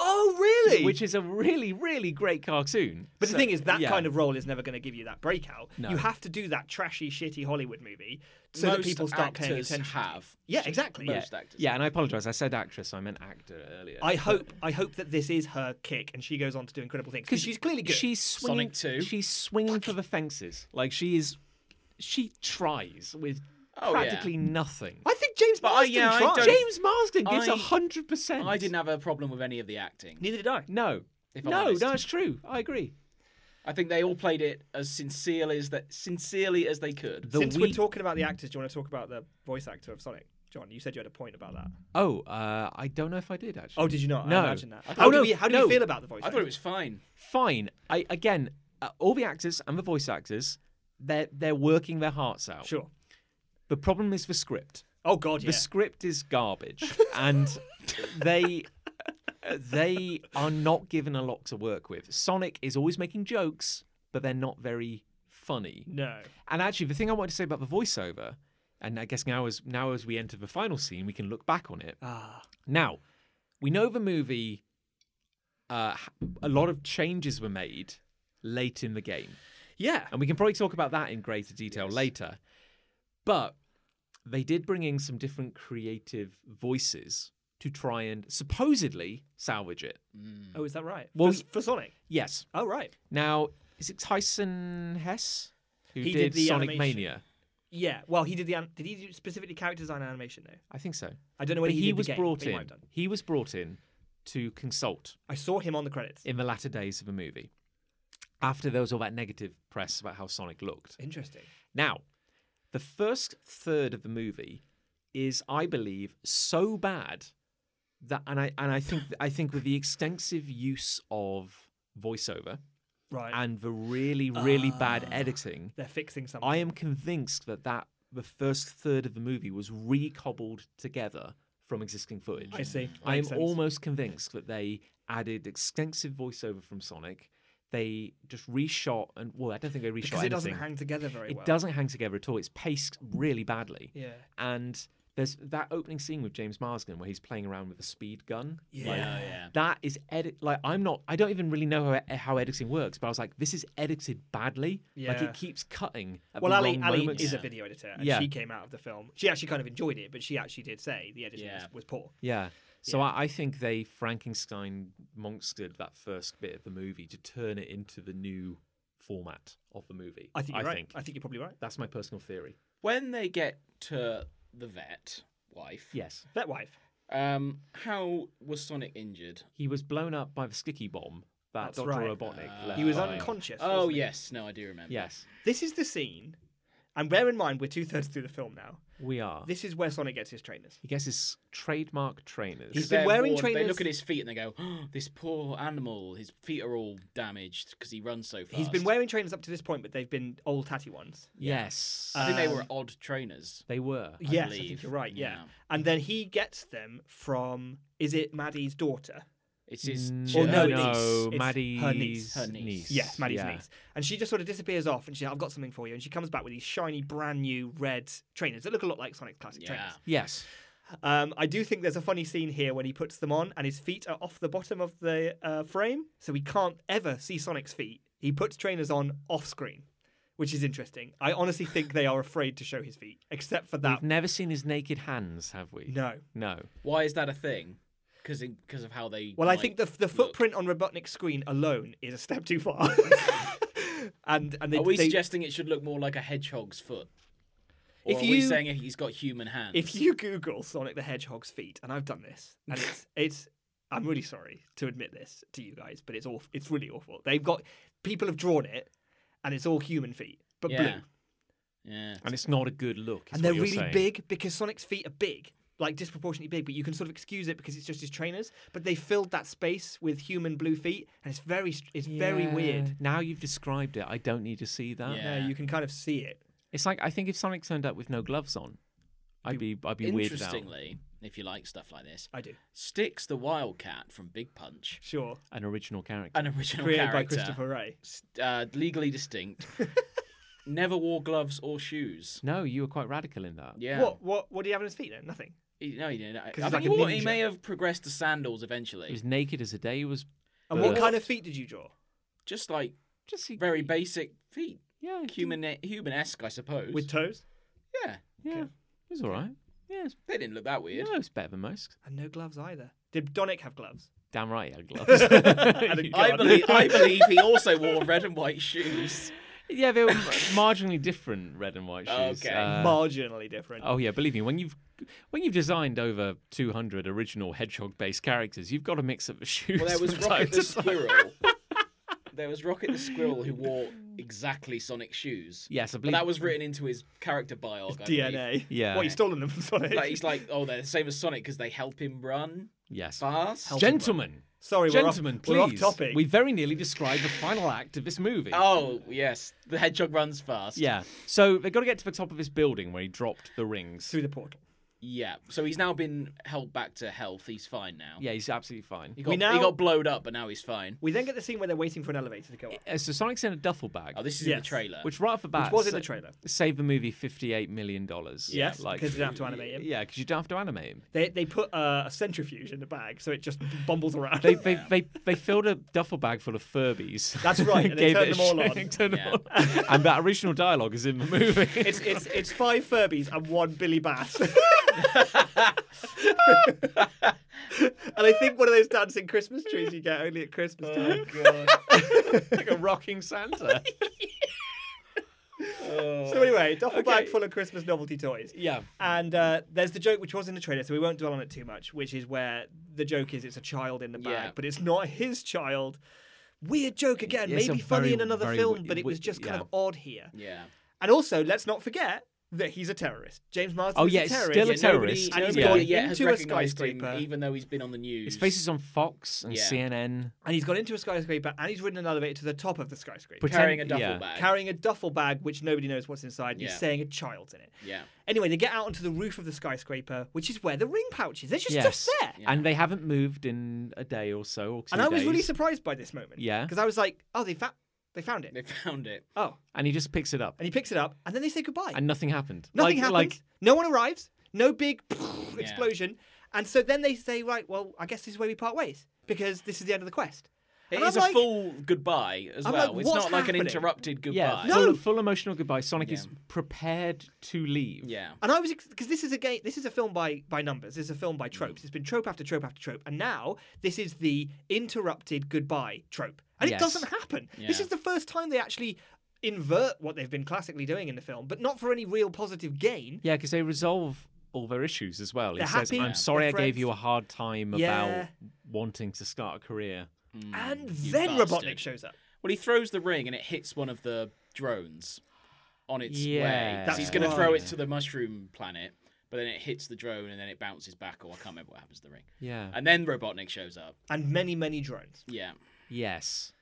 Speaker 3: Oh, really?
Speaker 1: which is a really, really great cartoon.
Speaker 3: But the thing is, that
Speaker 1: yeah.
Speaker 3: kind of role is never going to give you that breakout.
Speaker 1: No.
Speaker 3: You have to do that trashy, shitty Hollywood movie so
Speaker 2: Most
Speaker 3: that people start paying
Speaker 2: actors
Speaker 3: attention. to you.
Speaker 2: Have
Speaker 3: Yeah, exactly.
Speaker 1: yeah,
Speaker 2: most actors.
Speaker 1: yeah. And I apologise. I said actress. I meant actor earlier.
Speaker 3: I hope I hope that this is her kick and she goes on to do incredible things because she's clearly good.
Speaker 1: She's swinging.
Speaker 2: Sonic 2.
Speaker 1: She's swinging for the fences. Like she is. She tries with
Speaker 2: Oh, yeah.
Speaker 1: practically nothing.
Speaker 3: I think James
Speaker 2: But I-
Speaker 3: Marsden
Speaker 2: yeah, I
Speaker 3: tried.
Speaker 2: don't-
Speaker 1: James Marsden gives
Speaker 2: I-
Speaker 1: hundred percent.
Speaker 2: I didn't have a problem with any of the acting.
Speaker 3: Neither did I.
Speaker 1: No.
Speaker 2: If I'm
Speaker 1: no,
Speaker 2: honest.
Speaker 1: no, it's true. I agree.
Speaker 2: I think they all played it as sincerely as that sincerely as they could.
Speaker 1: The
Speaker 3: Since
Speaker 1: week-
Speaker 3: we're talking about the actors, do you want to talk about the voice actor of Sonic? John, you said you had a point about that.
Speaker 1: Oh, uh, I don't know if I did actually.
Speaker 3: Oh, did you not?
Speaker 1: No.
Speaker 3: I imagine that. Oh,
Speaker 1: I
Speaker 3: How
Speaker 1: thought-
Speaker 3: do, we, how do
Speaker 1: no.
Speaker 3: you feel about the voice
Speaker 2: I
Speaker 3: actor?
Speaker 2: thought it was fine.
Speaker 1: fine. I again, uh, all the actors and the voice actors, they're they're working their hearts out.
Speaker 3: Sure.
Speaker 1: The problem is the script.
Speaker 3: Oh god, yeah.
Speaker 1: The script is garbage, and they they are not given a lot to work with. Sonic is always making jokes, but they're not very funny.
Speaker 3: no.
Speaker 1: And actually, the thing I wanted to say about the voiceover, and I guess now as now as we enter the final scene, we can look back on it.
Speaker 3: Ah.
Speaker 1: Now, we know the movie. Uh, h- a lot of changes were made late in the game,
Speaker 3: Yeah.
Speaker 1: and we can probably talk about that in greater detail later. But they did bring in some different creative voices to try and supposedly salvage it.
Speaker 2: Hmm.
Speaker 3: Oh, is that right?
Speaker 1: Well,
Speaker 3: for, for Sonic.
Speaker 1: Yes.
Speaker 3: Oh, right.
Speaker 1: Now, is it Tyson Hess who
Speaker 3: He
Speaker 1: did,
Speaker 3: did the
Speaker 1: Sonic
Speaker 3: animation.
Speaker 1: Mania?
Speaker 3: Yeah. Well, he did the an- did he do specifically character design and animation though?
Speaker 1: I think so.
Speaker 3: I don't know
Speaker 1: But
Speaker 3: whether
Speaker 1: he,
Speaker 3: he, did the
Speaker 1: was
Speaker 3: game,
Speaker 1: brought
Speaker 3: but he might
Speaker 1: in.
Speaker 3: have done.
Speaker 1: He was brought in to consult
Speaker 3: I saw him on the credits.
Speaker 1: in the latter days of the movie. After there was all that negative press about how Sonic looked.
Speaker 3: Interesting.
Speaker 1: Now, the first third of the movie is, I believe, so bad that, and I and I think I think with the extensive use of voiceover
Speaker 3: Right.
Speaker 1: and the really really
Speaker 3: Ah.
Speaker 1: bad editing,
Speaker 3: They're fixing something.
Speaker 1: I am convinced that that the first third of the movie was recobbled together from existing footage.
Speaker 3: I see.
Speaker 1: I am
Speaker 3: Makes sense.
Speaker 1: almost convinced that they added extensive voiceover from Sonic. They just reshot and well, I don't think they reshot
Speaker 3: because it doesn't
Speaker 1: anything.
Speaker 3: hang together very
Speaker 1: it
Speaker 3: well.
Speaker 1: doesn't hang together at all. It's paced really badly.
Speaker 3: Yeah.
Speaker 1: And there's that opening scene with James Marsden where he's playing around with a speed gun.
Speaker 3: Yeah.
Speaker 2: Oh, yeah.
Speaker 1: That is edit like I'm not I don't even really know how, how editing works, but I was like, this is edited badly. Like
Speaker 3: Yeah.
Speaker 1: it keeps cutting. At
Speaker 3: Well,
Speaker 1: the
Speaker 3: Ali,
Speaker 1: wrong
Speaker 3: Ali
Speaker 1: moments.
Speaker 3: is a
Speaker 2: Yeah.
Speaker 3: video editor, and
Speaker 1: Yeah.
Speaker 3: she came out of the film. She actually kind of enjoyed it, but she actually did say the editing
Speaker 2: Yeah.
Speaker 3: was, was poor.
Speaker 1: Yeah. So I, I think they Frankenstein monstered that first bit of the movie to turn it into the new format of the movie.
Speaker 3: I think you're
Speaker 1: I
Speaker 3: right.
Speaker 1: think.
Speaker 3: I think you're probably right.
Speaker 1: That's my personal theory.
Speaker 2: When they get to the vet wife,
Speaker 1: Yes.
Speaker 3: That wife.
Speaker 2: um, how was Sonic injured?
Speaker 1: He was blown up by the Skicky bomb that
Speaker 3: That's
Speaker 1: Dr.
Speaker 3: right. Uh,
Speaker 1: Robotnik left.
Speaker 3: He was
Speaker 1: behind.
Speaker 3: unconscious.
Speaker 2: Oh
Speaker 3: wasn't he?
Speaker 2: yes, no, I do remember.
Speaker 1: Yes,
Speaker 3: This is the scene, and bear in mind we're two thirds through the film now.
Speaker 1: we
Speaker 2: Ah.
Speaker 1: are.
Speaker 3: This is where Sonic gets his trainers.
Speaker 1: He gets his trademark trainers.
Speaker 3: He's
Speaker 2: They're
Speaker 3: been wearing
Speaker 2: bored.
Speaker 3: trainers.
Speaker 2: They look at his feet and they go, oh, "This poor animal. His feet are all damaged because he runs so fast."
Speaker 3: He's been wearing trainers up to this point, but they've been old tatty ones.
Speaker 1: yes, Uh,
Speaker 2: I think they were
Speaker 3: Um,
Speaker 2: odd trainers.
Speaker 1: they were.
Speaker 2: I
Speaker 3: yes, I
Speaker 2: believe.
Speaker 3: think you're right. Yeah.
Speaker 2: Yeah.
Speaker 3: and then he gets them from is it Maddie's daughter?
Speaker 2: It's his.
Speaker 1: Mm,
Speaker 3: Or
Speaker 2: her
Speaker 3: Mm, no,
Speaker 2: niece.
Speaker 3: it's- it's her
Speaker 1: Maddie's
Speaker 3: niece.
Speaker 2: Her niece.
Speaker 3: Yes, Maddie's
Speaker 1: yeah.
Speaker 3: niece. And she just sort of disappears off, and she's like, "I've got something for you." And she comes back with these shiny, brand new red trainers that look a lot like Sonic's classic
Speaker 2: Yeah.
Speaker 3: trainers.
Speaker 1: Yes,
Speaker 3: Um, I do think there's a funny scene here when he puts them on, and his feet are off the bottom of the uh, frame, so we can't ever see Sonic's feet. He puts trainers on off screen, which is interesting. I honestly think they are afraid to show his feet, except for that.
Speaker 1: we've never seen his naked hands, have we?
Speaker 3: No.
Speaker 1: no.
Speaker 2: Why is that a thing? Because because of how they.
Speaker 3: Well, I
Speaker 2: might
Speaker 3: think the the
Speaker 2: look.
Speaker 3: footprint on Robotnik's screen alone is a step too far. and and they,
Speaker 2: Are we
Speaker 3: they
Speaker 2: suggesting it should look more like a hedgehog's foot? Or
Speaker 3: If
Speaker 2: are we
Speaker 3: you-
Speaker 2: saying he's got human hands?
Speaker 3: if you Google Sonic the Hedgehog's feet, and I've done this, and it's it's I'm really sorry to admit this to you guys, but it's awful. It's really awful. They've got people have drawn it, and it's all human feet, but
Speaker 2: yeah.
Speaker 3: blue,
Speaker 2: Yeah.
Speaker 1: And it's not a good look. is what
Speaker 3: and they're
Speaker 1: you're
Speaker 3: really
Speaker 1: saying.
Speaker 3: big because Sonic's feet are big, like disproportionately big. But you can sort of excuse it because it's just his trainers. But they filled that space with human blue feet, and it's very str- it's very weird.
Speaker 1: Now you've described it. I don't need to see that.
Speaker 2: Yeah.
Speaker 3: Yeah, you can kind of see it.
Speaker 1: It's like I think if Sonic turned up with no gloves on, I'd be I'd be weirded out.
Speaker 2: Interestingly, if you like stuff like this,
Speaker 3: I do,
Speaker 2: Sticks the Wildcat from Big Punch,
Speaker 3: sure.
Speaker 1: An original character.
Speaker 2: an original
Speaker 3: Created by
Speaker 2: character,
Speaker 3: Christopher Ray.
Speaker 2: s- uh, legally distinct, never wore gloves or shoes.
Speaker 1: No, you were quite radical in that.
Speaker 2: Yeah.
Speaker 3: What what what do you have on his feet then? Nothing.
Speaker 2: He, no, he didn't. I, I
Speaker 3: he's
Speaker 2: think
Speaker 3: like
Speaker 2: he,
Speaker 3: a
Speaker 2: wore- he
Speaker 3: ninja.
Speaker 2: may have progressed to sandals
Speaker 1: He
Speaker 2: eventually.
Speaker 1: was naked as a day. He was
Speaker 3: And what
Speaker 1: Birth.
Speaker 3: kind of feet did you draw?
Speaker 2: Just like
Speaker 1: just he-
Speaker 2: very basic feet,
Speaker 1: yeah he-
Speaker 2: human human-esque, I suppose.
Speaker 3: With toes
Speaker 2: yeah,
Speaker 1: Yeah, it was all right. Yeah, it's,
Speaker 2: they didn't look that weird.
Speaker 1: no, it's better than most.
Speaker 3: and no gloves either. Did Donick have gloves?
Speaker 1: Damn right, he had gloves. You
Speaker 2: I
Speaker 1: can't-
Speaker 2: believe, I believe he also wore red and white shoes.
Speaker 1: Yeah, they were marginally different red and white shoes.
Speaker 2: Oh, Okay.
Speaker 1: Uh,
Speaker 3: marginally different.
Speaker 1: oh yeah, believe me, when you've when you've designed over 200 original hedgehog-based characters, you've got to mix up the shoes.
Speaker 2: Well, there was
Speaker 1: from time
Speaker 2: Rocket the
Speaker 1: to time.
Speaker 2: Squirrel. there was Rocket the Squirrel who wore exactly Sonic shoes.
Speaker 1: Yes, I
Speaker 2: But
Speaker 1: believe
Speaker 2: that was written into his character bio. I believe.
Speaker 3: DNA.
Speaker 1: Yeah.
Speaker 3: Well, he's stolen them from Sonic.
Speaker 2: Like, he's like, oh, they're the same as Sonic because they help him run
Speaker 1: yes.
Speaker 2: fast.
Speaker 1: Gentlemen,
Speaker 3: Sorry, we're off-
Speaker 1: gentlemen, please.
Speaker 3: we're off, topic.
Speaker 1: We very nearly described the final act of this movie.
Speaker 2: Oh yes, the hedgehog runs fast.
Speaker 1: Yeah. So they've got to get to the top of this building where he dropped the rings.
Speaker 3: through the portal.
Speaker 2: Yeah. So he's now been held back to health. He's fine now.
Speaker 1: Yeah, he's absolutely fine.
Speaker 2: He got,
Speaker 3: We
Speaker 2: he
Speaker 3: now-
Speaker 2: got blowed up, but now he's fine.
Speaker 3: We then get the scene where they're waiting for an elevator to go up,
Speaker 1: Uh, So Sonic's in a duffel bag,
Speaker 2: Oh, this is in
Speaker 3: Yes.
Speaker 2: the trailer.
Speaker 1: which right off the bat
Speaker 3: which was in
Speaker 1: sa-
Speaker 3: the trailer.
Speaker 1: saved the movie fifty-eight million dollars.
Speaker 3: Yes, because you don't have to animate him.
Speaker 1: Yeah, because you don't have to animate him.
Speaker 3: They, they put uh, a centrifuge in the bag, so it just bumbles around.
Speaker 1: They, they, they, they filled a duffel bag full of Furbies.
Speaker 3: That's right, and they
Speaker 1: Gave
Speaker 3: turned
Speaker 1: it a
Speaker 3: them all
Speaker 1: shake,
Speaker 3: on.
Speaker 1: turned them
Speaker 2: Yeah.
Speaker 1: all on. And that original dialogue is in the movie.
Speaker 3: it's, it's, it's five Furbies and one Billy Bass. and I think one of those dancing Christmas trees you get only at Christmas time.
Speaker 1: like a rocking Santa.
Speaker 3: So anyway, duffel
Speaker 1: Okay.
Speaker 3: bag full of Christmas novelty toys.
Speaker 1: yeah.
Speaker 3: And uh, there's the joke which was in the trailer, so we won't dwell on it too much, which is where the joke is it's a child in the bag,
Speaker 2: Yeah.
Speaker 3: but it's not his child. Weird joke again,
Speaker 1: It's a
Speaker 3: maybe funny
Speaker 1: very,
Speaker 3: in another
Speaker 1: very
Speaker 3: film,
Speaker 1: wi-
Speaker 3: but it
Speaker 1: wi-
Speaker 3: was just kind
Speaker 1: yeah.
Speaker 3: of odd here.
Speaker 2: yeah.
Speaker 3: And also, let's not forget that he's a terrorist. James Marsden
Speaker 1: Oh,
Speaker 3: is
Speaker 1: yeah,
Speaker 3: a
Speaker 1: it's
Speaker 3: terrorist.
Speaker 1: still a
Speaker 2: Yeah,
Speaker 1: terrorist.
Speaker 2: Nobody,
Speaker 3: And he's
Speaker 1: yeah.
Speaker 2: nobody
Speaker 3: gone
Speaker 2: yet has
Speaker 3: into a
Speaker 2: recognised him,
Speaker 3: skyscraper.
Speaker 2: even though he's been on the news.
Speaker 1: His face is on Fox and
Speaker 2: Yeah.
Speaker 1: CNN.
Speaker 3: and he's gone into a skyscraper and he's ridden an elevator to the top of the skyscraper.
Speaker 1: Pretend-
Speaker 2: carrying a duffel
Speaker 1: yeah.
Speaker 2: bag.
Speaker 3: Carrying a duffel bag which nobody knows what's inside, and
Speaker 2: Yeah.
Speaker 3: he's saying a child's in it.
Speaker 2: yeah.
Speaker 3: Anyway, they get out onto the roof of the skyscraper, which is where the ring pouch is. They're just, just there.
Speaker 2: Yeah.
Speaker 1: And they haven't moved in a day or so. Or two
Speaker 3: And I was really
Speaker 1: days.
Speaker 3: surprised by this moment.
Speaker 1: Yeah.
Speaker 3: Because I was like, oh, they, fa- they found it.
Speaker 2: They found it.
Speaker 3: Oh.
Speaker 1: And he just picks it up.
Speaker 3: And he picks it up, and then they say goodbye.
Speaker 1: And nothing happened.
Speaker 3: Nothing
Speaker 1: like,
Speaker 3: happens.
Speaker 1: Like,
Speaker 3: no one arrives. No big explosion. And so then they say, right, well, I guess this is where we part ways because this is the end of the quest.
Speaker 2: It
Speaker 3: And
Speaker 2: is
Speaker 3: I'm
Speaker 2: a
Speaker 3: like-
Speaker 2: full goodbye as
Speaker 3: I'm
Speaker 2: well.
Speaker 3: like,
Speaker 2: it's
Speaker 3: what's
Speaker 2: not like an
Speaker 3: happening?
Speaker 2: interrupted goodbye.
Speaker 1: yeah,
Speaker 3: No.
Speaker 1: full, full emotional goodbye. Sonic is
Speaker 2: Yeah.
Speaker 1: prepared to leave.
Speaker 2: Yeah.
Speaker 3: And I was because this is a game. This is a film by by numbers. This is a film by
Speaker 2: Mm.
Speaker 3: tropes. It's been trope after trope after trope, and now this is the interrupted goodbye trope, and
Speaker 1: Yes.
Speaker 3: it doesn't happen. This
Speaker 2: Yeah.
Speaker 3: is the first time they actually invert what they've been classically doing in the film, but not for any real positive gain.
Speaker 1: Yeah, because they resolve all their issues as well. He
Speaker 3: They're
Speaker 1: says,
Speaker 3: happy,
Speaker 1: "I'm
Speaker 3: they're
Speaker 1: sorry, I gave
Speaker 3: friends."
Speaker 1: you a hard time
Speaker 3: Yeah.
Speaker 1: about wanting to start a career."
Speaker 3: and
Speaker 2: Mm, you
Speaker 3: then
Speaker 2: bastard.
Speaker 3: Robotnik shows up.
Speaker 2: Well, he throws the ring and it hits one of the drones on its way.
Speaker 1: Yeah.
Speaker 2: 'Cause he's
Speaker 3: That's
Speaker 2: going to throw
Speaker 1: right.
Speaker 2: it to the mushroom planet, but then it hits the drone and then it bounces back, or I can't remember what happens to the ring.
Speaker 1: Yeah.
Speaker 2: And then Robotnik shows up.
Speaker 3: And many, many drones.
Speaker 2: Yeah.
Speaker 1: yes.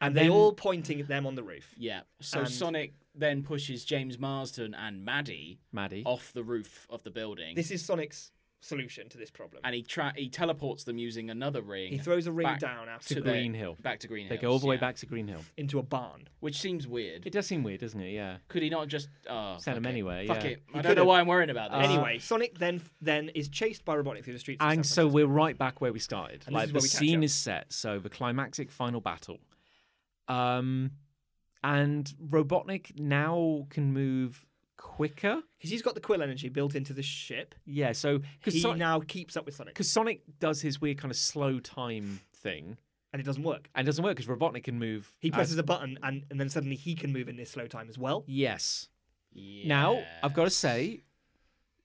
Speaker 3: And they all pointing at them on the roof.
Speaker 2: Yeah. So
Speaker 3: And-
Speaker 2: Sonic then pushes James Marsden and Maddie
Speaker 1: Maddie.
Speaker 2: off the roof of the building.
Speaker 3: This is Sonic's solution to this problem.
Speaker 2: and he tra- he teleports them using another ring.
Speaker 3: he throws a ring
Speaker 2: back
Speaker 3: down
Speaker 2: to
Speaker 3: after
Speaker 2: the
Speaker 3: the,
Speaker 1: Green Hill.
Speaker 2: Back to Green
Speaker 1: they
Speaker 2: Hill.
Speaker 1: go all the way back to Green Hill.
Speaker 3: into a barn.
Speaker 2: Which seems weird.
Speaker 1: It does seem weird, doesn't it? Yeah.
Speaker 2: Could he not just oh,
Speaker 1: Send
Speaker 2: fuck
Speaker 1: him
Speaker 2: it.
Speaker 1: anywhere,
Speaker 2: Fuck
Speaker 1: yeah.
Speaker 2: it.
Speaker 3: He
Speaker 2: I don't know
Speaker 3: could've.
Speaker 2: why I'm worrying about this.
Speaker 3: anyway, Sonic then then is chased by Robotnik through the streets. of
Speaker 1: And
Speaker 3: San
Speaker 1: so
Speaker 3: Francisco.
Speaker 1: we're right back where we started.
Speaker 3: And this
Speaker 1: like
Speaker 3: is
Speaker 1: the
Speaker 3: where we catch
Speaker 1: scene
Speaker 3: up.
Speaker 1: is set. So the climactic final battle. Um, and Robotnik now can move quicker.
Speaker 3: because he's got the quill energy built into the ship,
Speaker 1: Yeah. So
Speaker 3: he
Speaker 1: because Sonic,
Speaker 3: now keeps up with Sonic,
Speaker 1: 'cause Sonic does his weird kind of slow time thing.
Speaker 3: and it doesn't work.
Speaker 1: And it doesn't work because Robotnik can move.
Speaker 3: He
Speaker 1: as-
Speaker 3: presses a button, and, and then suddenly he can move in this slow time as well.
Speaker 1: Yes. Now, I've got to say,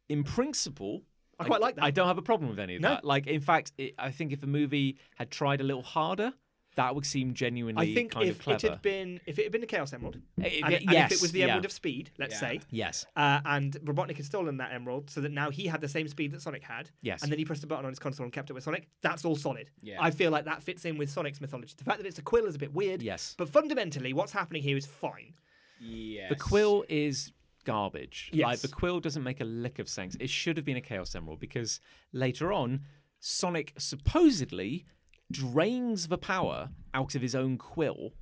Speaker 1: in principle,
Speaker 3: I quite like that.
Speaker 1: I don't have a problem with any of
Speaker 3: No.
Speaker 1: that. Like, in fact, it, I think if the movie had tried a little harder, that would seem genuinely
Speaker 3: I think
Speaker 1: kind of
Speaker 3: if it
Speaker 1: clever.
Speaker 3: had been if it had been the Chaos Emerald,
Speaker 1: If it-
Speaker 3: and, and
Speaker 1: yes,
Speaker 3: if it was the
Speaker 1: yeah.
Speaker 3: Emerald of Speed, let's
Speaker 2: Yeah.
Speaker 3: say,
Speaker 1: Yes.
Speaker 3: uh, and Robotnik had stolen that Emerald, so that now he had the same speed that Sonic had,
Speaker 1: Yes.
Speaker 3: and then he pressed a button on his console and kept it with Sonic. That's all solid.
Speaker 2: Yeah.
Speaker 3: I feel like that fits in with Sonic's mythology. The fact that it's a quill is a bit weird,
Speaker 1: Yes.
Speaker 3: but fundamentally, what's happening here is fine.
Speaker 2: Yes.
Speaker 1: The quill is garbage. Like
Speaker 3: Yes.
Speaker 1: the quill doesn't make a lick of sense. It should have been a Chaos Emerald because later on, Sonic supposedly drains the power out of his own quill.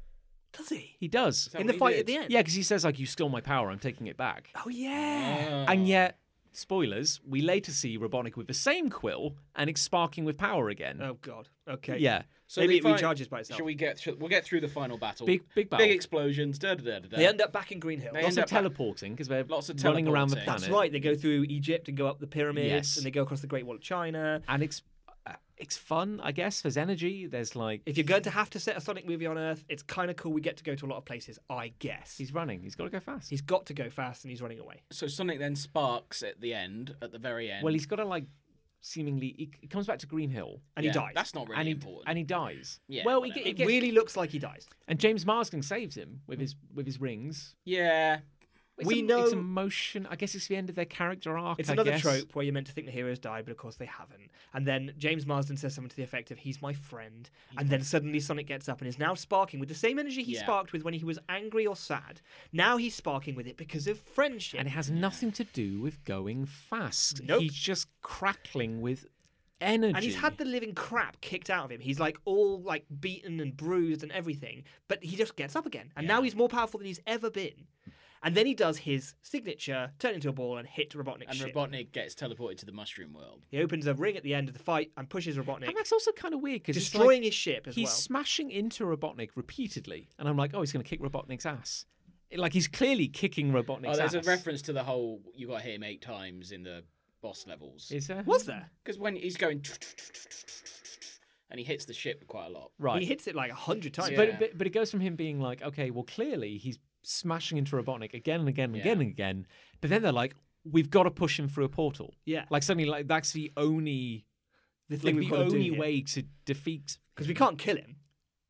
Speaker 3: Does he?
Speaker 1: He does.
Speaker 2: that what
Speaker 3: In the
Speaker 2: he
Speaker 3: fight
Speaker 2: did?
Speaker 3: at the end.
Speaker 1: Yeah, because he says like, "You stole my power. I'm taking it back."
Speaker 3: Oh yeah.
Speaker 2: Oh.
Speaker 1: And yet, spoilers, we later see Robotnik with the same quill and it's sparking with power again.
Speaker 3: Oh god. Okay.
Speaker 1: Yeah.
Speaker 2: So
Speaker 3: Maybe
Speaker 2: they
Speaker 3: it
Speaker 2: find-
Speaker 3: recharges by itself.
Speaker 2: Shall we get through? We'll get through the final battle.
Speaker 1: Big- big battle.
Speaker 2: Big explosions. Da da da da. da.
Speaker 3: They end up back in Green Hill.
Speaker 2: They
Speaker 1: Lots
Speaker 2: end
Speaker 1: of
Speaker 2: up back-
Speaker 1: teleporting because they're
Speaker 2: Lots of
Speaker 1: running around the planet.
Speaker 2: teleporting.
Speaker 3: That's right. They go through Egypt and go up the pyramids,
Speaker 1: Yes.
Speaker 3: and they go across the Great Wall of China.
Speaker 1: And it's uh, it's fun, I guess. There's energy. There's like
Speaker 3: If you're going to have to set a Sonic movie on Earth, it's kind of cool. We get to go to a lot of places, I guess. He's,
Speaker 1: he's running. He's got to go fast.
Speaker 3: he's got to go fast, and he's running away.
Speaker 2: So Sonic then sparks at the end, at the very end.
Speaker 1: well, he's got to like seemingly he, he comes back to Green Hill
Speaker 3: And
Speaker 2: Yeah,
Speaker 3: he dies.
Speaker 2: That's not really
Speaker 1: and he
Speaker 2: important.
Speaker 1: and he dies.
Speaker 2: Yeah,
Speaker 1: well, he,
Speaker 2: whatever.
Speaker 1: ge- he
Speaker 3: it
Speaker 1: gets,
Speaker 3: really looks like he dies.
Speaker 1: and James Marsden saves him with his with his rings.
Speaker 2: yeah.
Speaker 1: It's
Speaker 3: we
Speaker 1: a,
Speaker 3: know
Speaker 1: it's a motion. I guess it's the end of their character arc.
Speaker 3: It's
Speaker 1: I
Speaker 3: another
Speaker 1: guess.
Speaker 3: trope where you're meant to think the heroes died, but of course they haven't. And then James Marsden says something to the effect of, he's my friend. And then suddenly Sonic gets up and is now sparking with the same energy he
Speaker 2: Yeah.
Speaker 3: sparked with when he was angry or sad. Now he's sparking with it because of friendship.
Speaker 1: and it has nothing to do with going fast.
Speaker 3: Nope.
Speaker 1: He's just crackling with energy.
Speaker 3: and he's had the living crap kicked out of him. He's like all like beaten and bruised and everything, but he just gets up again. And now he's more powerful than he's ever been. And then he does his signature, turn into a ball and hit Robotnik's
Speaker 2: And
Speaker 3: ship.
Speaker 2: Robotnik gets teleported to the mushroom world.
Speaker 3: he opens a ring at the end of the fight and pushes Robotnik,
Speaker 1: And that's also kind of weird because
Speaker 3: destroying his ship as
Speaker 1: he's
Speaker 3: well.
Speaker 1: smashing into Robotnik repeatedly, and I'm like, oh, he's going to kick Robotnik's ass. Like he's clearly kicking Robotnik's
Speaker 2: Oh,
Speaker 1: ass.
Speaker 2: there's a reference to the whole you got to hit him eight times in the boss levels.
Speaker 1: Is there?
Speaker 3: Was there?
Speaker 2: Because when he's going and he hits the ship quite a lot.
Speaker 1: Right.
Speaker 3: He hits it like a hundred times.
Speaker 2: Yeah.
Speaker 1: But, but but it goes from him being like, okay, well, clearly he's smashing into Robotnik again and again and again and again. But then they're like, we've got to push him through a portal.
Speaker 3: Yeah.
Speaker 1: Like suddenly, like that's the only
Speaker 3: the
Speaker 1: like
Speaker 3: thing
Speaker 1: the only way to defeat.
Speaker 3: because we can't kill him.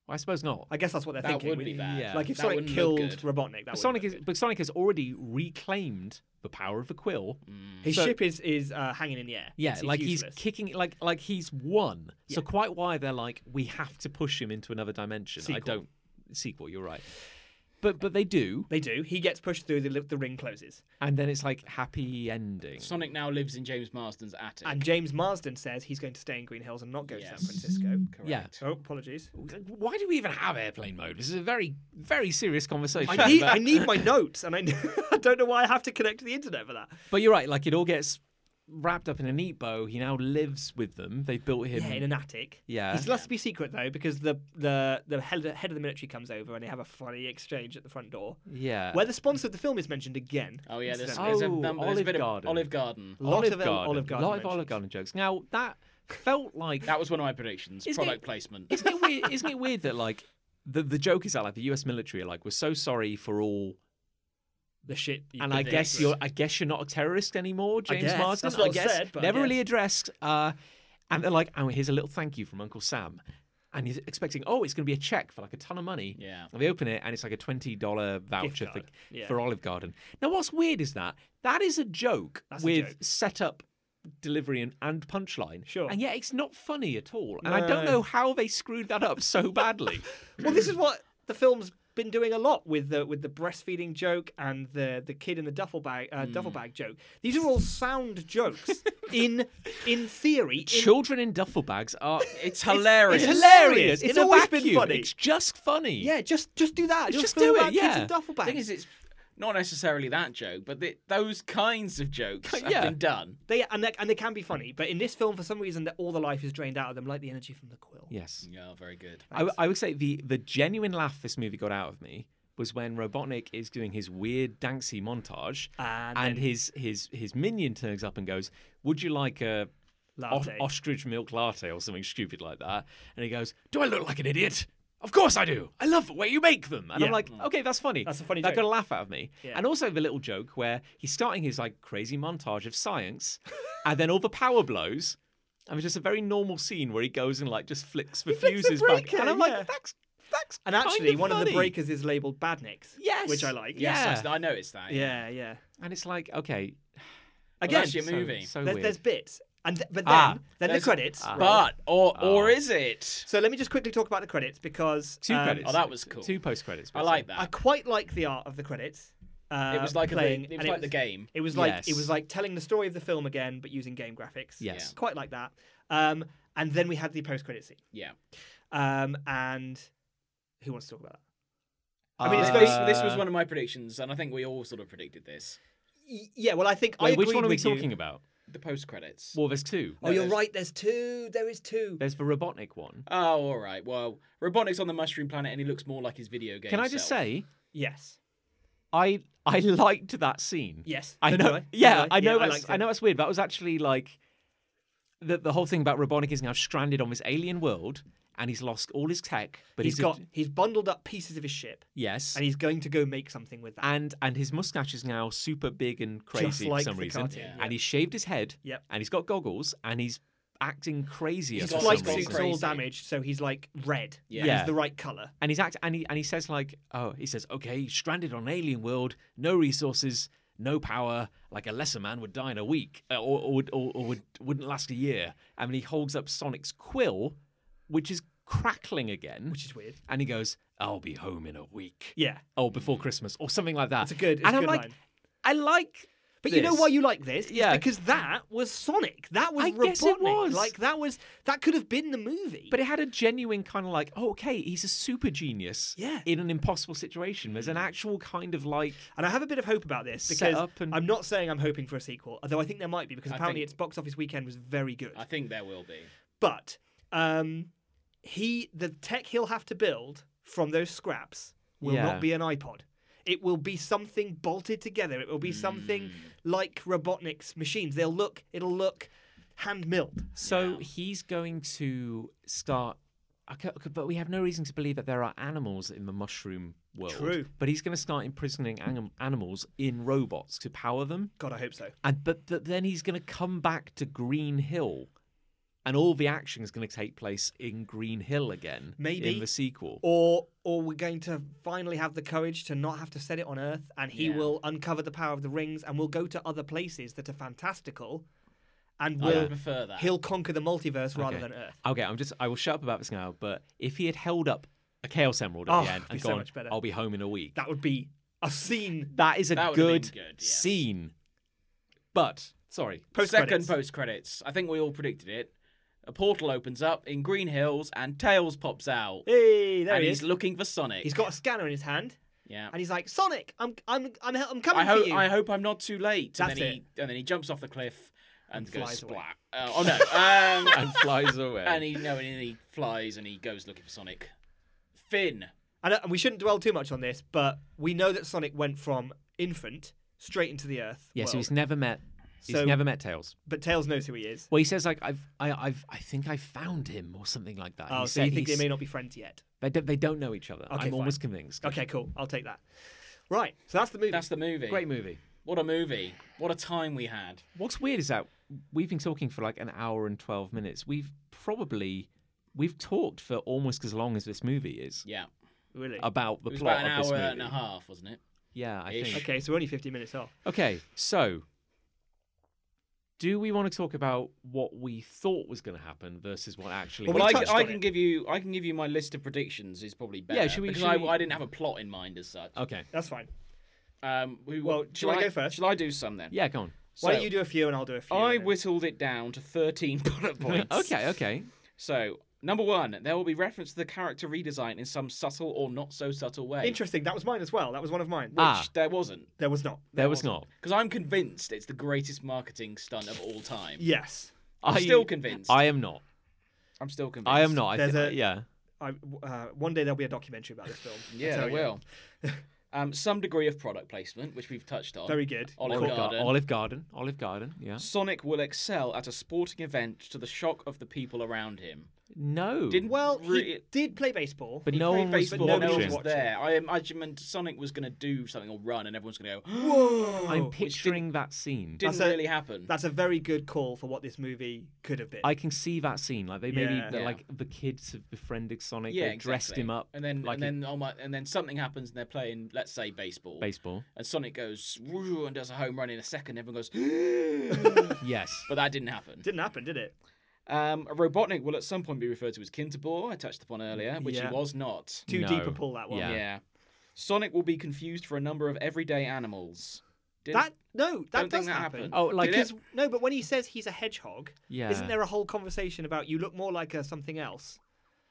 Speaker 1: Well, I suppose not.
Speaker 3: I guess that's what they're
Speaker 2: That
Speaker 3: thinking.
Speaker 2: would
Speaker 3: We-
Speaker 2: be bad.
Speaker 1: yeah.
Speaker 3: Like if
Speaker 2: That
Speaker 3: Sonic
Speaker 2: wouldn't look
Speaker 3: killed
Speaker 2: good.
Speaker 3: Robotnik, that
Speaker 1: But
Speaker 3: would
Speaker 1: Sonic is but Sonic has already reclaimed the power of the quill.
Speaker 3: his
Speaker 1: so-
Speaker 3: ship is is uh, hanging in the air.
Speaker 1: Yeah,
Speaker 3: Mm. It's- it's
Speaker 1: like
Speaker 3: useless.
Speaker 1: he's kicking, like like he's won. So
Speaker 3: Yeah.
Speaker 1: quite why they're like, we have to push him into another dimension. I
Speaker 3: Sequel.
Speaker 1: don't sequel. You're right, but but they do,
Speaker 3: They do. He gets pushed through. The, li- the ring closes,
Speaker 1: and then it's like happy ending.
Speaker 2: Sonic now lives in James Marsden's attic.
Speaker 3: and James Marsden says he's going to stay in Green Hills and not go to
Speaker 2: Yes.
Speaker 3: San Francisco.
Speaker 2: Correct.
Speaker 1: Yeah.
Speaker 3: Oh, apologies.
Speaker 1: Why do we even have airplane mode? This is a very very serious conversation.
Speaker 3: I need,
Speaker 1: but,
Speaker 3: I need my notes, and I, I don't know why I have to connect to the internet for that.
Speaker 1: but you're right. Like it all gets wrapped up in a neat bow. He now lives with them. They've built him.
Speaker 3: Yeah, in an attic.
Speaker 1: Yeah.
Speaker 3: He's has to be secret though, because the the the head, head of the military comes over and they have a funny exchange at the front door,
Speaker 1: yeah.
Speaker 3: where the sponsor of the film is mentioned again.
Speaker 2: Oh yeah, there's,
Speaker 3: incidentally.
Speaker 2: there's a
Speaker 1: Oh,
Speaker 2: number, there's a
Speaker 1: Olive
Speaker 2: bit of
Speaker 1: Garden.
Speaker 2: Olive Garden.
Speaker 3: lot of
Speaker 1: Garden.
Speaker 3: Olive Garden
Speaker 1: lot of Olive
Speaker 3: mentions.
Speaker 1: Garden jokes. Now that felt like
Speaker 2: That was one of my predictions.
Speaker 1: Isn't
Speaker 2: Product
Speaker 1: it-
Speaker 2: placement.
Speaker 1: isn't it weird? Isn't it weird that like the the joke is that like the U.S. military are like we're so sorry for all,
Speaker 3: the shit. you
Speaker 1: and
Speaker 3: did
Speaker 1: I
Speaker 3: to
Speaker 1: guess
Speaker 3: us.
Speaker 1: you're I guess you're not a terrorist anymore, James
Speaker 3: guess.
Speaker 1: Marsden.
Speaker 3: That's what
Speaker 1: I
Speaker 3: it
Speaker 1: guess
Speaker 3: said, but I
Speaker 1: never
Speaker 3: guess.
Speaker 1: really addressed. Uh, and they're like, oh, here's a little thank you from Uncle Sam, and he's expecting oh it's going to be a check for like a ton of money.
Speaker 2: Yeah.
Speaker 1: And they open it and it's like a twenty dollar voucher for
Speaker 3: card. Yeah.
Speaker 1: for Olive Garden. Now what's weird is that that is a joke
Speaker 3: That's a
Speaker 1: with
Speaker 3: joke.
Speaker 1: setup. Delivery and, and punchline,
Speaker 3: Sure.
Speaker 1: and yet it's not funny at all. And I don't
Speaker 3: No.
Speaker 1: know how they screwed that up so badly.
Speaker 3: Well, this is what the film's been doing a lot with the with the breastfeeding joke and the the kid in the duffel bag uh, duffel
Speaker 1: Hmm.
Speaker 3: bag joke. These are all sound jokes in in theory. in-
Speaker 1: Children in duffel bags are. It's
Speaker 2: hilarious.
Speaker 1: It's
Speaker 3: it's
Speaker 1: hilarious.
Speaker 3: hilarious.
Speaker 1: It's
Speaker 3: It's always been
Speaker 1: vacuum.
Speaker 3: funny.
Speaker 1: It's just funny.
Speaker 3: yeah, just just do that. Just,
Speaker 1: Just
Speaker 3: film
Speaker 1: do it,
Speaker 3: about kids
Speaker 1: yeah.
Speaker 3: in duffel
Speaker 2: The thing
Speaker 3: bags.
Speaker 2: is, it's not necessarily that joke, but th those kinds of jokes have
Speaker 1: yeah.
Speaker 2: been done.
Speaker 3: they and they, and they can be funny, but in this film, for some reason, that all the life is drained out of them, like the energy from the quill.
Speaker 1: Yes.
Speaker 2: Yeah, oh, very good.
Speaker 1: I, w- I would say the the genuine laugh this movie got out of me was when Robotnik is doing his weird dancey montage,
Speaker 3: And then-
Speaker 1: his his his minion turns up and goes, "Would you like a?" o-
Speaker 3: Latte.
Speaker 1: ostrich milk latte or something stupid like that. And he goes, Do I look like an idiot? Of course I do. I love the way you make them. And I'm
Speaker 3: Yeah. Mm.
Speaker 1: like, okay, that's funny.
Speaker 3: That's a funny
Speaker 1: That
Speaker 3: joke.
Speaker 1: got a laugh out of me.
Speaker 3: Yeah.
Speaker 1: And also the little joke where he's starting his like crazy montage of science and then all the power blows. And it's just a very normal scene where he goes and like just flicks the
Speaker 3: flicks the
Speaker 1: fuses back.
Speaker 3: breaker,
Speaker 1: And I'm
Speaker 3: yeah.
Speaker 1: like, that's that's
Speaker 3: And actually,
Speaker 1: kinda
Speaker 3: one of the
Speaker 1: funny."
Speaker 3: breakers is labeled Badniks.
Speaker 1: Yes.
Speaker 3: which I like.
Speaker 1: Yeah.
Speaker 2: Yes, I, I noticed that.
Speaker 3: yeah, yeah.
Speaker 1: And it's like, okay,
Speaker 3: Again,
Speaker 2: that's your
Speaker 1: so,
Speaker 2: movie.
Speaker 1: So
Speaker 3: there's,
Speaker 1: weird.
Speaker 3: there's bits, and th- but then
Speaker 1: Ah,
Speaker 3: then the
Speaker 2: there's-
Speaker 3: credits.
Speaker 1: ah.
Speaker 3: roll.
Speaker 2: But or or is it?
Speaker 3: So let me just quickly talk about the credits because
Speaker 1: two
Speaker 3: um,
Speaker 1: credits.
Speaker 2: oh, that was cool.
Speaker 1: Two post credits.
Speaker 2: I like
Speaker 3: I
Speaker 2: that.
Speaker 3: quite like the art of the credits. Uh,
Speaker 2: it was like a,
Speaker 3: playing,
Speaker 2: it was
Speaker 3: and
Speaker 2: like the game.
Speaker 3: It was like
Speaker 1: Yes.
Speaker 3: it was like telling the story of the film again, but using game graphics.
Speaker 1: Yes.
Speaker 3: quite like that. Um, and then we had the post credit scene.
Speaker 2: Yeah.
Speaker 3: Um, and who wants to talk about that?
Speaker 2: I mean, it's
Speaker 1: Uh,
Speaker 2: this, this was one of my predictions, and I think we all sort of predicted this.
Speaker 3: Y- yeah, well, I think I
Speaker 1: Wait, which
Speaker 3: agreed
Speaker 1: one are we
Speaker 3: with you.
Speaker 1: talking about?
Speaker 2: The post credits.
Speaker 1: Well, there's two.
Speaker 3: Oh, you're
Speaker 2: there's-
Speaker 3: right. There's two. There is two.
Speaker 1: There's the Robotnik one.
Speaker 2: Oh, all right. Well, Robotnik's on the mushroom planet, and he looks more like his video game.
Speaker 1: Can I just
Speaker 2: self.
Speaker 1: say,
Speaker 3: Yes.
Speaker 1: I I liked that scene.
Speaker 3: Yes.
Speaker 1: I
Speaker 3: So
Speaker 1: know.
Speaker 3: do I. So
Speaker 1: Yeah,
Speaker 3: do
Speaker 1: I know.
Speaker 3: I,
Speaker 1: that's,
Speaker 3: liked
Speaker 1: I,
Speaker 3: it.
Speaker 1: know it's weird. But that was actually like the the whole thing about Robotnik is now stranded on this alien world, and he's lost all his tech. But he's,
Speaker 3: he's
Speaker 1: a-
Speaker 3: got he's bundled up pieces of his ship,
Speaker 1: yes,
Speaker 3: and he's going to go make something with that.
Speaker 1: and and his mustache is now super big and crazy
Speaker 3: like
Speaker 1: for some
Speaker 3: the
Speaker 1: reason.
Speaker 3: cartoon, Yeah.
Speaker 1: And he's shaved his head.
Speaker 3: Yep.
Speaker 1: And he's got goggles, and he's acting crazier.
Speaker 4: He's
Speaker 1: for some
Speaker 4: got-
Speaker 3: Flight
Speaker 4: he's got
Speaker 1: reason.
Speaker 3: suit's all
Speaker 4: crazy.
Speaker 3: damaged, so he's like red.
Speaker 4: Yeah.
Speaker 3: And
Speaker 1: Yeah.
Speaker 3: He's the right color.
Speaker 1: and he's act and he and he says like, oh, he says, okay, stranded on an alien world, no resources, no power, like a lesser man would die in a week, uh, or or, would, or, or would wouldn't last a year. I mean, he holds up Sonic's quill, which is crackling again,
Speaker 3: Which is weird.
Speaker 1: and he goes, "I'll be home in a week."
Speaker 3: Yeah.
Speaker 1: Oh, before Christmas or something like that.
Speaker 3: It's a good- it's
Speaker 1: and
Speaker 3: a
Speaker 1: I'm
Speaker 3: good
Speaker 1: like,
Speaker 3: line.
Speaker 1: I like.
Speaker 3: But you know
Speaker 1: this.
Speaker 3: why you like this? It's
Speaker 1: Yeah.
Speaker 3: because that was Sonic. That was
Speaker 1: I
Speaker 3: Robotnik.
Speaker 1: guess it was.
Speaker 3: Like that was that could have been the movie.
Speaker 1: But it had a genuine kind of like, oh, okay, he's a super genius.
Speaker 3: Yeah. Mm.
Speaker 1: In an impossible situation, there's an actual kind of like.
Speaker 3: and I have a bit of hope about this
Speaker 1: Set
Speaker 3: because
Speaker 1: up and-
Speaker 3: I'm not saying I'm hoping for a sequel, although I think there might be because
Speaker 4: I
Speaker 3: apparently
Speaker 4: think-
Speaker 3: its box office weekend was very good.
Speaker 4: I think there will be.
Speaker 3: But um, he the tech he'll have to build from those scraps will
Speaker 1: Yeah.
Speaker 3: not be an iPod. It will be something bolted together. It will be something like Robotnik's machines. They'll look. It'll look hand milled.
Speaker 1: So he's going to start. okay, okay, But we have no reason to believe that there are animals in the mushroom world.
Speaker 3: True.
Speaker 1: But he's going to start imprisoning anim- animals in robots to power them.
Speaker 3: God, I hope so.
Speaker 1: And but, but then he's going to come back to Green Hill, and all the action is going to take place in Green Hill again.
Speaker 3: Maybe.
Speaker 1: in the sequel.
Speaker 3: Or or we're going to finally have the courage to not have to set it on Earth, and he
Speaker 4: Yeah.
Speaker 3: will uncover the power of the rings, and we'll go to other places that are fantastical, and
Speaker 4: I
Speaker 3: will
Speaker 4: would prefer that.
Speaker 3: he'll conquer the multiverse rather
Speaker 1: Okay.
Speaker 3: than Earth.
Speaker 1: Okay, I'm just. I will shut up about this now. But if he had held up a Chaos Emerald at
Speaker 3: Oh,
Speaker 1: the end
Speaker 3: it'd be
Speaker 1: and
Speaker 3: so
Speaker 1: gone,
Speaker 3: much better.
Speaker 1: "I'll be home in a week,"
Speaker 3: That would be a scene.
Speaker 1: that is a
Speaker 4: That would've been
Speaker 1: good,
Speaker 4: good, yes.
Speaker 1: scene. But sorry,
Speaker 4: Second
Speaker 3: Post-credits.
Speaker 4: post credits. I think we all predicted it. A portal opens up in Green Hills and Tails pops out.
Speaker 3: Hey, there
Speaker 4: and
Speaker 3: he
Speaker 4: he's
Speaker 3: is.
Speaker 4: looking for Sonic.
Speaker 3: He's got a scanner in his hand,
Speaker 4: yeah.
Speaker 3: and he's like, "Sonic, I'm, I'm, I'm, hel- I'm coming
Speaker 4: I hope
Speaker 3: for you."
Speaker 4: I hope I'm not too late.
Speaker 3: That's
Speaker 4: and then he and then he jumps off the cliff and, goes
Speaker 3: flies away.
Speaker 4: splat. Uh, oh no. Um,
Speaker 1: and flies away.
Speaker 4: and he no and then he flies and he goes looking for Sonic. Finn.
Speaker 3: And uh, we shouldn't dwell too much on this, but we know that Sonic went from infant straight into the Earth.
Speaker 1: yeah, so
Speaker 3: world.
Speaker 1: he's never met. He's
Speaker 3: So-
Speaker 1: never met Tails.
Speaker 3: but Tails knows who he is.
Speaker 1: Well, he says like I've, I, I've, I think I found him or something like that.
Speaker 3: Oh,
Speaker 1: He
Speaker 3: so
Speaker 1: said-
Speaker 3: you think
Speaker 1: he
Speaker 3: they may
Speaker 1: s-
Speaker 3: not be friends yet?
Speaker 1: They don't, they don't know each other. I'm
Speaker 3: fine.
Speaker 1: almost convinced.
Speaker 3: Okay, cool. I'll take that. Right. So that's the movie.
Speaker 4: That's the movie.
Speaker 1: Great movie.
Speaker 4: What a movie. What a time we had.
Speaker 1: What's weird is that we've been talking for like an hour and 12 minutes. We've probably we've talked for almost as long as this movie is
Speaker 4: Yeah.
Speaker 3: really.
Speaker 1: about the
Speaker 4: It was
Speaker 1: plot
Speaker 4: about an
Speaker 1: of this
Speaker 4: hour
Speaker 1: movie.
Speaker 4: and a half, wasn't it?
Speaker 1: Yeah, I
Speaker 4: Ish.
Speaker 1: think.
Speaker 3: okay, so we're only 50 minutes off.
Speaker 1: Okay, so do we want to talk about what we thought was going to happen versus what actually
Speaker 3: Well, we
Speaker 4: Well, I,
Speaker 1: happened?
Speaker 4: can-
Speaker 3: touched
Speaker 4: I
Speaker 3: on
Speaker 4: can
Speaker 3: it.
Speaker 4: give you I can give you my list of predictions is probably better.
Speaker 1: should we-
Speaker 4: because
Speaker 1: should
Speaker 4: I,
Speaker 1: we- Oh.
Speaker 4: I didn't have a plot in mind as such.
Speaker 1: Okay.
Speaker 3: That's fine.
Speaker 4: Um, we,
Speaker 3: Well, do you
Speaker 4: shall
Speaker 3: wanna go first?
Speaker 4: Shall I do some then?
Speaker 1: Yeah, go on.
Speaker 3: Why
Speaker 4: So-
Speaker 3: don't you do a few and I'll do a few?
Speaker 4: I
Speaker 3: and then-
Speaker 4: whittled it down to 13 bullet points.
Speaker 1: Okay, okay.
Speaker 4: So, number one, there will be reference to the character redesign in some subtle or not so subtle way. Which
Speaker 3: Interesting. That was mine as well. That was one of mine.
Speaker 1: Ah.
Speaker 4: there wasn't.
Speaker 3: There was not.
Speaker 1: There was not.
Speaker 4: Because I'm convinced it's the greatest marketing stunt of all time.
Speaker 3: Yes.
Speaker 4: I'm
Speaker 1: I-
Speaker 4: still convinced.
Speaker 1: I am not.
Speaker 4: I'm still convinced.
Speaker 1: I am not. I
Speaker 3: There's
Speaker 1: thi-
Speaker 3: a-
Speaker 1: yeah.
Speaker 3: I, uh, one day there'll be a documentary about this film. I
Speaker 4: Yeah,
Speaker 3: tell
Speaker 4: there
Speaker 3: you.
Speaker 4: will. um, some degree of product placement, which we've touched on.
Speaker 3: Very good.
Speaker 4: Olive
Speaker 1: Olive, Gar-
Speaker 4: Garden.
Speaker 1: Olive Garden. Olive Garden. Yeah.
Speaker 4: Sonic will excel at a sporting event to the shock of the people around him.
Speaker 1: No.
Speaker 4: Didn't
Speaker 3: Well, he
Speaker 4: Re-
Speaker 3: did play baseball.
Speaker 1: But
Speaker 4: He
Speaker 1: no
Speaker 4: played
Speaker 1: one was
Speaker 4: baseball, but no one
Speaker 1: watching.
Speaker 4: was there. I imagine meant Sonic was going to do something or run, and everyone's going to go.
Speaker 3: Whoa.
Speaker 1: I'm picturing that scene.
Speaker 4: Didn't
Speaker 3: That's a-
Speaker 4: really happen.
Speaker 3: That's a very good call for what this movie could have been.
Speaker 1: I can see that scene. Like they maybe
Speaker 3: Yeah.
Speaker 1: the-
Speaker 4: Yeah.
Speaker 1: like the kids have befriended Sonic.
Speaker 4: yeah,
Speaker 1: they dressed
Speaker 4: exactly.
Speaker 1: him up.
Speaker 4: and then
Speaker 1: like
Speaker 4: and
Speaker 1: a
Speaker 4: then oh my, and then something happens, and they're playing, let's say, baseball.
Speaker 1: baseball.
Speaker 4: And Sonic goes "Woo," and does a home run in a second. Everyone goes,
Speaker 1: Yes.
Speaker 4: but that didn't happen.
Speaker 3: Didn't happen, did it?
Speaker 4: Um, Robotnik will at some point be referred to as Kinterbor, I touched upon earlier, which
Speaker 3: Yeah.
Speaker 4: he was not.
Speaker 3: Too
Speaker 1: No.
Speaker 3: deep a pull that one.
Speaker 1: Yeah.
Speaker 4: Yeah. Sonic will be confused for a number of everyday animals. Did-
Speaker 3: That no, that
Speaker 4: Don't think
Speaker 3: doesn't
Speaker 4: that
Speaker 3: happen.
Speaker 4: happened.
Speaker 1: Oh, like
Speaker 3: because no, but when he says he's a hedgehog,
Speaker 1: yeah.
Speaker 3: isn't there a whole conversation about you look more like a something else?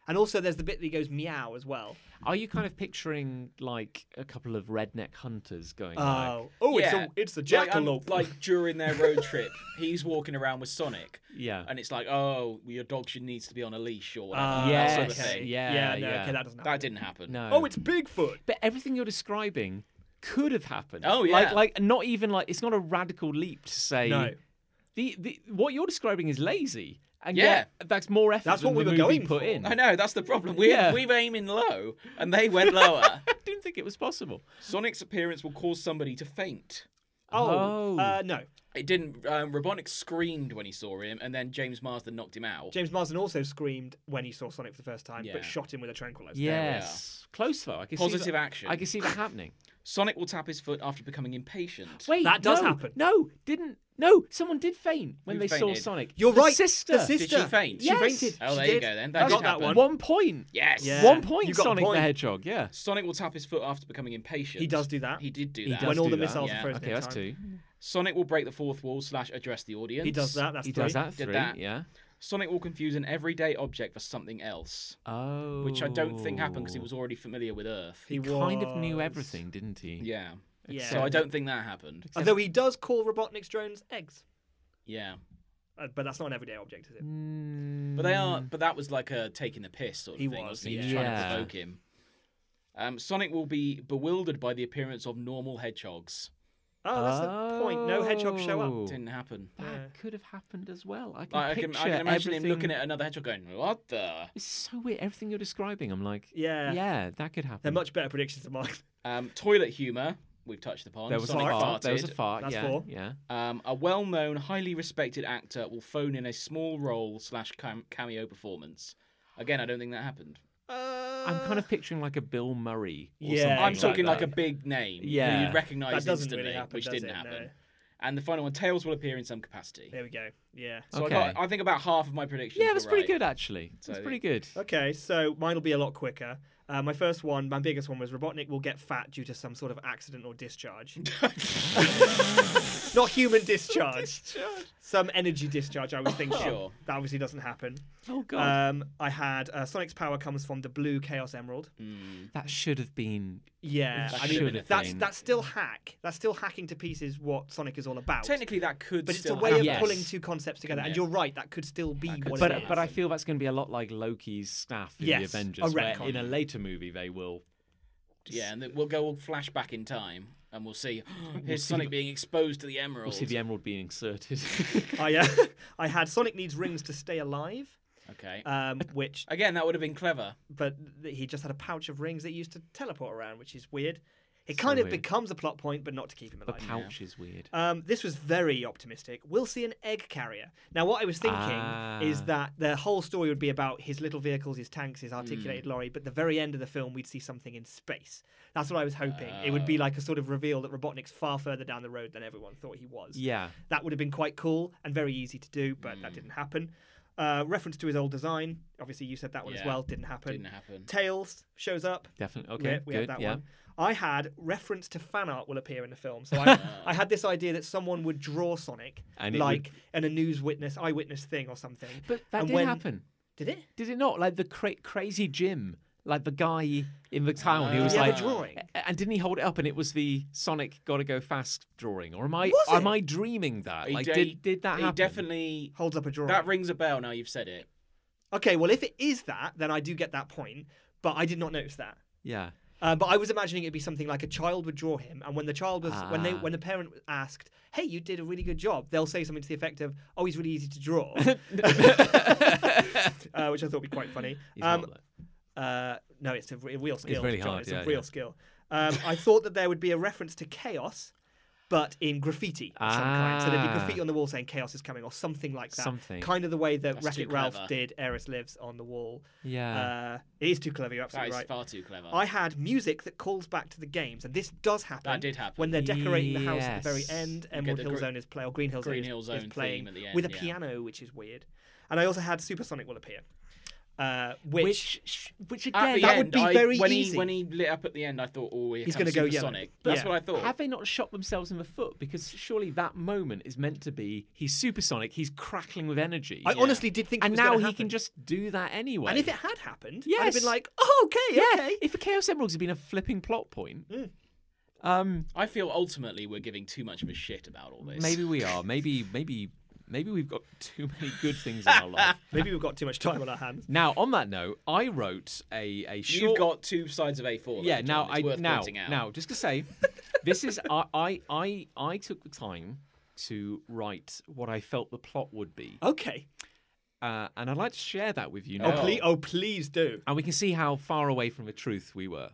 Speaker 3: And also, there's the bit that he goes meow as well.
Speaker 1: Are you kind of picturing like a couple of redneck hunters going? like,
Speaker 3: Oh, oh, it's
Speaker 4: Uh, Yeah.
Speaker 3: a it's the
Speaker 4: Like, um,
Speaker 3: jackalope.
Speaker 4: like during their road trip, he's walking around with Sonic,
Speaker 1: yeah.
Speaker 4: and it's like, oh, your dog should needs to be on a leash or
Speaker 1: Uh,
Speaker 4: whatever.
Speaker 3: Ah,
Speaker 4: that sort of
Speaker 1: yes,
Speaker 4: thing.
Speaker 1: yeah,
Speaker 3: yeah, no,
Speaker 1: yeah.
Speaker 3: okay, that doesn't happen.
Speaker 4: That didn't happen.
Speaker 1: No.
Speaker 3: Oh, it's Bigfoot.
Speaker 1: But everything you're describing could have happened.
Speaker 4: Oh,
Speaker 1: Like
Speaker 4: yeah.
Speaker 1: like not even like it's not a radical leap to say.
Speaker 3: No.
Speaker 1: The, the what you're describing is lazy, and
Speaker 4: Yeah.
Speaker 1: yet that's more effort
Speaker 3: That's
Speaker 1: than
Speaker 3: what we
Speaker 1: the
Speaker 3: were
Speaker 1: movie
Speaker 3: going
Speaker 1: put
Speaker 3: for.
Speaker 1: in.
Speaker 4: I know that's the problem. We
Speaker 1: Yeah.
Speaker 4: we've aiming low, and they went lower.
Speaker 1: I didn't think it was possible.
Speaker 4: Sonic's appearance will cause somebody to faint.
Speaker 3: Oh,
Speaker 1: Oh.
Speaker 3: Uh, no.
Speaker 4: It didn't. Um, Robotnik screamed when he saw him, and then James Marsden knocked him out.
Speaker 3: James Marsden also screamed when he saw Sonic for the first time,
Speaker 4: Yeah.
Speaker 3: but shot him with a tranquilizer.
Speaker 1: Yes. Close though. I can see
Speaker 4: Positive
Speaker 1: that,
Speaker 4: action.
Speaker 1: I can see that happening.
Speaker 4: Sonic will tap his foot after becoming impatient.
Speaker 1: Wait,
Speaker 3: That does
Speaker 1: no,
Speaker 3: happen.
Speaker 1: No, didn't. No, someone did faint when
Speaker 4: Who
Speaker 1: they
Speaker 4: fainted?
Speaker 1: saw Sonic.
Speaker 3: You're
Speaker 1: The
Speaker 3: right.
Speaker 1: Sister.
Speaker 3: The
Speaker 4: Did
Speaker 3: sister.
Speaker 4: she faint?
Speaker 3: She
Speaker 1: Yes.
Speaker 3: fainted.
Speaker 4: Oh,
Speaker 3: She
Speaker 4: there you
Speaker 3: did.
Speaker 4: go then. That
Speaker 3: That's not
Speaker 4: did
Speaker 3: that
Speaker 4: happen.
Speaker 3: one.
Speaker 1: One point.
Speaker 4: Yes.
Speaker 3: Yeah.
Speaker 1: One point.
Speaker 5: You got a
Speaker 1: Sonic
Speaker 5: point.
Speaker 1: the Hedgehog. Yeah.
Speaker 4: Sonic will tap his foot after becoming impatient.
Speaker 3: He does do that.
Speaker 4: He did do
Speaker 1: He
Speaker 4: that.
Speaker 1: does
Speaker 3: when all
Speaker 1: do
Speaker 3: the
Speaker 1: that.
Speaker 3: missiles
Speaker 4: Yeah.
Speaker 3: are frozen
Speaker 1: Okay,
Speaker 3: in
Speaker 1: that's
Speaker 3: time.
Speaker 1: two.
Speaker 4: Sonic will break the fourth wall slash address the audience.
Speaker 3: He does that. That's
Speaker 1: he
Speaker 3: three.
Speaker 1: does that
Speaker 4: Did
Speaker 1: three.
Speaker 4: that.
Speaker 1: Yeah.
Speaker 4: Sonic will confuse an everyday object for something else,
Speaker 1: Oh.
Speaker 4: which I don't think happened because he was already familiar with Earth.
Speaker 3: He
Speaker 1: kind of knew
Speaker 3: was.
Speaker 1: everything, didn't he?
Speaker 4: Yeah.
Speaker 3: Yeah.
Speaker 4: So I don't think that happened.
Speaker 3: Although he does call Robotnik's drones eggs,
Speaker 4: Yeah.
Speaker 3: uh, but that's not an everyday object, is it?
Speaker 1: Mm,
Speaker 4: But they are. But that was like a taking the piss sort of
Speaker 3: He
Speaker 4: thing.
Speaker 3: was,
Speaker 4: wasn't he?
Speaker 3: yeah.
Speaker 4: He was trying
Speaker 1: Yeah.
Speaker 4: to provoke him. Um, Sonic will be bewildered by the appearance of normal hedgehogs.
Speaker 3: Oh, that's the point. No hedgehogs show up.
Speaker 1: Oh.
Speaker 4: Didn't happen.
Speaker 1: That
Speaker 3: Yeah.
Speaker 1: could have happened as well. I can,
Speaker 4: Like, I can,
Speaker 1: picture
Speaker 4: I can imagine
Speaker 1: everything...
Speaker 4: him looking at another hedgehog going, "What the?"
Speaker 1: It's so weird. Everything you're describing, I'm like,
Speaker 3: Yeah.
Speaker 1: yeah, that could happen.
Speaker 3: They're much better predictions than mine.
Speaker 4: Um, toilet humor. We've touched upon.
Speaker 1: There was
Speaker 4: Sonic
Speaker 1: a fart. There was a
Speaker 4: farted.
Speaker 1: fart.
Speaker 3: That's
Speaker 1: yeah,
Speaker 3: four.
Speaker 1: yeah.
Speaker 4: Um, a well-known, highly respected actor will phone in a small role slash cam- cameo performance. Again, I don't think that happened.
Speaker 1: I'm
Speaker 3: Uh,
Speaker 1: kind of picturing like a Bill Murray. Or
Speaker 3: Yeah,
Speaker 1: something
Speaker 4: I'm
Speaker 3: Exactly.
Speaker 4: talking like
Speaker 1: that.
Speaker 4: a big name.
Speaker 1: Yeah.
Speaker 4: who you'd recognise
Speaker 3: That doesn't
Speaker 4: instantly,
Speaker 3: really happen,
Speaker 4: which
Speaker 3: does
Speaker 4: didn't
Speaker 3: it?
Speaker 4: happen.
Speaker 3: No.
Speaker 4: And the final one, Tails will appear in some capacity.
Speaker 3: There we go. Yeah.
Speaker 4: So
Speaker 1: Okay.
Speaker 4: I, got, I think about half of my predictions.
Speaker 1: Yeah,
Speaker 4: were
Speaker 1: that's pretty
Speaker 4: right.
Speaker 1: good actually. That's
Speaker 4: So-
Speaker 1: pretty good.
Speaker 3: Okay, so mine will be a lot quicker. Uh, my first one, my biggest one was Robotnik will get fat due to some sort of accident or discharge. Not human discharge. Some energy discharge, I was thinking.
Speaker 4: Sure.
Speaker 3: That obviously doesn't happen.
Speaker 1: Oh god,
Speaker 3: Um, I had uh, Sonic's power comes from the blue Chaos Emerald.
Speaker 1: that should have been.
Speaker 3: Yeah,
Speaker 1: That
Speaker 3: I
Speaker 1: should
Speaker 3: mean
Speaker 1: have
Speaker 3: that's
Speaker 1: been.
Speaker 3: that's still hack. That's still hacking to pieces what Sonic is all about.
Speaker 4: Technically, that could.
Speaker 3: but it's a
Speaker 4: still
Speaker 3: way
Speaker 4: happen.
Speaker 3: of
Speaker 1: Yes.
Speaker 3: pulling two concepts together. And
Speaker 4: Yeah.
Speaker 3: you're right, that could still be
Speaker 4: could
Speaker 3: what
Speaker 4: still
Speaker 3: it
Speaker 1: But
Speaker 3: is.
Speaker 1: but I feel that's going to be a lot like Loki's staff in
Speaker 3: Yes,
Speaker 1: the
Speaker 3: a
Speaker 1: Avengers. where
Speaker 3: retcon.
Speaker 1: in a later movie they will.
Speaker 4: Yeah, and then we'll go all flash back in time, and we'll see. Here's Sonic being exposed to the Emerald.
Speaker 1: We'll see the emerald being inserted.
Speaker 3: I, uh, I had Sonic needs rings to stay alive,
Speaker 4: okay.
Speaker 3: um, which
Speaker 4: Again, that would have been clever.
Speaker 3: but th- he just had a pouch of rings that he used to teleport around, which is weird. It kind of
Speaker 1: weird.
Speaker 3: becomes a plot point, but not to keep him
Speaker 1: the
Speaker 3: alive.
Speaker 1: pouch is weird.
Speaker 3: Um, this was very optimistic. We'll see an egg carrier. Now, what I was thinking is
Speaker 1: Ah.
Speaker 3: that the whole story would be about his little vehicles, his tanks, his
Speaker 1: Hmm.
Speaker 3: articulated lorry, but the very end of the film, we'd see something in space. That's what I was hoping. it would
Speaker 1: Ah.
Speaker 3: be like a sort of reveal that Robotnik's far further down the road than everyone thought he was.
Speaker 1: Yeah.
Speaker 3: That would have been quite cool and very easy to do, but
Speaker 1: Hmm.
Speaker 3: that didn't happen. Uh, reference to his old design. Obviously, you said that one as
Speaker 4: Yeah.
Speaker 3: well. Didn't happen.
Speaker 4: Didn't happen.
Speaker 3: Tails shows up.
Speaker 1: Definitely.
Speaker 3: We-
Speaker 1: Okay.
Speaker 3: we,
Speaker 1: good.
Speaker 3: had that
Speaker 1: yeah.
Speaker 3: one. I had reference to fan art will appear in the film, so I, I had this idea that someone would draw Sonic
Speaker 1: And it would-
Speaker 3: like in a news witness, eyewitness thing or something.
Speaker 1: But that
Speaker 3: And
Speaker 1: did
Speaker 3: when-
Speaker 1: happen.
Speaker 3: Did it?
Speaker 1: Did it not? Like the cra- crazy Jim, like the guy in the town who was
Speaker 3: yeah,
Speaker 1: like
Speaker 3: the drawing.
Speaker 1: A- And didn't he hold it up and it was the Sonic "Gotta Go Fast" drawing? Or am I
Speaker 3: Was
Speaker 1: am
Speaker 3: it?
Speaker 1: I dreaming that?
Speaker 4: He
Speaker 1: Like
Speaker 4: de-
Speaker 1: did did that
Speaker 4: he
Speaker 1: happen?
Speaker 4: definitely.
Speaker 3: Holds up a drawing.
Speaker 4: That rings a bell. Now you've said it.
Speaker 3: okay, well if it is that, then I do get that point, but I did not notice that.
Speaker 1: Yeah.
Speaker 3: Uh, but I was imagining it'd be something like a child would draw him, and when the child was when they
Speaker 1: Ah.
Speaker 3: when the parent asked, "Hey, you did a really good job," they'll say something to the effect of, "Oh, he's really easy to draw," uh, which I thought would be quite funny.
Speaker 1: He's
Speaker 3: Um,
Speaker 1: not like-
Speaker 3: Uh, no, it's a re- real skill.
Speaker 1: really
Speaker 3: John.
Speaker 1: hard,
Speaker 3: It's
Speaker 1: yeah,
Speaker 3: a real
Speaker 1: yeah.
Speaker 3: skill. Um, I thought that there would be a reference to chaos, but in graffiti of some kind. So there'd be
Speaker 1: Ah.
Speaker 3: graffiti on the wall saying chaos is coming or something like that.
Speaker 1: Something.
Speaker 3: Kind of the way that
Speaker 4: That's
Speaker 3: Wreck
Speaker 4: too
Speaker 3: It Ralph
Speaker 4: clever.
Speaker 3: did Eris Lives on the wall.
Speaker 1: yeah.
Speaker 3: Uh, it is too clever, you're
Speaker 4: That
Speaker 3: absolutely
Speaker 4: is
Speaker 3: right.
Speaker 4: far too clever.
Speaker 3: I had music that calls back to the games, and this does happen.
Speaker 4: That did happen.
Speaker 3: When they're decorating the house at the very
Speaker 1: Yes.
Speaker 3: end,
Speaker 4: get
Speaker 3: Emerald
Speaker 4: the
Speaker 3: Hill
Speaker 4: gr-
Speaker 3: Zone is play or Green Hill
Speaker 4: Green
Speaker 3: Zone
Speaker 4: Hill
Speaker 3: is,
Speaker 4: Zone
Speaker 3: is playing
Speaker 4: theme at the
Speaker 3: with a
Speaker 4: end, yeah.
Speaker 3: piano, which is weird. And I also had Supersonic will appear, uh,
Speaker 1: which sh- which
Speaker 4: At
Speaker 1: again
Speaker 4: the
Speaker 3: that
Speaker 4: end,
Speaker 3: would be
Speaker 4: I-
Speaker 3: very
Speaker 4: when
Speaker 3: easy.
Speaker 4: He, when he lit up at the end, I thought, oh, here
Speaker 3: He's
Speaker 4: going to
Speaker 3: gonna go yellow.
Speaker 4: Sonic. That's
Speaker 3: Yeah.
Speaker 4: what I thought.
Speaker 1: have they not shot themselves in the foot? Because surely that moment is meant to be he's supersonic, he's crackling with energy.
Speaker 3: I honestly did think. it
Speaker 1: and
Speaker 3: was gonna
Speaker 1: now he
Speaker 3: happen.
Speaker 1: can just do that anyway.
Speaker 3: And if it had happened, I'd
Speaker 1: Yes.
Speaker 3: have been like, oh, okay,
Speaker 1: yeah,
Speaker 3: okay.
Speaker 1: if the Chaos Emeralds had been a flipping plot point, um,
Speaker 4: I feel ultimately we're giving too much of a shit about all this.
Speaker 1: Maybe we are. Maybe maybe maybe we've got too many good things in our life.
Speaker 3: Maybe we've got too much time on our hands.
Speaker 1: Now, on that note, I wrote a a short.
Speaker 4: You've got two sides of A4.
Speaker 1: yeah.
Speaker 4: though,
Speaker 1: Now
Speaker 4: John.
Speaker 1: I
Speaker 4: it's worth
Speaker 1: now
Speaker 4: pointing out.
Speaker 1: now just to say, this is I I I I took the time to write what I felt the plot would be,
Speaker 3: Okay.
Speaker 1: uh, and I'd like to share that with you
Speaker 3: Oh,
Speaker 1: now,
Speaker 4: No.
Speaker 3: please, oh, please do.
Speaker 1: and we can see how far away from the truth we were.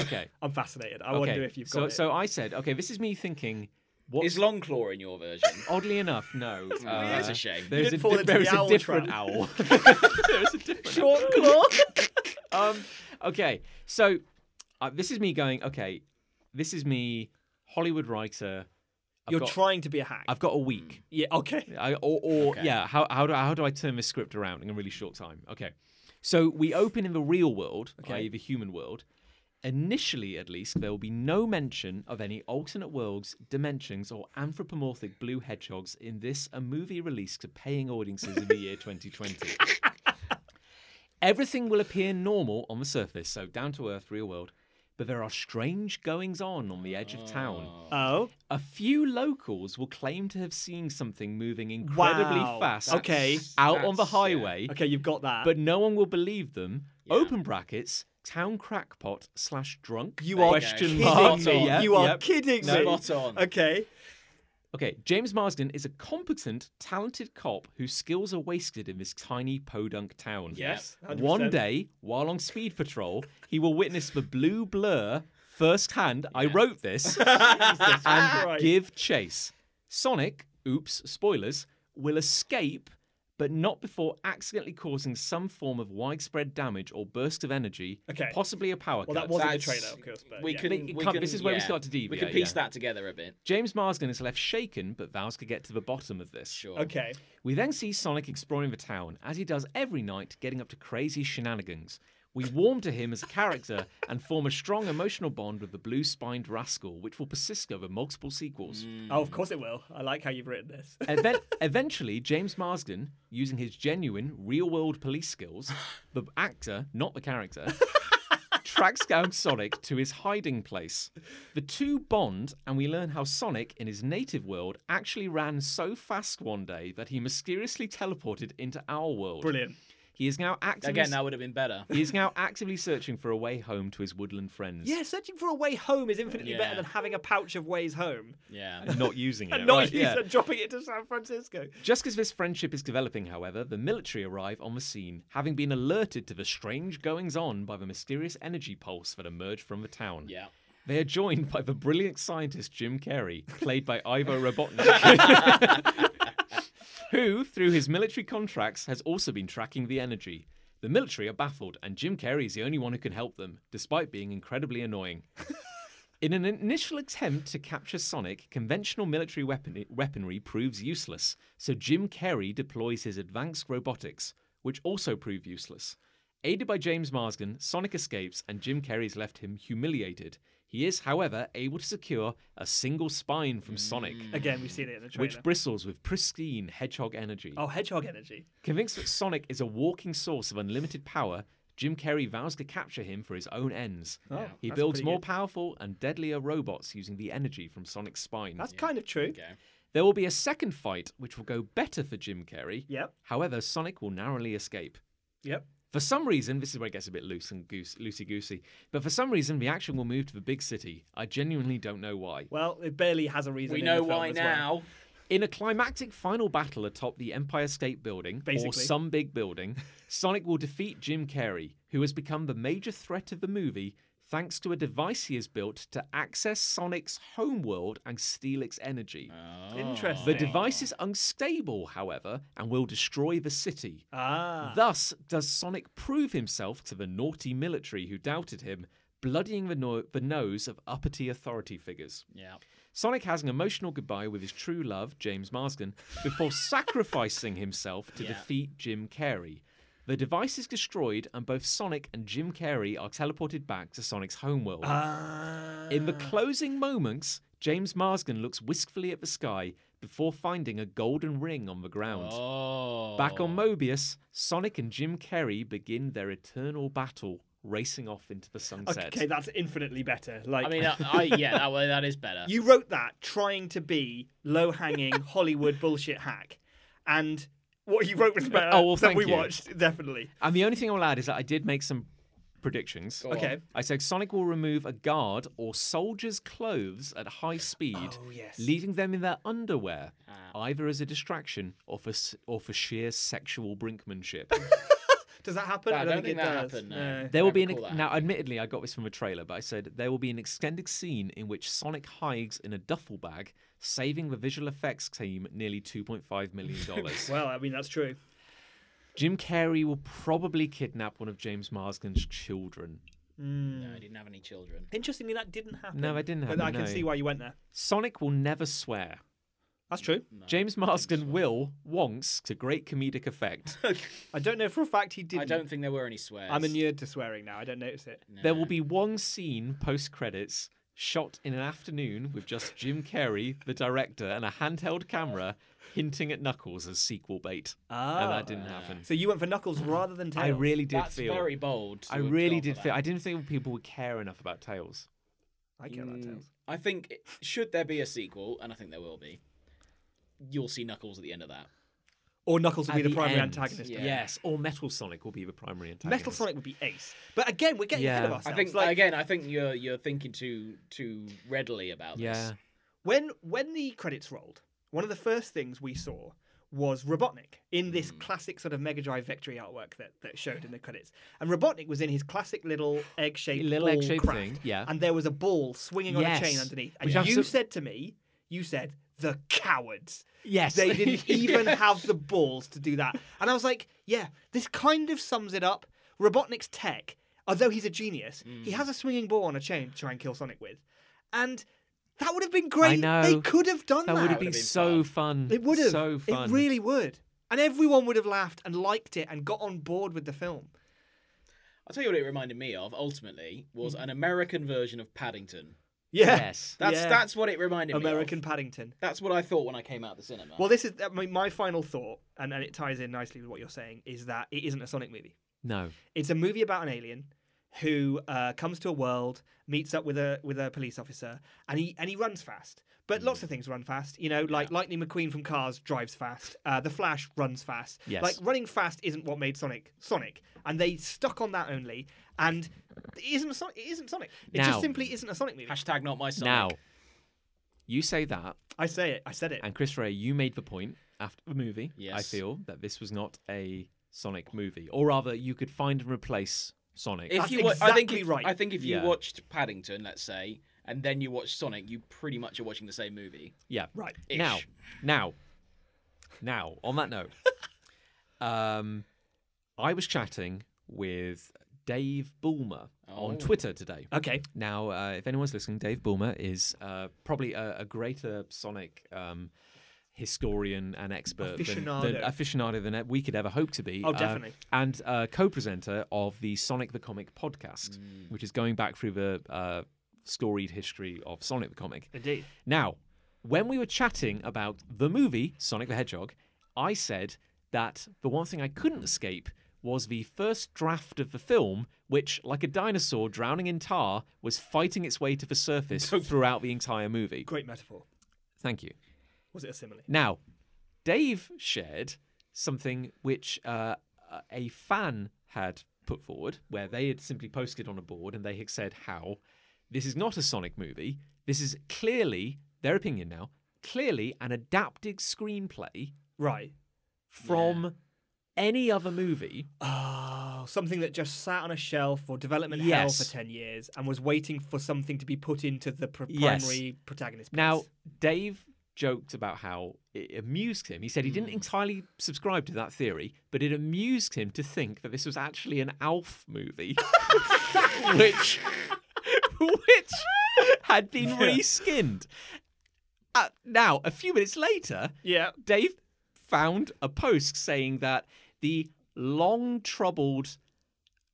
Speaker 1: Okay.
Speaker 3: I'm fascinated. I
Speaker 1: okay.
Speaker 3: wonder if you've got
Speaker 1: so
Speaker 3: it.
Speaker 1: so I said, okay, this is me thinking. What?
Speaker 2: Is Longclaw in your version?
Speaker 1: Oddly enough, no. Uh,
Speaker 2: That's a shame.
Speaker 1: There's
Speaker 3: didn't
Speaker 1: a,
Speaker 3: fall
Speaker 1: di-
Speaker 3: into
Speaker 1: there
Speaker 3: the
Speaker 1: is a
Speaker 3: owl
Speaker 1: different
Speaker 3: trap.
Speaker 1: owl. there is a different short claw. um, okay, so uh, this is me going. Okay, this is me, Hollywood writer. I've
Speaker 3: You're
Speaker 1: got,
Speaker 3: trying to be a hack.
Speaker 1: I've got a week.
Speaker 3: yeah, okay.
Speaker 1: I, or or
Speaker 2: Okay.
Speaker 1: yeah, how, how do I- how do I turn this script around in a really short time? Okay, so we open in the real world,
Speaker 3: Okay.
Speaker 1: i.e. the human world. Initially, at least, there will be no mention of any alternate worlds, dimensions, or anthropomorphic blue hedgehogs in this a movie released to paying audiences in the year 2020. Everything will appear normal on the surface, so down to earth, real world. But there are strange goings on on the edge of town.
Speaker 3: Oh,
Speaker 1: A few locals will claim to have seen something moving incredibly
Speaker 3: Wow.
Speaker 1: fast
Speaker 3: Okay.
Speaker 1: out on the
Speaker 2: That's- yeah.
Speaker 1: highway,
Speaker 3: okay, you've got that.
Speaker 1: but no one will believe them. Open brackets, town crackpot slash drunk.
Speaker 3: you
Speaker 2: There
Speaker 3: are
Speaker 2: you go.
Speaker 3: kidding
Speaker 1: question
Speaker 3: me.
Speaker 1: mark.
Speaker 2: Spot on.
Speaker 1: Yep,
Speaker 3: you are
Speaker 1: yep.
Speaker 3: kidding
Speaker 2: No.
Speaker 3: me.
Speaker 2: Spot on.
Speaker 3: Okay.
Speaker 1: Okay, James Marsden is a competent, talented cop whose skills are wasted in this tiny podunk town.
Speaker 2: Yes,
Speaker 1: One
Speaker 3: 100%.
Speaker 1: day, while on speed patrol, he will witness the blue blur firsthand. I wrote this.
Speaker 2: Ah!
Speaker 1: and
Speaker 3: Christ.
Speaker 1: give chase. Sonic, oops, spoilers, will escape, but not before accidentally causing some form of widespread damage or burst of energy,
Speaker 3: Okay.
Speaker 1: possibly a power
Speaker 3: Well,
Speaker 1: cut.
Speaker 3: that was in the
Speaker 2: That's-
Speaker 3: trailer, of course. But
Speaker 2: we
Speaker 3: yeah.
Speaker 2: can,
Speaker 1: But it
Speaker 2: we
Speaker 1: can't-
Speaker 2: can-
Speaker 1: this is where we
Speaker 2: yeah,
Speaker 1: start to
Speaker 2: We
Speaker 1: deviate,
Speaker 2: can piece
Speaker 1: yeah.
Speaker 2: that together a bit.
Speaker 1: James Marsden is left shaken, but Vals could get to the bottom of this.
Speaker 2: Sure.
Speaker 3: Okay.
Speaker 1: We then see Sonic exploring the town, as he does every night, getting up to crazy shenanigans. We warm to him as a character and form a strong emotional bond with the blue spined rascal, which will persist over multiple
Speaker 2: Mm.
Speaker 1: sequels.
Speaker 2: Hmm.
Speaker 3: Oh, of course it will. I like how you've written this.
Speaker 1: Even- eventually, James Marsden, using his genuine real world police skills, the actor, not the character, tracks down Sonic to his hiding place. The two bond, and we learn how Sonic, in his native world, actually ran so fast one day that he mysteriously teleported into our world.
Speaker 3: Brilliant.
Speaker 1: He is now actively.
Speaker 2: Again, that would have been better.
Speaker 1: he is now actively searching for a way home to his woodland friends.
Speaker 3: Yeah, searching for a way home is infinitely
Speaker 2: Yeah.
Speaker 3: better than having a pouch of ways home.
Speaker 2: Yeah.
Speaker 1: And not using it.
Speaker 3: And not
Speaker 1: right,
Speaker 3: using
Speaker 1: yeah.
Speaker 3: and dropping it to San Francisco.
Speaker 1: Just as this friendship is developing, however, the military arrive on the scene, having been alerted to the strange goings on by the mysterious energy pulse that emerged from the town.
Speaker 2: Yeah.
Speaker 1: They are joined by the brilliant scientist Jim Carrey, played by Ivo Robotnik, who, through his military contracts, has also been tracking the energy. The military are baffled, and Jim Carrey is the only one who can help them, despite being incredibly annoying. In an initial attempt to capture Sonic, conventional military weapon- weaponry proves useless, so Jim Carrey deploys his advanced robotics, which also prove useless. Aided by James Marsden, Sonic escapes and Jim Carrey's left him humiliated. He is, however, able to secure a single spine from Sonic,
Speaker 2: Hmm.
Speaker 3: Again, we've seen it in the trailer.
Speaker 1: which bristles with pristine hedgehog energy.
Speaker 3: oh, hedgehog energy.
Speaker 1: Convinced that Sonic is a walking source of unlimited power, Jim Carrey vows to capture him for his own ends.
Speaker 3: Oh,
Speaker 1: he
Speaker 3: that's
Speaker 1: builds
Speaker 3: pretty
Speaker 1: more
Speaker 3: good.
Speaker 1: powerful and deadlier robots using the energy from Sonic's spine.
Speaker 3: That's kind of true.
Speaker 2: Okay.
Speaker 1: There will be a second fight, which will go better for Jim Carrey.
Speaker 3: Yep.
Speaker 1: However, Sonic will narrowly escape.
Speaker 3: Yep.
Speaker 1: For some reason, this is where it gets a bit loose and goose, loosey goosey. But for some reason, the action will move to the big city. I genuinely don't know why.
Speaker 3: Well, it barely has a reason.
Speaker 2: We
Speaker 3: in
Speaker 2: know
Speaker 3: the film
Speaker 2: why
Speaker 3: as well.
Speaker 2: now.
Speaker 1: In a climactic final battle atop the Empire State Building, or
Speaker 3: Basically.
Speaker 1: some big building, Sonic will defeat Jim Carrey, who has become the major threat of the movie thanks to a device he has built to access Sonic's homeworld and steal its energy.
Speaker 3: Interesting.
Speaker 1: The device is unstable, however, and will destroy the city.
Speaker 3: Ah.
Speaker 1: Thus, does Sonic prove himself to the naughty military who doubted him, bloodying the, no- the nose of uppity authority figures.
Speaker 2: Yeah.
Speaker 1: Sonic has an emotional goodbye with his true love, James Marsden, before sacrificing himself to
Speaker 2: Yeah.
Speaker 1: defeat Jim Carrey. The device is destroyed, and both Sonic and Jim Carrey are teleported back to Sonic's homeworld.
Speaker 3: Ah.
Speaker 1: In the closing moments, James Marsden looks wistfully at the sky before finding a golden ring on the ground.
Speaker 2: Oh.
Speaker 1: Back on Mobius, Sonic and Jim Carrey begin their eternal battle, racing off into the sunset.
Speaker 3: okay, that's infinitely better. Like
Speaker 2: I mean, I, I yeah, that way that is better.
Speaker 3: You wrote that trying to be low hanging Hollywood bullshit hack. And what you wrote was better
Speaker 1: Oh, well,
Speaker 3: than
Speaker 1: thank
Speaker 3: we
Speaker 1: you.
Speaker 3: watched, definitely.
Speaker 1: And the only thing I will add is that I did make some predictions.
Speaker 2: Go on.
Speaker 3: Okay.
Speaker 1: I said Sonic will remove a guard or soldier's clothes at high speed,
Speaker 3: Oh, yes. Ah.
Speaker 1: leaving them in their underwear, either as a distraction or for s- or for sheer sexual brinkmanship.
Speaker 3: Does that happen?
Speaker 2: I don't think
Speaker 3: it
Speaker 2: that
Speaker 3: does.
Speaker 2: happened, no.
Speaker 3: No.
Speaker 1: There will be
Speaker 2: I
Speaker 1: an
Speaker 2: recall that
Speaker 1: now. Admittedly, I got this from a trailer, but I said there will be an extended scene in which Sonic hides in a duffel bag, saving the visual effects team nearly 2.5 million dollars.
Speaker 3: Well, I mean that's true.
Speaker 1: Jim Carrey will probably kidnap one of James Marsden's children.
Speaker 2: No, I didn't have any children.
Speaker 3: Interestingly, that didn't happen.
Speaker 1: No, it didn't
Speaker 3: But I
Speaker 1: happen,
Speaker 3: can
Speaker 1: no.
Speaker 3: see why you went there.
Speaker 1: Sonic will never swear.
Speaker 3: That's true.
Speaker 1: James Marsden will once to great comedic effect.
Speaker 3: I don't know for a fact he didn't.
Speaker 2: I don't think there were any swears.
Speaker 3: I'm inured to swearing now. I don't notice it.
Speaker 1: There will be one scene post credits shot in an afternoon with just Jim Carrey, the director, and a handheld camera hinting at Knuckles as sequel bait. and that didn't happen.
Speaker 3: Ah. So you went for Knuckles rather than Tails.
Speaker 1: Oh. I really did
Speaker 2: That's
Speaker 1: feel.
Speaker 2: very bold. to
Speaker 1: I
Speaker 2: have
Speaker 1: really
Speaker 2: gone
Speaker 1: did
Speaker 2: for
Speaker 1: feel.
Speaker 2: that.
Speaker 1: I didn't think people would care enough about Tails.
Speaker 3: I care about Tails.
Speaker 2: I think it- should there be a sequel, and I think there will be, you'll see Knuckles at the end of that.
Speaker 3: Or Knuckles would
Speaker 1: At
Speaker 3: be the,
Speaker 1: the
Speaker 3: primary
Speaker 1: end,
Speaker 3: antagonist.
Speaker 2: yeah.
Speaker 1: Yes, or Metal Sonic will be the primary antagonist.
Speaker 3: Metal Sonic would be ace. But again, we're getting ahead of
Speaker 1: Yeah. I
Speaker 3: ourselves.
Speaker 2: I think
Speaker 3: like,
Speaker 2: again, I think you're you're thinking too too readily about
Speaker 1: Yeah.
Speaker 2: this.
Speaker 3: when when the credits rolled, one of the first things we saw was Robotnik in this
Speaker 1: Hmm.
Speaker 3: classic sort of Mega Drive Victory artwork that, that showed in the credits. And Robotnik was in his classic little egg-shaped
Speaker 1: Little
Speaker 3: ball
Speaker 1: egg-shaped
Speaker 3: craft,
Speaker 1: thing, yeah.
Speaker 3: And there was a ball swinging
Speaker 1: Yes.
Speaker 3: on a chain underneath. And
Speaker 1: Which
Speaker 3: you
Speaker 1: I'm so-
Speaker 3: said to me, you said, the cowards.
Speaker 1: Yes.
Speaker 3: They didn't even have the balls to do that. And I was like, yeah, this kind of sums it up. Robotnik's tech, although he's a genius, he
Speaker 1: Hmm.
Speaker 3: has a swinging ball on a chain to try and kill Sonic with. And that would have been great.
Speaker 1: know.
Speaker 3: They could have done that.
Speaker 1: That would have been,
Speaker 2: been
Speaker 1: so fun.
Speaker 3: It would have.
Speaker 1: So fun.
Speaker 3: It really would. And everyone would have laughed and liked it and got on board with the film.
Speaker 2: I'll tell you what it reminded me of. Ultimately, was an American version of Paddington.
Speaker 3: Yeah.
Speaker 1: Yes.
Speaker 2: That's
Speaker 3: Yeah.
Speaker 2: that's what it reminded
Speaker 3: American
Speaker 2: me. of.
Speaker 3: Paddington.
Speaker 2: That's what I thought when I came out of the cinema.
Speaker 3: Well, this is I mean, my final thought, and, and it ties in nicely with what you're saying, is that it isn't a Sonic movie.
Speaker 1: No.
Speaker 3: It's a movie about an alien who uh, comes to a world, meets up with a with a police officer, and he and he runs fast. But
Speaker 1: Hmm.
Speaker 3: lots of things run fast, you know. Like Lightning McQueen from Cars drives fast. Uh, the Flash runs fast.
Speaker 1: Yes.
Speaker 3: Like running fast isn't what made Sonic Sonic, and they stuck on that only. And it isn't a Son- it isn't Sonic. It
Speaker 1: Now-
Speaker 3: just simply isn't a Sonic movie.
Speaker 2: Hashtag not my Sonic.
Speaker 1: Now, you say that,
Speaker 3: I say it. I said it.
Speaker 1: and Chris Ray, you made the point after the movie. I
Speaker 2: Yes.
Speaker 1: feel that this was not a Sonic movie, or rather, you could find and replace Sonic.
Speaker 2: if
Speaker 3: That's
Speaker 2: you wa- I think
Speaker 3: exactly
Speaker 2: if,
Speaker 3: right.
Speaker 2: I think if you
Speaker 1: Yeah.
Speaker 2: watched Paddington, let's say, and then you watched Sonic, you pretty much are watching the same movie.
Speaker 1: yeah.
Speaker 3: Right.
Speaker 1: Now,
Speaker 2: Ish.
Speaker 1: now, now, on that note, um, I was chatting with Dave Bulmer
Speaker 3: Oh.
Speaker 1: on Twitter today.
Speaker 3: Okay.
Speaker 1: Now, uh, if anyone's listening, Dave Bulmer is uh, probably a, a greater Sonic um, historian and expert Than, than,
Speaker 3: Aficionado.
Speaker 1: aficionado than we could ever hope to be.
Speaker 3: Oh, definitely.
Speaker 1: Uh, and uh, co-presenter of the Sonic the Comic podcast,
Speaker 3: Mm.
Speaker 1: which is going back through the uh, storied history of Sonic the Comic.
Speaker 3: Indeed.
Speaker 1: Now, when we were chatting about the movie Sonic the Hedgehog, I said that the one thing I couldn't escape was the first draft of the film, which, like a dinosaur drowning in tar, was fighting its way to the surface throughout the entire movie.
Speaker 3: Great metaphor.
Speaker 1: Thank you.
Speaker 3: Was it a simile?
Speaker 1: Now, Dave shared something which uh, a fan had put forward, where they had simply posted on a board and they had said how this is not a Sonic movie. This is clearly, their opinion now, clearly an adapted screenplay
Speaker 3: Right.
Speaker 1: from any other movie.
Speaker 3: Oh, something that just sat on a shelf for development hell
Speaker 1: Yes.
Speaker 3: for 10 years and was waiting for something to be put into the pr-
Speaker 1: Yes.
Speaker 3: primary protagonist.
Speaker 1: Now,
Speaker 3: place.
Speaker 1: Dave joked about how it amused him. He said he didn't
Speaker 2: Mm.
Speaker 1: entirely subscribe to that theory, but it amused him to think that this was actually an Alf movie, which, which had been reskinned. Uh, now, a few minutes later,
Speaker 3: yeah.
Speaker 1: Dave found a post saying that the long troubled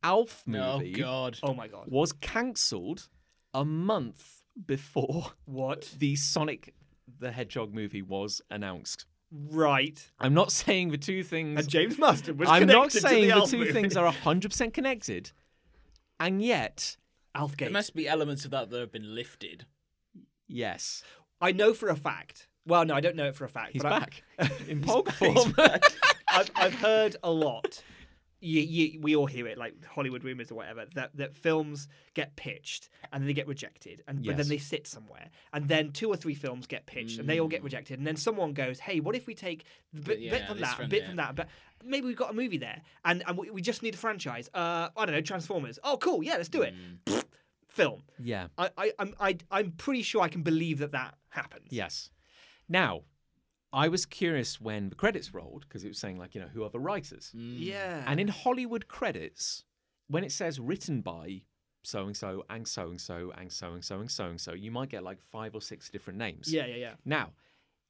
Speaker 1: Alf
Speaker 2: Oh
Speaker 1: movie
Speaker 2: God.
Speaker 3: Oh my God.
Speaker 1: was cancelled a month before
Speaker 3: What?
Speaker 1: the Sonic the Hedgehog movie was announced.
Speaker 3: Right.
Speaker 1: I'm not saying the two things.
Speaker 3: And James Marsden was
Speaker 1: I'm not
Speaker 3: connected to
Speaker 1: saying
Speaker 3: the,
Speaker 1: the,
Speaker 3: Alf
Speaker 1: two
Speaker 3: movie.
Speaker 1: things are 100% connected, and yet,
Speaker 3: Alf
Speaker 2: There
Speaker 3: Gate.
Speaker 2: must be elements of that that have been lifted.
Speaker 1: yes,
Speaker 3: I know for a fact. Well, no, I don't know it for a fact.
Speaker 1: he's
Speaker 3: but I-
Speaker 1: back in pog form.
Speaker 3: I've, I've heard a lot you, you, we all hear it, like Hollywood rumors or whatever, that, that films get pitched and then they get rejected, and but
Speaker 1: Yes.
Speaker 3: then they sit somewhere, and then two or three films get pitched and they all get rejected, and then someone goes, "Hey, what if we take a bit,
Speaker 2: Mm. yeah,
Speaker 3: bit from
Speaker 2: this
Speaker 3: that, a
Speaker 2: from
Speaker 3: bit
Speaker 2: there."
Speaker 3: from that, but maybe we've got a movie there, and and we, we just need a franchise. Uh, I don't know, Transformers. Oh, cool, yeah, let's do it.
Speaker 2: Mm.
Speaker 3: Film.
Speaker 1: Yeah.
Speaker 3: I, I I'm I, I'm pretty sure I can believe that that happens.
Speaker 1: Yes. Now, I was curious when the credits rolled because it was saying like you know who are the writers,
Speaker 3: Mm. Yeah.
Speaker 1: and in Hollywood credits, when it says written by so and so and so and so and so and so and so and so, you might get like five or six different names.
Speaker 3: yeah, yeah, yeah.
Speaker 1: Now,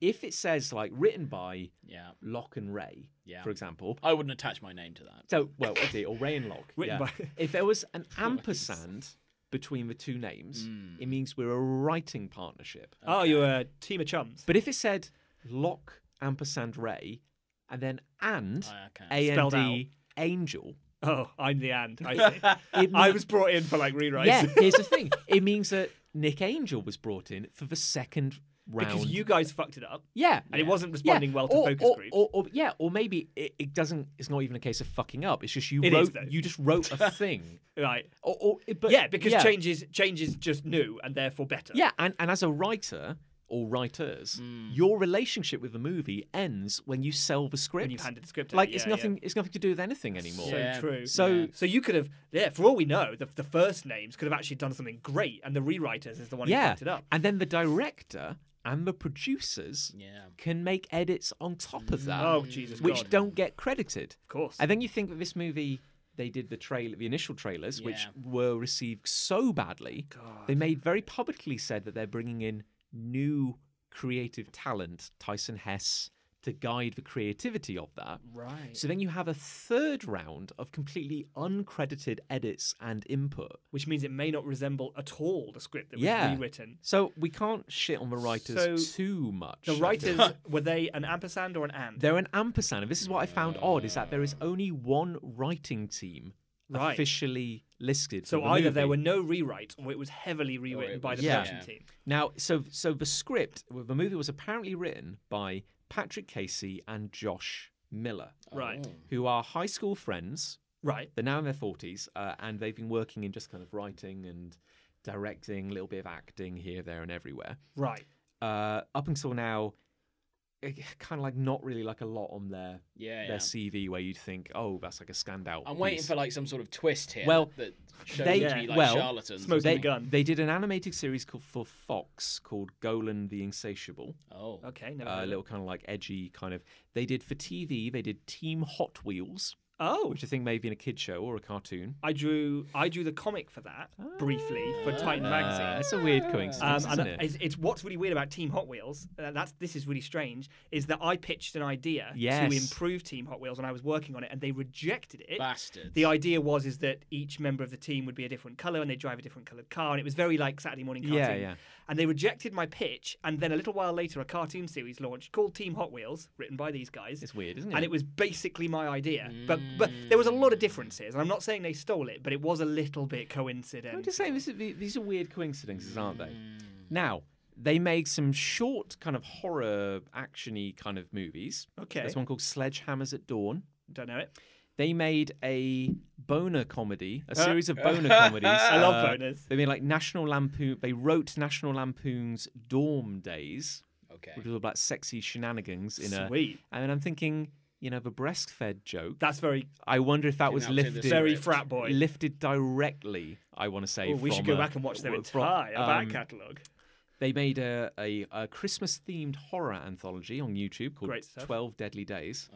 Speaker 1: if it says like written by
Speaker 2: Yeah.
Speaker 1: Locke and Ray,
Speaker 2: Yeah.
Speaker 1: for example,
Speaker 2: I wouldn't attach my name to that.
Speaker 1: so well, what's it, or Ray and Locke,
Speaker 3: Written
Speaker 1: yeah.
Speaker 3: by-
Speaker 1: if there was an ampersand between the two names,
Speaker 3: Hmm.
Speaker 1: it means we're a writing partnership.
Speaker 3: Oh, you're a team of chums.
Speaker 1: But if it said Locke ampersand Ray and then and
Speaker 2: Ah, okay.
Speaker 1: A N
Speaker 3: Oh, Spelled
Speaker 1: D angel,
Speaker 3: Oh, I'm the and. I, see.
Speaker 1: it
Speaker 3: I
Speaker 1: mean-
Speaker 3: was brought in for like rewrites.
Speaker 1: yeah, here's the thing. It means that Nick Angel was brought in for the second round.
Speaker 3: because you guys fucked it up.
Speaker 1: yeah,
Speaker 3: and it wasn't responding well to
Speaker 1: or,
Speaker 3: focus
Speaker 1: or-
Speaker 3: groups.
Speaker 1: Or, or- yeah, or maybe it, it doesn't. It's not even a case of fucking up. It's just you
Speaker 3: It is,
Speaker 1: wrote.
Speaker 3: though.
Speaker 1: you just wrote a thing.
Speaker 3: Right.
Speaker 1: Or, or, but,
Speaker 3: yeah, because change is change is just new and therefore better.
Speaker 1: Yeah, and, and as a writer or writers, your relationship with the movie ends when you sell the script.
Speaker 3: you've handed the script over,
Speaker 1: Like it's
Speaker 3: yeah, yeah.
Speaker 1: nothing. It's nothing to do with anything anymore.
Speaker 3: So
Speaker 2: Yeah.
Speaker 3: true.
Speaker 1: So-
Speaker 3: Yeah. so you could have yeah, for all we know, the, the first names could have actually done something great and the rewriters is the one who
Speaker 1: yeah,
Speaker 3: fucked it up.
Speaker 1: and then the director and the producers
Speaker 2: Yeah.
Speaker 1: can make edits on top of that,
Speaker 3: Oh Jesus
Speaker 1: which
Speaker 3: God.
Speaker 1: don't get credited.
Speaker 3: Of course.
Speaker 1: And then you think that this movie, they did the trailer, the initial trailers, which
Speaker 2: Yeah.
Speaker 1: were received so badly. They made very publicly said that they're bringing in new creative talent, Tyson Hess, to guide the creativity of that.
Speaker 3: Right.
Speaker 1: So then you have a third round of completely uncredited edits and input.
Speaker 3: Which means it may not resemble at all the script that was
Speaker 1: Yeah.
Speaker 3: rewritten.
Speaker 1: So we can't shit on the writers
Speaker 3: So
Speaker 1: too much. I
Speaker 3: The
Speaker 1: think.
Speaker 3: writers were they an ampersand or an and?
Speaker 1: They're an ampersand. And this is what I found odd is that there is only one writing team
Speaker 3: Right.
Speaker 1: officially listed.
Speaker 3: So
Speaker 1: for the
Speaker 3: either
Speaker 1: movie.
Speaker 3: there were no rewrites or it was heavily rewritten by the
Speaker 1: Oh, was- Yeah.
Speaker 3: production team.
Speaker 1: now. So so the script, well, the movie was apparently written by Patrick Casey and Josh Miller,
Speaker 3: Right.
Speaker 1: who are high school friends.
Speaker 3: Right.
Speaker 1: They're now in their forties, uh, and they've been working in just kind of writing and directing, a little bit of acting here, there, and everywhere.
Speaker 3: Right.
Speaker 1: Uh, up until now, eh, kind of like not really like a lot on their
Speaker 2: Yeah, yeah.
Speaker 1: their CV where you'd think, oh, that's like a standout.
Speaker 2: I'm waiting
Speaker 1: piece.
Speaker 2: for like some sort of twist here.
Speaker 1: Well,
Speaker 2: that shows
Speaker 1: they-
Speaker 2: to be like
Speaker 1: well,
Speaker 2: charlatans. or
Speaker 3: smoking
Speaker 1: they,
Speaker 3: the gun.
Speaker 1: They did an animated series called for Fox called Golan the Insatiable.
Speaker 2: something. Oh,
Speaker 1: uh,
Speaker 3: Okay. Never
Speaker 1: A
Speaker 3: heard of it.
Speaker 1: little kind of like edgy kind of. They did for TV. They did Team Hot Wheels,
Speaker 3: Oh,
Speaker 1: which I think may have been a kid show or a cartoon.
Speaker 3: I drew I drew the comic for that briefly for Titan
Speaker 1: Uh,
Speaker 3: magazine.
Speaker 1: it's a weird coincidence,
Speaker 3: Um,
Speaker 1: isn't
Speaker 3: and
Speaker 1: it?
Speaker 3: it's, it's what's really weird about Team Hot Wheels. Uh, that's this is really strange. Is that I pitched an idea
Speaker 1: Yes.
Speaker 3: to improve Team Hot Wheels, and I was working on it, and they rejected it.
Speaker 2: bastards.
Speaker 3: The idea was is that each member of the team would be a different color, and they drive a different colored car, and it was very like Saturday morning cartoon.
Speaker 1: Yeah, yeah.
Speaker 3: And they rejected my pitch, and then a little while later, a cartoon series launched called Team Hot Wheels, written by these guys.
Speaker 1: It's weird, isn't it?
Speaker 3: and it was basically my idea. But but there was a lot of differences. And I'm not saying they stole it, but it was a little bit
Speaker 1: I'm
Speaker 3: coincidental.
Speaker 1: just saying, this is, these are weird coincidences, aren't they?
Speaker 3: Mm.
Speaker 1: Now, they made some short kind of horror actiony kind of movies.
Speaker 3: Okay.
Speaker 1: There's one called Sledgehammers at Dawn.
Speaker 3: Don't know it.
Speaker 1: They made a boner comedy, a series of boner comedies. I
Speaker 3: love boners.
Speaker 1: They made like National Lampoon. They wrote National Lampoon's Dorm Days,
Speaker 2: okay.
Speaker 1: which was all about sexy shenanigans in a.
Speaker 3: Sweet.
Speaker 1: I mean, I'm thinking, you know, the breastfed joke.
Speaker 3: That's very
Speaker 1: I wonder if that was
Speaker 2: out to the
Speaker 1: lifted,
Speaker 3: very
Speaker 2: Ripped.
Speaker 3: frat boy.
Speaker 1: lifted directly. I want to say.
Speaker 3: Well, we should
Speaker 1: from
Speaker 3: go
Speaker 1: a-
Speaker 3: back and watch their
Speaker 1: from-
Speaker 3: entire back
Speaker 1: um,
Speaker 3: catalogue.
Speaker 1: They made a, a, a Christmas themed horror anthology on YouTube called
Speaker 3: Great stuff.
Speaker 1: 12 Deadly Days.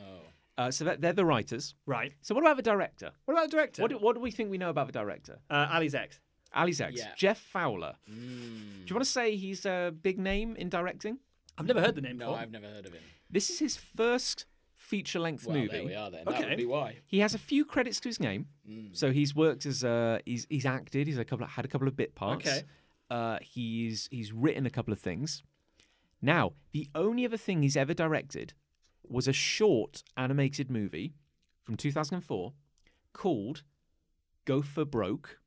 Speaker 1: Uh, so that, they're the writers.
Speaker 3: Right.
Speaker 1: So, what about the director?
Speaker 3: What about the director?
Speaker 1: What do, what do we think we know about the director?
Speaker 3: uh, Ali's ex.
Speaker 1: Ali's ex,
Speaker 2: Yeah.
Speaker 1: Jeff Fowler.
Speaker 3: Hmm.
Speaker 1: Do you want to say he's a big name in directing?
Speaker 3: I've never heard the name
Speaker 2: No,
Speaker 3: before.
Speaker 2: I've never heard of him.
Speaker 1: This is his first feature length
Speaker 2: Well,
Speaker 1: movie.
Speaker 2: there we are then. That
Speaker 3: Okay.
Speaker 2: would be why.
Speaker 1: He has a few credits to his name.
Speaker 3: Mm.
Speaker 1: So he's worked as a he's he's acted. He's a couple had a couple of bit parts.
Speaker 3: Okay.
Speaker 1: Uh, he's he's written a couple of things. Now the only other thing he's ever directed was a short animated movie from 2004 called Gopher Broke.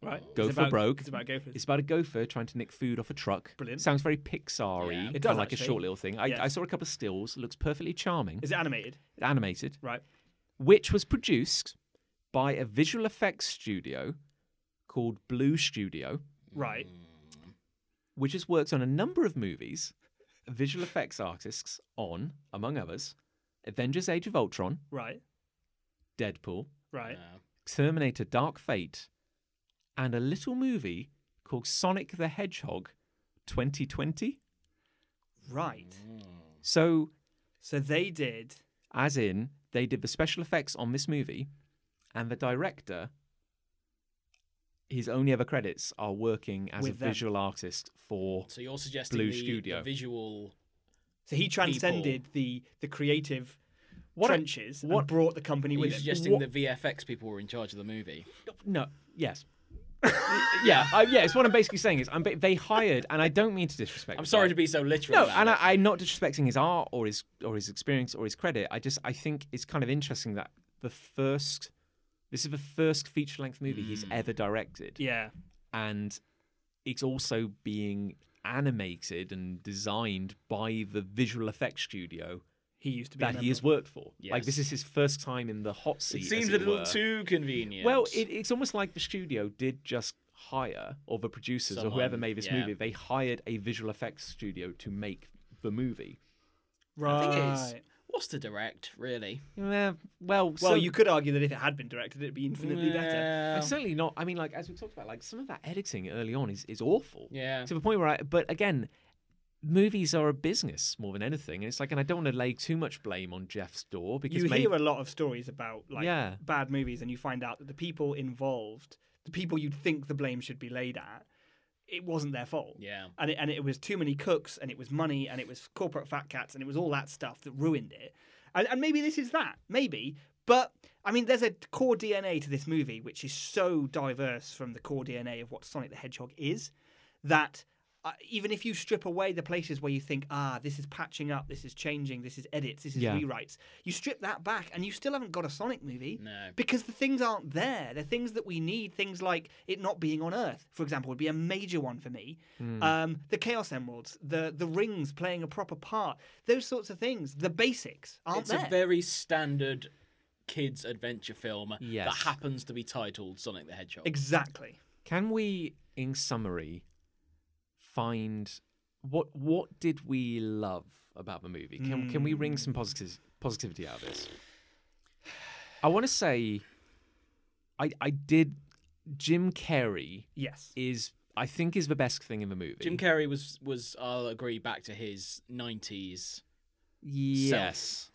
Speaker 3: Right.
Speaker 1: Go
Speaker 3: It's
Speaker 1: for
Speaker 3: about-
Speaker 1: broke.
Speaker 3: It's about gophers.
Speaker 1: It's about a gopher trying to nick food off a truck.
Speaker 3: Brilliant.
Speaker 1: Sounds very Pixar-y.
Speaker 2: Yeah. It
Speaker 1: kinda
Speaker 3: does,
Speaker 1: like a
Speaker 3: actually.
Speaker 1: short little thing. I,
Speaker 3: Yes.
Speaker 1: I saw a couple of stills. Looks perfectly charming.
Speaker 3: Is it animated?
Speaker 1: animated
Speaker 3: Right.
Speaker 1: which was produced by a visual effects studio called Blue Studio,
Speaker 3: Right.
Speaker 1: which has worked on a number of movies, visual effects artists on, among others, Avengers Age of Ultron,
Speaker 3: Right.
Speaker 1: Deadpool,
Speaker 3: Right.
Speaker 1: Terminator Dark Fate, and a little movie called Sonic the Hedgehog 2020.
Speaker 3: Right.
Speaker 1: So,
Speaker 3: So they did.
Speaker 1: as in, they did the special effects on this movie, and the director, his only ever credits are working as
Speaker 3: With
Speaker 1: a
Speaker 3: them.
Speaker 1: visual artist for.
Speaker 2: So you're suggesting
Speaker 1: Blue
Speaker 2: the, the
Speaker 1: Studio.
Speaker 2: visual.
Speaker 3: So he transcended the the creative trenches
Speaker 1: what-
Speaker 3: and brought the company
Speaker 2: You're
Speaker 3: with him.
Speaker 2: suggesting
Speaker 1: what-
Speaker 2: the VFX people were in charge of the movie.
Speaker 1: No, yes. yeah, I, yeah, it's what I'm basically saying is I'm, ba- they hired, and I don't mean to disrespect.
Speaker 2: I'm
Speaker 1: the
Speaker 2: sorry
Speaker 1: guy.
Speaker 2: to be so literal.
Speaker 1: No,
Speaker 2: about
Speaker 1: and
Speaker 2: it.
Speaker 1: I, I'm not disrespecting his art or his or his experience or his credit. I just I think it's kind of interesting that the first this is the first feature length movie he's ever directed,
Speaker 3: Yeah.
Speaker 1: and it's also being animated and designed by the visual effects studio
Speaker 3: He used to be. a
Speaker 1: that he has
Speaker 3: member.
Speaker 1: worked for. Like
Speaker 2: Yes.
Speaker 1: this is his first time in the hot seat.
Speaker 2: it
Speaker 1: as
Speaker 2: seems
Speaker 1: it
Speaker 2: a little
Speaker 1: were.
Speaker 2: too convenient.
Speaker 1: Well, it, it's almost like the studio did just hire, or the producers, or whoever
Speaker 2: Someone,
Speaker 1: made this
Speaker 2: yeah.
Speaker 1: movie, they hired a visual effects studio to make the movie.
Speaker 2: I
Speaker 3: Right.
Speaker 2: think it's what's to direct really?
Speaker 1: Yeah, well,
Speaker 3: Well,
Speaker 1: so-
Speaker 3: you could argue that if it had been directed, it'd be infinitely better.
Speaker 1: It's
Speaker 2: Well,
Speaker 1: certainly not. I mean, like as we talked about, like some of that editing early on is is awful.
Speaker 2: Yeah.
Speaker 1: To the point where, I, but again, movies are a business more than anything, and it's like, and I don't want to lay too much blame on Jeff's door because
Speaker 3: You
Speaker 1: may-
Speaker 3: hear a lot of stories about like
Speaker 1: Yeah.
Speaker 3: bad movies, and you find out that the people involved, the people you'd think the blame should be laid at, it wasn't their fault.
Speaker 2: Yeah.
Speaker 3: and it, and it was too many cooks, and it was money, and it was corporate fat cats, and it was all that stuff that ruined it. And, and maybe this is that, maybe. But I mean, there's a core DNA to this movie which is so diverse from the core DNA of what Sonic the Hedgehog is that. Uh, even if you strip away the places where you think, ah, this is patching up, this is changing, this is edits, this is
Speaker 1: Yeah.
Speaker 3: rewrites, you strip that back and you still haven't got a Sonic movie
Speaker 2: No.
Speaker 3: because the things aren't there. They're things that we need. Things like it not being on Earth, for example, would be a major one for me.
Speaker 1: Hmm.
Speaker 3: Um, the Chaos Emeralds, the the rings playing a proper part, those sorts of things. The basics aren't
Speaker 2: it's
Speaker 3: there.
Speaker 2: a very standard kids adventure film that
Speaker 1: Yes.
Speaker 2: happens to be titled Sonic the Hedgehog.
Speaker 3: exactly.
Speaker 1: Can we, in summary, find what what did we love about the movie? Can can we wring
Speaker 3: Hmm.
Speaker 1: some positives, positivity out of this? I want to say, I I did. Jim Carrey
Speaker 3: Yes.
Speaker 1: is I think is the best thing in the movie.
Speaker 2: Jim Carrey was was I'll agree back to his 90s.
Speaker 1: yes,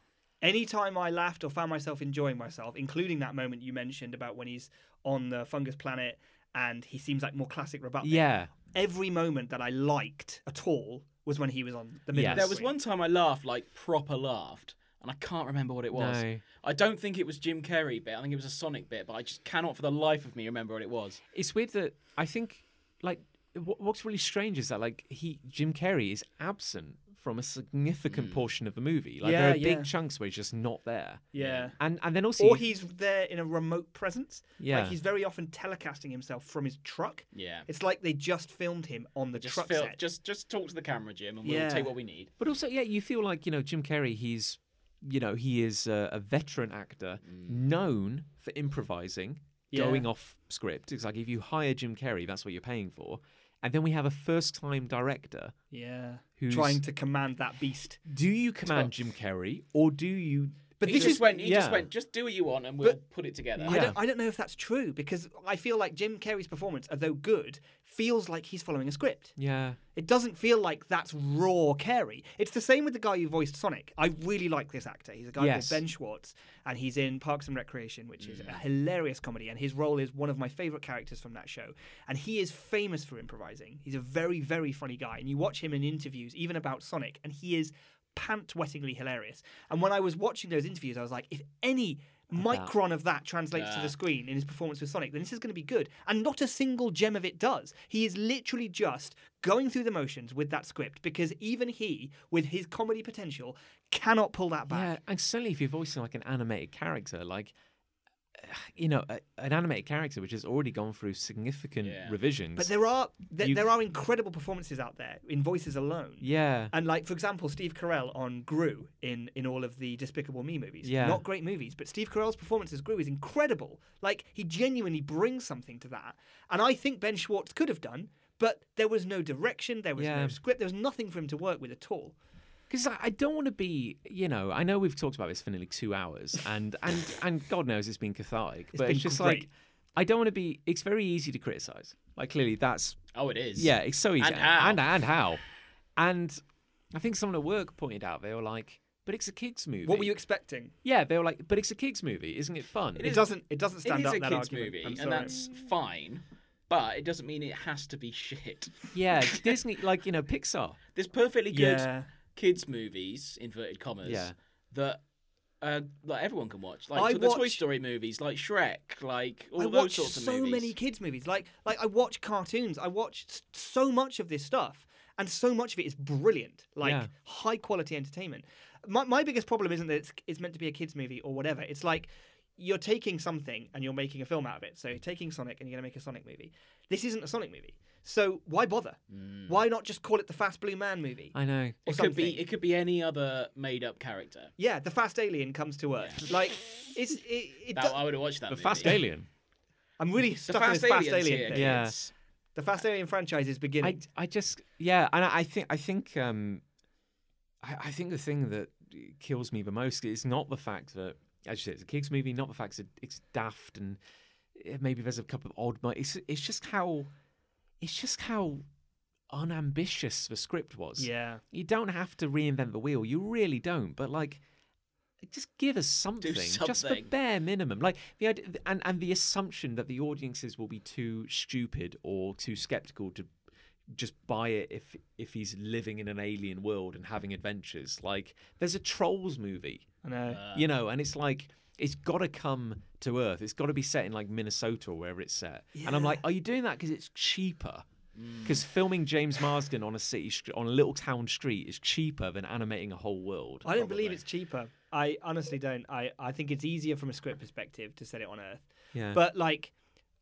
Speaker 3: Anytime I laughed or found myself enjoying myself, including that moment you mentioned about when he's on the fungus planet and he seems like more classic Robotnik.
Speaker 1: yeah,
Speaker 3: Every moment that I liked at all was when he was on the
Speaker 1: Yes.
Speaker 3: midnight.
Speaker 2: There was
Speaker 3: Swing.
Speaker 2: one time I laughed like proper laughed and I can't remember what it was.
Speaker 1: No.
Speaker 2: I don't think it was Jim Carrey bit. I think it was a Sonic bit, but I just cannot for the life of me remember what it was.
Speaker 1: it's weird that I think like what, what's really strange is that like he Jim Carrey is absent from a significant portion of the movie. Like there
Speaker 3: Hmm. Yeah,
Speaker 1: are
Speaker 3: yeah.
Speaker 1: big chunks where he's just not there.
Speaker 3: Yeah.
Speaker 1: And and then also
Speaker 3: or
Speaker 1: you-
Speaker 3: he's there in a remote presence.
Speaker 1: Yeah.
Speaker 3: Like he's very often telecasting himself from his truck.
Speaker 2: Yeah.
Speaker 3: It's like they just filmed him on the
Speaker 2: Just
Speaker 3: truck
Speaker 2: feel,
Speaker 3: set.
Speaker 2: just just talk to the camera, Jim, and we'll
Speaker 3: Yeah.
Speaker 2: take what we need.
Speaker 1: but also yeah, you feel like you know Jim Carrey. He's you know he is a, a veteran actor
Speaker 3: Hmm.
Speaker 1: known for improvising, going off script. It's like if you hire Jim Carrey, that's what you're paying for. And then we have a first-time director.
Speaker 3: yeah.
Speaker 1: Who's-
Speaker 3: Trying to command that beast.
Speaker 1: Do you command Jim Carrey or do you?
Speaker 3: But
Speaker 2: He
Speaker 3: this
Speaker 2: just
Speaker 3: is
Speaker 2: went. He just
Speaker 1: yeah.
Speaker 2: went. Just do what you want, and we'll put it together.
Speaker 3: I
Speaker 1: Yeah.
Speaker 3: don't, I don't know if that's true because I feel like Jim Carrey's performance, although good, feels like he's following a script.
Speaker 1: Yeah.
Speaker 3: It doesn't feel like that's raw Carey. It's the same with the guy who voiced Sonic. I really like this actor. He's a guy
Speaker 1: Yes.
Speaker 3: called Ben Schwartz, and he's in Parks and Recreation, which is a hilarious comedy. And his role is one of my favorite characters from that show. And he is famous for improvising. He's a very, very funny guy. And you watch him in interviews, even about Sonic, and he is pant wettingly hilarious. And when I was watching those interviews, I was like, if any micron of that translates to the screen in his performance with Sonic, then this is going to be good. And not a single gem of it does. He is literally just going through the motions with that script because even he, with his comedy potential, cannot pull that back.
Speaker 1: Yeah, and certainly if you're voicing like an animated character, like you know, a, an animated character which has already gone through significant
Speaker 2: Yeah.
Speaker 1: revisions.
Speaker 3: But there are there,
Speaker 1: You-
Speaker 3: there are incredible performances out there in voices alone.
Speaker 1: yeah,
Speaker 3: And like for example, Steve Carell on Gru in in all of the Despicable Me movies.
Speaker 1: Yeah.
Speaker 3: Not great movies, but Steve Carell's performance as Gru is incredible. Like he genuinely brings something to that, and I think Ben Schwartz could have done, but there was no direction, there was
Speaker 1: Yeah.
Speaker 3: no script, there was nothing for him to work with at all.
Speaker 1: because I, I don't want to be, you know, I know we've talked about this for nearly two hours, and and and God knows it's been cathartic, but
Speaker 3: been
Speaker 1: it's just like
Speaker 3: great.
Speaker 1: I don't want to be. It's very easy to criticize. Like clearly, that's
Speaker 2: Oh, it is.
Speaker 1: Yeah, it's so easy.
Speaker 2: And how.
Speaker 1: And, and how. And I think someone at work pointed out, they were like, but it's a kids' movie.
Speaker 3: What were you expecting?
Speaker 1: Yeah, they were like, but it's a kids' movie. Isn't it fun?
Speaker 3: It, doesn't it doesn't
Speaker 2: It
Speaker 3: stand
Speaker 2: is
Speaker 3: up
Speaker 2: a
Speaker 3: that
Speaker 2: kids'
Speaker 3: argument.
Speaker 2: movie,
Speaker 3: I'm
Speaker 2: and
Speaker 3: sorry.
Speaker 2: that's fine, but it doesn't mean it has to be shit.
Speaker 1: Yeah, Disney, like, you know, Pixar.
Speaker 2: There's perfectly good
Speaker 3: yeah.
Speaker 2: kids' movies, inverted commas,
Speaker 1: Yeah.
Speaker 2: that uh, like everyone can watch, like
Speaker 3: I
Speaker 2: to the Toy
Speaker 3: watch-
Speaker 2: Story movies, like Shrek, like all
Speaker 3: I
Speaker 2: those
Speaker 3: watch
Speaker 2: sorts of
Speaker 3: so
Speaker 2: movies.
Speaker 3: many kids movies. Like like I watch cartoons. I watch s- so much of this stuff, and so much of it is brilliant. Like
Speaker 1: Yeah.
Speaker 3: high quality entertainment. My my biggest problem isn't that it's it's meant to be a kids movie or whatever. It's like you're taking something and you're making a film out of it. So you're taking Sonic and you're going to make a Sonic movie. This isn't a Sonic movie. So why bother? Why not just call it the Fast Blue Man movie?
Speaker 1: I know.
Speaker 2: Mm.
Speaker 3: or
Speaker 2: It could be
Speaker 3: something?
Speaker 2: it could be any other made up character.
Speaker 3: yeah, the Fast Alien comes to Earth. Like it's it. it
Speaker 2: That,
Speaker 3: do-
Speaker 2: I would have watched that.
Speaker 1: The
Speaker 2: movie.
Speaker 1: Fast Alien.
Speaker 3: I'm really
Speaker 2: The
Speaker 3: stuck on
Speaker 2: Fast
Speaker 3: this Fast
Speaker 2: Aliens.
Speaker 3: Alien
Speaker 2: here,
Speaker 3: thing.
Speaker 1: Yeah.
Speaker 2: kids.
Speaker 3: The Fast Alien franchise is beginning.
Speaker 1: I, I just, yeah. And I, I think, I think, um, I, I think the thing that kills me the most is not the fact that, as you said, it's a kids' movie, not the fact that it's daft and eh, maybe there's a couple of odd, mo- it's, it's just how, it's just how unambitious the script was.
Speaker 3: yeah.
Speaker 1: You don't have to reinvent the wheel. You really don't. But like, just give us something, just the
Speaker 2: something.
Speaker 1: bare minimum. Like the idea, and and the assumption that the audiences will be too stupid or too skeptical to just buy it if if he's living in an alien world and having adventures. Like there's a trolls movie,
Speaker 3: I know.
Speaker 1: you
Speaker 3: Um,
Speaker 1: know, and it's like. It's got to come to Earth. It's got to be set in like Minnesota or wherever it's set. And I'm like, are you doing that because it's cheaper?
Speaker 3: Mm.
Speaker 1: Because filming James Marsden on a city, str- on a little town street, is cheaper than animating a whole world.
Speaker 3: I don't believe it's cheaper. I honestly don't. I, I think it's easier from a script perspective to set it on Earth.
Speaker 1: Yeah.
Speaker 3: But like,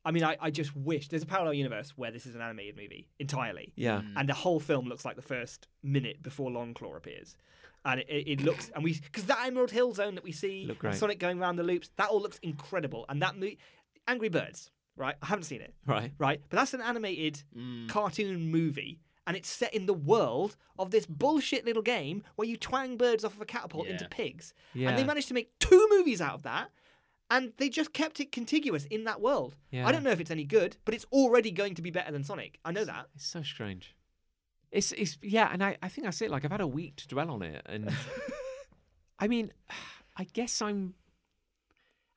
Speaker 3: I mean, I, I just wish there's a parallel universe where this is an animated movie entirely.
Speaker 1: Yeah.
Speaker 3: And the whole film looks like the first minute before Longclaw appears. And it, it, it looks, and we, because that Emerald Hill zone that we see,
Speaker 1: Look
Speaker 3: and
Speaker 1: great.
Speaker 3: Sonic going around the loops, that all looks incredible. And that movie, Angry Birds, right? I haven't seen it
Speaker 1: Right.
Speaker 3: right? But that's an animated
Speaker 1: Mm.
Speaker 3: cartoon movie, and it's set in the world of this bullshit little game where you twang birds off of a catapult into
Speaker 2: Yeah.
Speaker 3: pigs. And
Speaker 1: Yeah.
Speaker 3: they managed to make two movies out of that, and they just kept it contiguous in that world.
Speaker 1: Yeah.
Speaker 3: I don't know if it's any good, but it's already going to be better than Sonic. I know that.
Speaker 1: It's so strange. It's it's yeah, and I, I think that's it. Like I've had a week to dwell on it, and I mean, I guess I'm.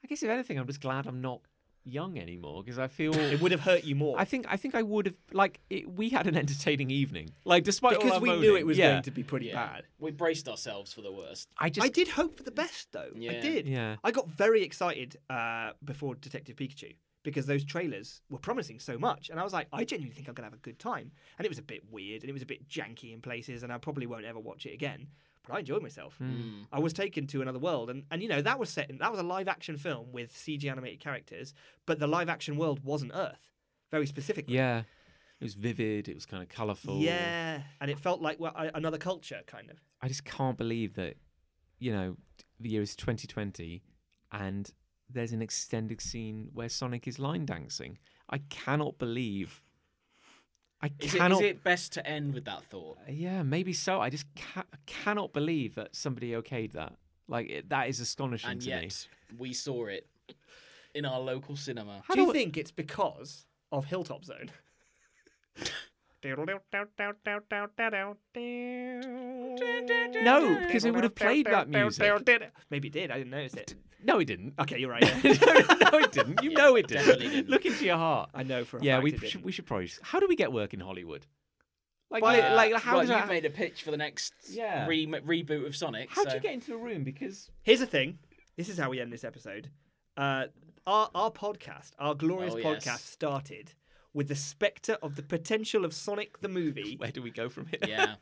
Speaker 1: I guess if anything, I'm just glad I'm not young anymore because I feel.
Speaker 3: It would have hurt you more.
Speaker 1: I think I think I would have like it, we had an entertaining evening. Like despite all
Speaker 3: because
Speaker 1: our
Speaker 3: we knew
Speaker 1: moaning,
Speaker 3: it was
Speaker 1: yeah.
Speaker 3: going to be pretty
Speaker 2: Yeah.
Speaker 3: bad.
Speaker 2: We braced ourselves for the worst.
Speaker 1: I just
Speaker 3: I did hope for the best, though. I
Speaker 2: Yeah.
Speaker 3: did.
Speaker 1: Yeah.
Speaker 3: I got very excited uh, before Detective Pikachu because those trailers were promising so much, and I was like, I genuinely think I'm gonna have a good time. And it was a bit weird, and it was a bit janky in places, and I probably won't ever watch it again. But I enjoyed myself.
Speaker 1: Hmm.
Speaker 3: I was taken to another world, and, and you know that was set in that was a live action film with CG animated characters, but the live action world wasn't Earth, very specifically.
Speaker 1: yeah. It was vivid. It was kind of colourful.
Speaker 3: Yeah, and it felt like well, a- another culture, kind of.
Speaker 1: I just can't believe that, you know, the year is 2020 and there's an extended scene where Sonic is line dancing. I cannot believe. I
Speaker 2: Is, it,
Speaker 1: cannot.
Speaker 2: is it best to end with that thought?
Speaker 1: Yeah, maybe so. I just ca- cannot believe that somebody okayed that. Like, it, that is astonishing
Speaker 2: And
Speaker 1: to
Speaker 2: yet
Speaker 1: me.
Speaker 2: we saw it in our local cinema.
Speaker 1: How
Speaker 3: do you
Speaker 1: do I-
Speaker 3: think it's because of Hilltop Zone?
Speaker 1: No, because it would have played that music.
Speaker 3: Maybe it did. I didn't notice it.
Speaker 1: No, it didn't.
Speaker 3: Okay, you're right.
Speaker 1: no,
Speaker 3: yeah.
Speaker 1: it didn't. You know it didn't.
Speaker 2: definitely didn't.
Speaker 1: Look into your heart.
Speaker 3: I know for a
Speaker 1: yeah,
Speaker 3: fact
Speaker 1: we
Speaker 3: it
Speaker 1: should,
Speaker 3: didn't.
Speaker 1: we should probably. How do we get work in Hollywood? Like,
Speaker 2: Uh,
Speaker 1: like, like how
Speaker 2: well,
Speaker 1: does
Speaker 2: you've
Speaker 1: that?
Speaker 2: made a pitch for the next
Speaker 1: Yeah.
Speaker 2: re- reboot of Sonic.
Speaker 1: How'd
Speaker 2: so-
Speaker 1: you get into a room? Because
Speaker 3: Here's the thing. This is how we end this episode. Uh, our our podcast, our glorious
Speaker 2: Oh, yes.
Speaker 3: podcast, started with the spectre of the potential of Sonic the movie.
Speaker 1: where do we go from here?
Speaker 2: Yeah.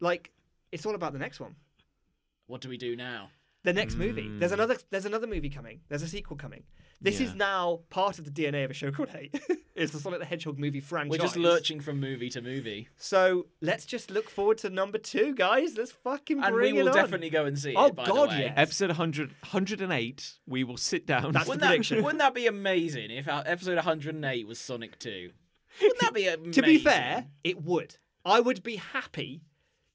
Speaker 3: Like, it's all about the next one.
Speaker 2: What do we do now?
Speaker 3: the next movie. There's another there's another movie coming. There's a sequel coming. This
Speaker 4: Yeah.
Speaker 3: is now part of the DNA of a show called Hate. it's the Sonic the Hedgehog movie
Speaker 4: We're
Speaker 3: franchise.
Speaker 4: just lurching from movie to movie,
Speaker 3: So let's just look forward to number two, guys. Let's fucking
Speaker 4: and
Speaker 3: bring
Speaker 4: we will
Speaker 3: it on.
Speaker 4: definitely go and see
Speaker 3: Oh,
Speaker 4: it. By
Speaker 3: God,
Speaker 4: the way.
Speaker 3: yeah.
Speaker 1: Episode 100, 108, we will sit down.
Speaker 3: That's
Speaker 4: Wouldn't
Speaker 3: the
Speaker 4: that,
Speaker 3: prediction.
Speaker 4: wouldn't that be amazing if our episode 108 was Sonic 2? Wouldn't that be amazing?
Speaker 3: to be fair, it would. I would be happy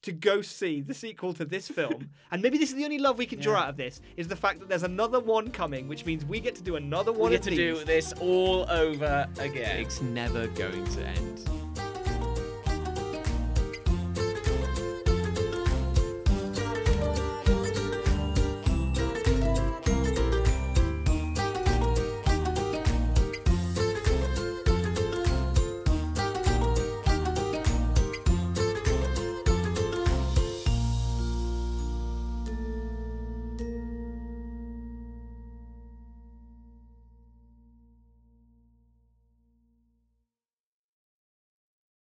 Speaker 3: to go see the sequel to this film. and maybe this is the only love we can draw out of this is the fact that there's another one coming, which means we get to do another one
Speaker 4: we
Speaker 3: of
Speaker 4: get to
Speaker 3: these.
Speaker 4: do this all over again.
Speaker 1: it's never going to end.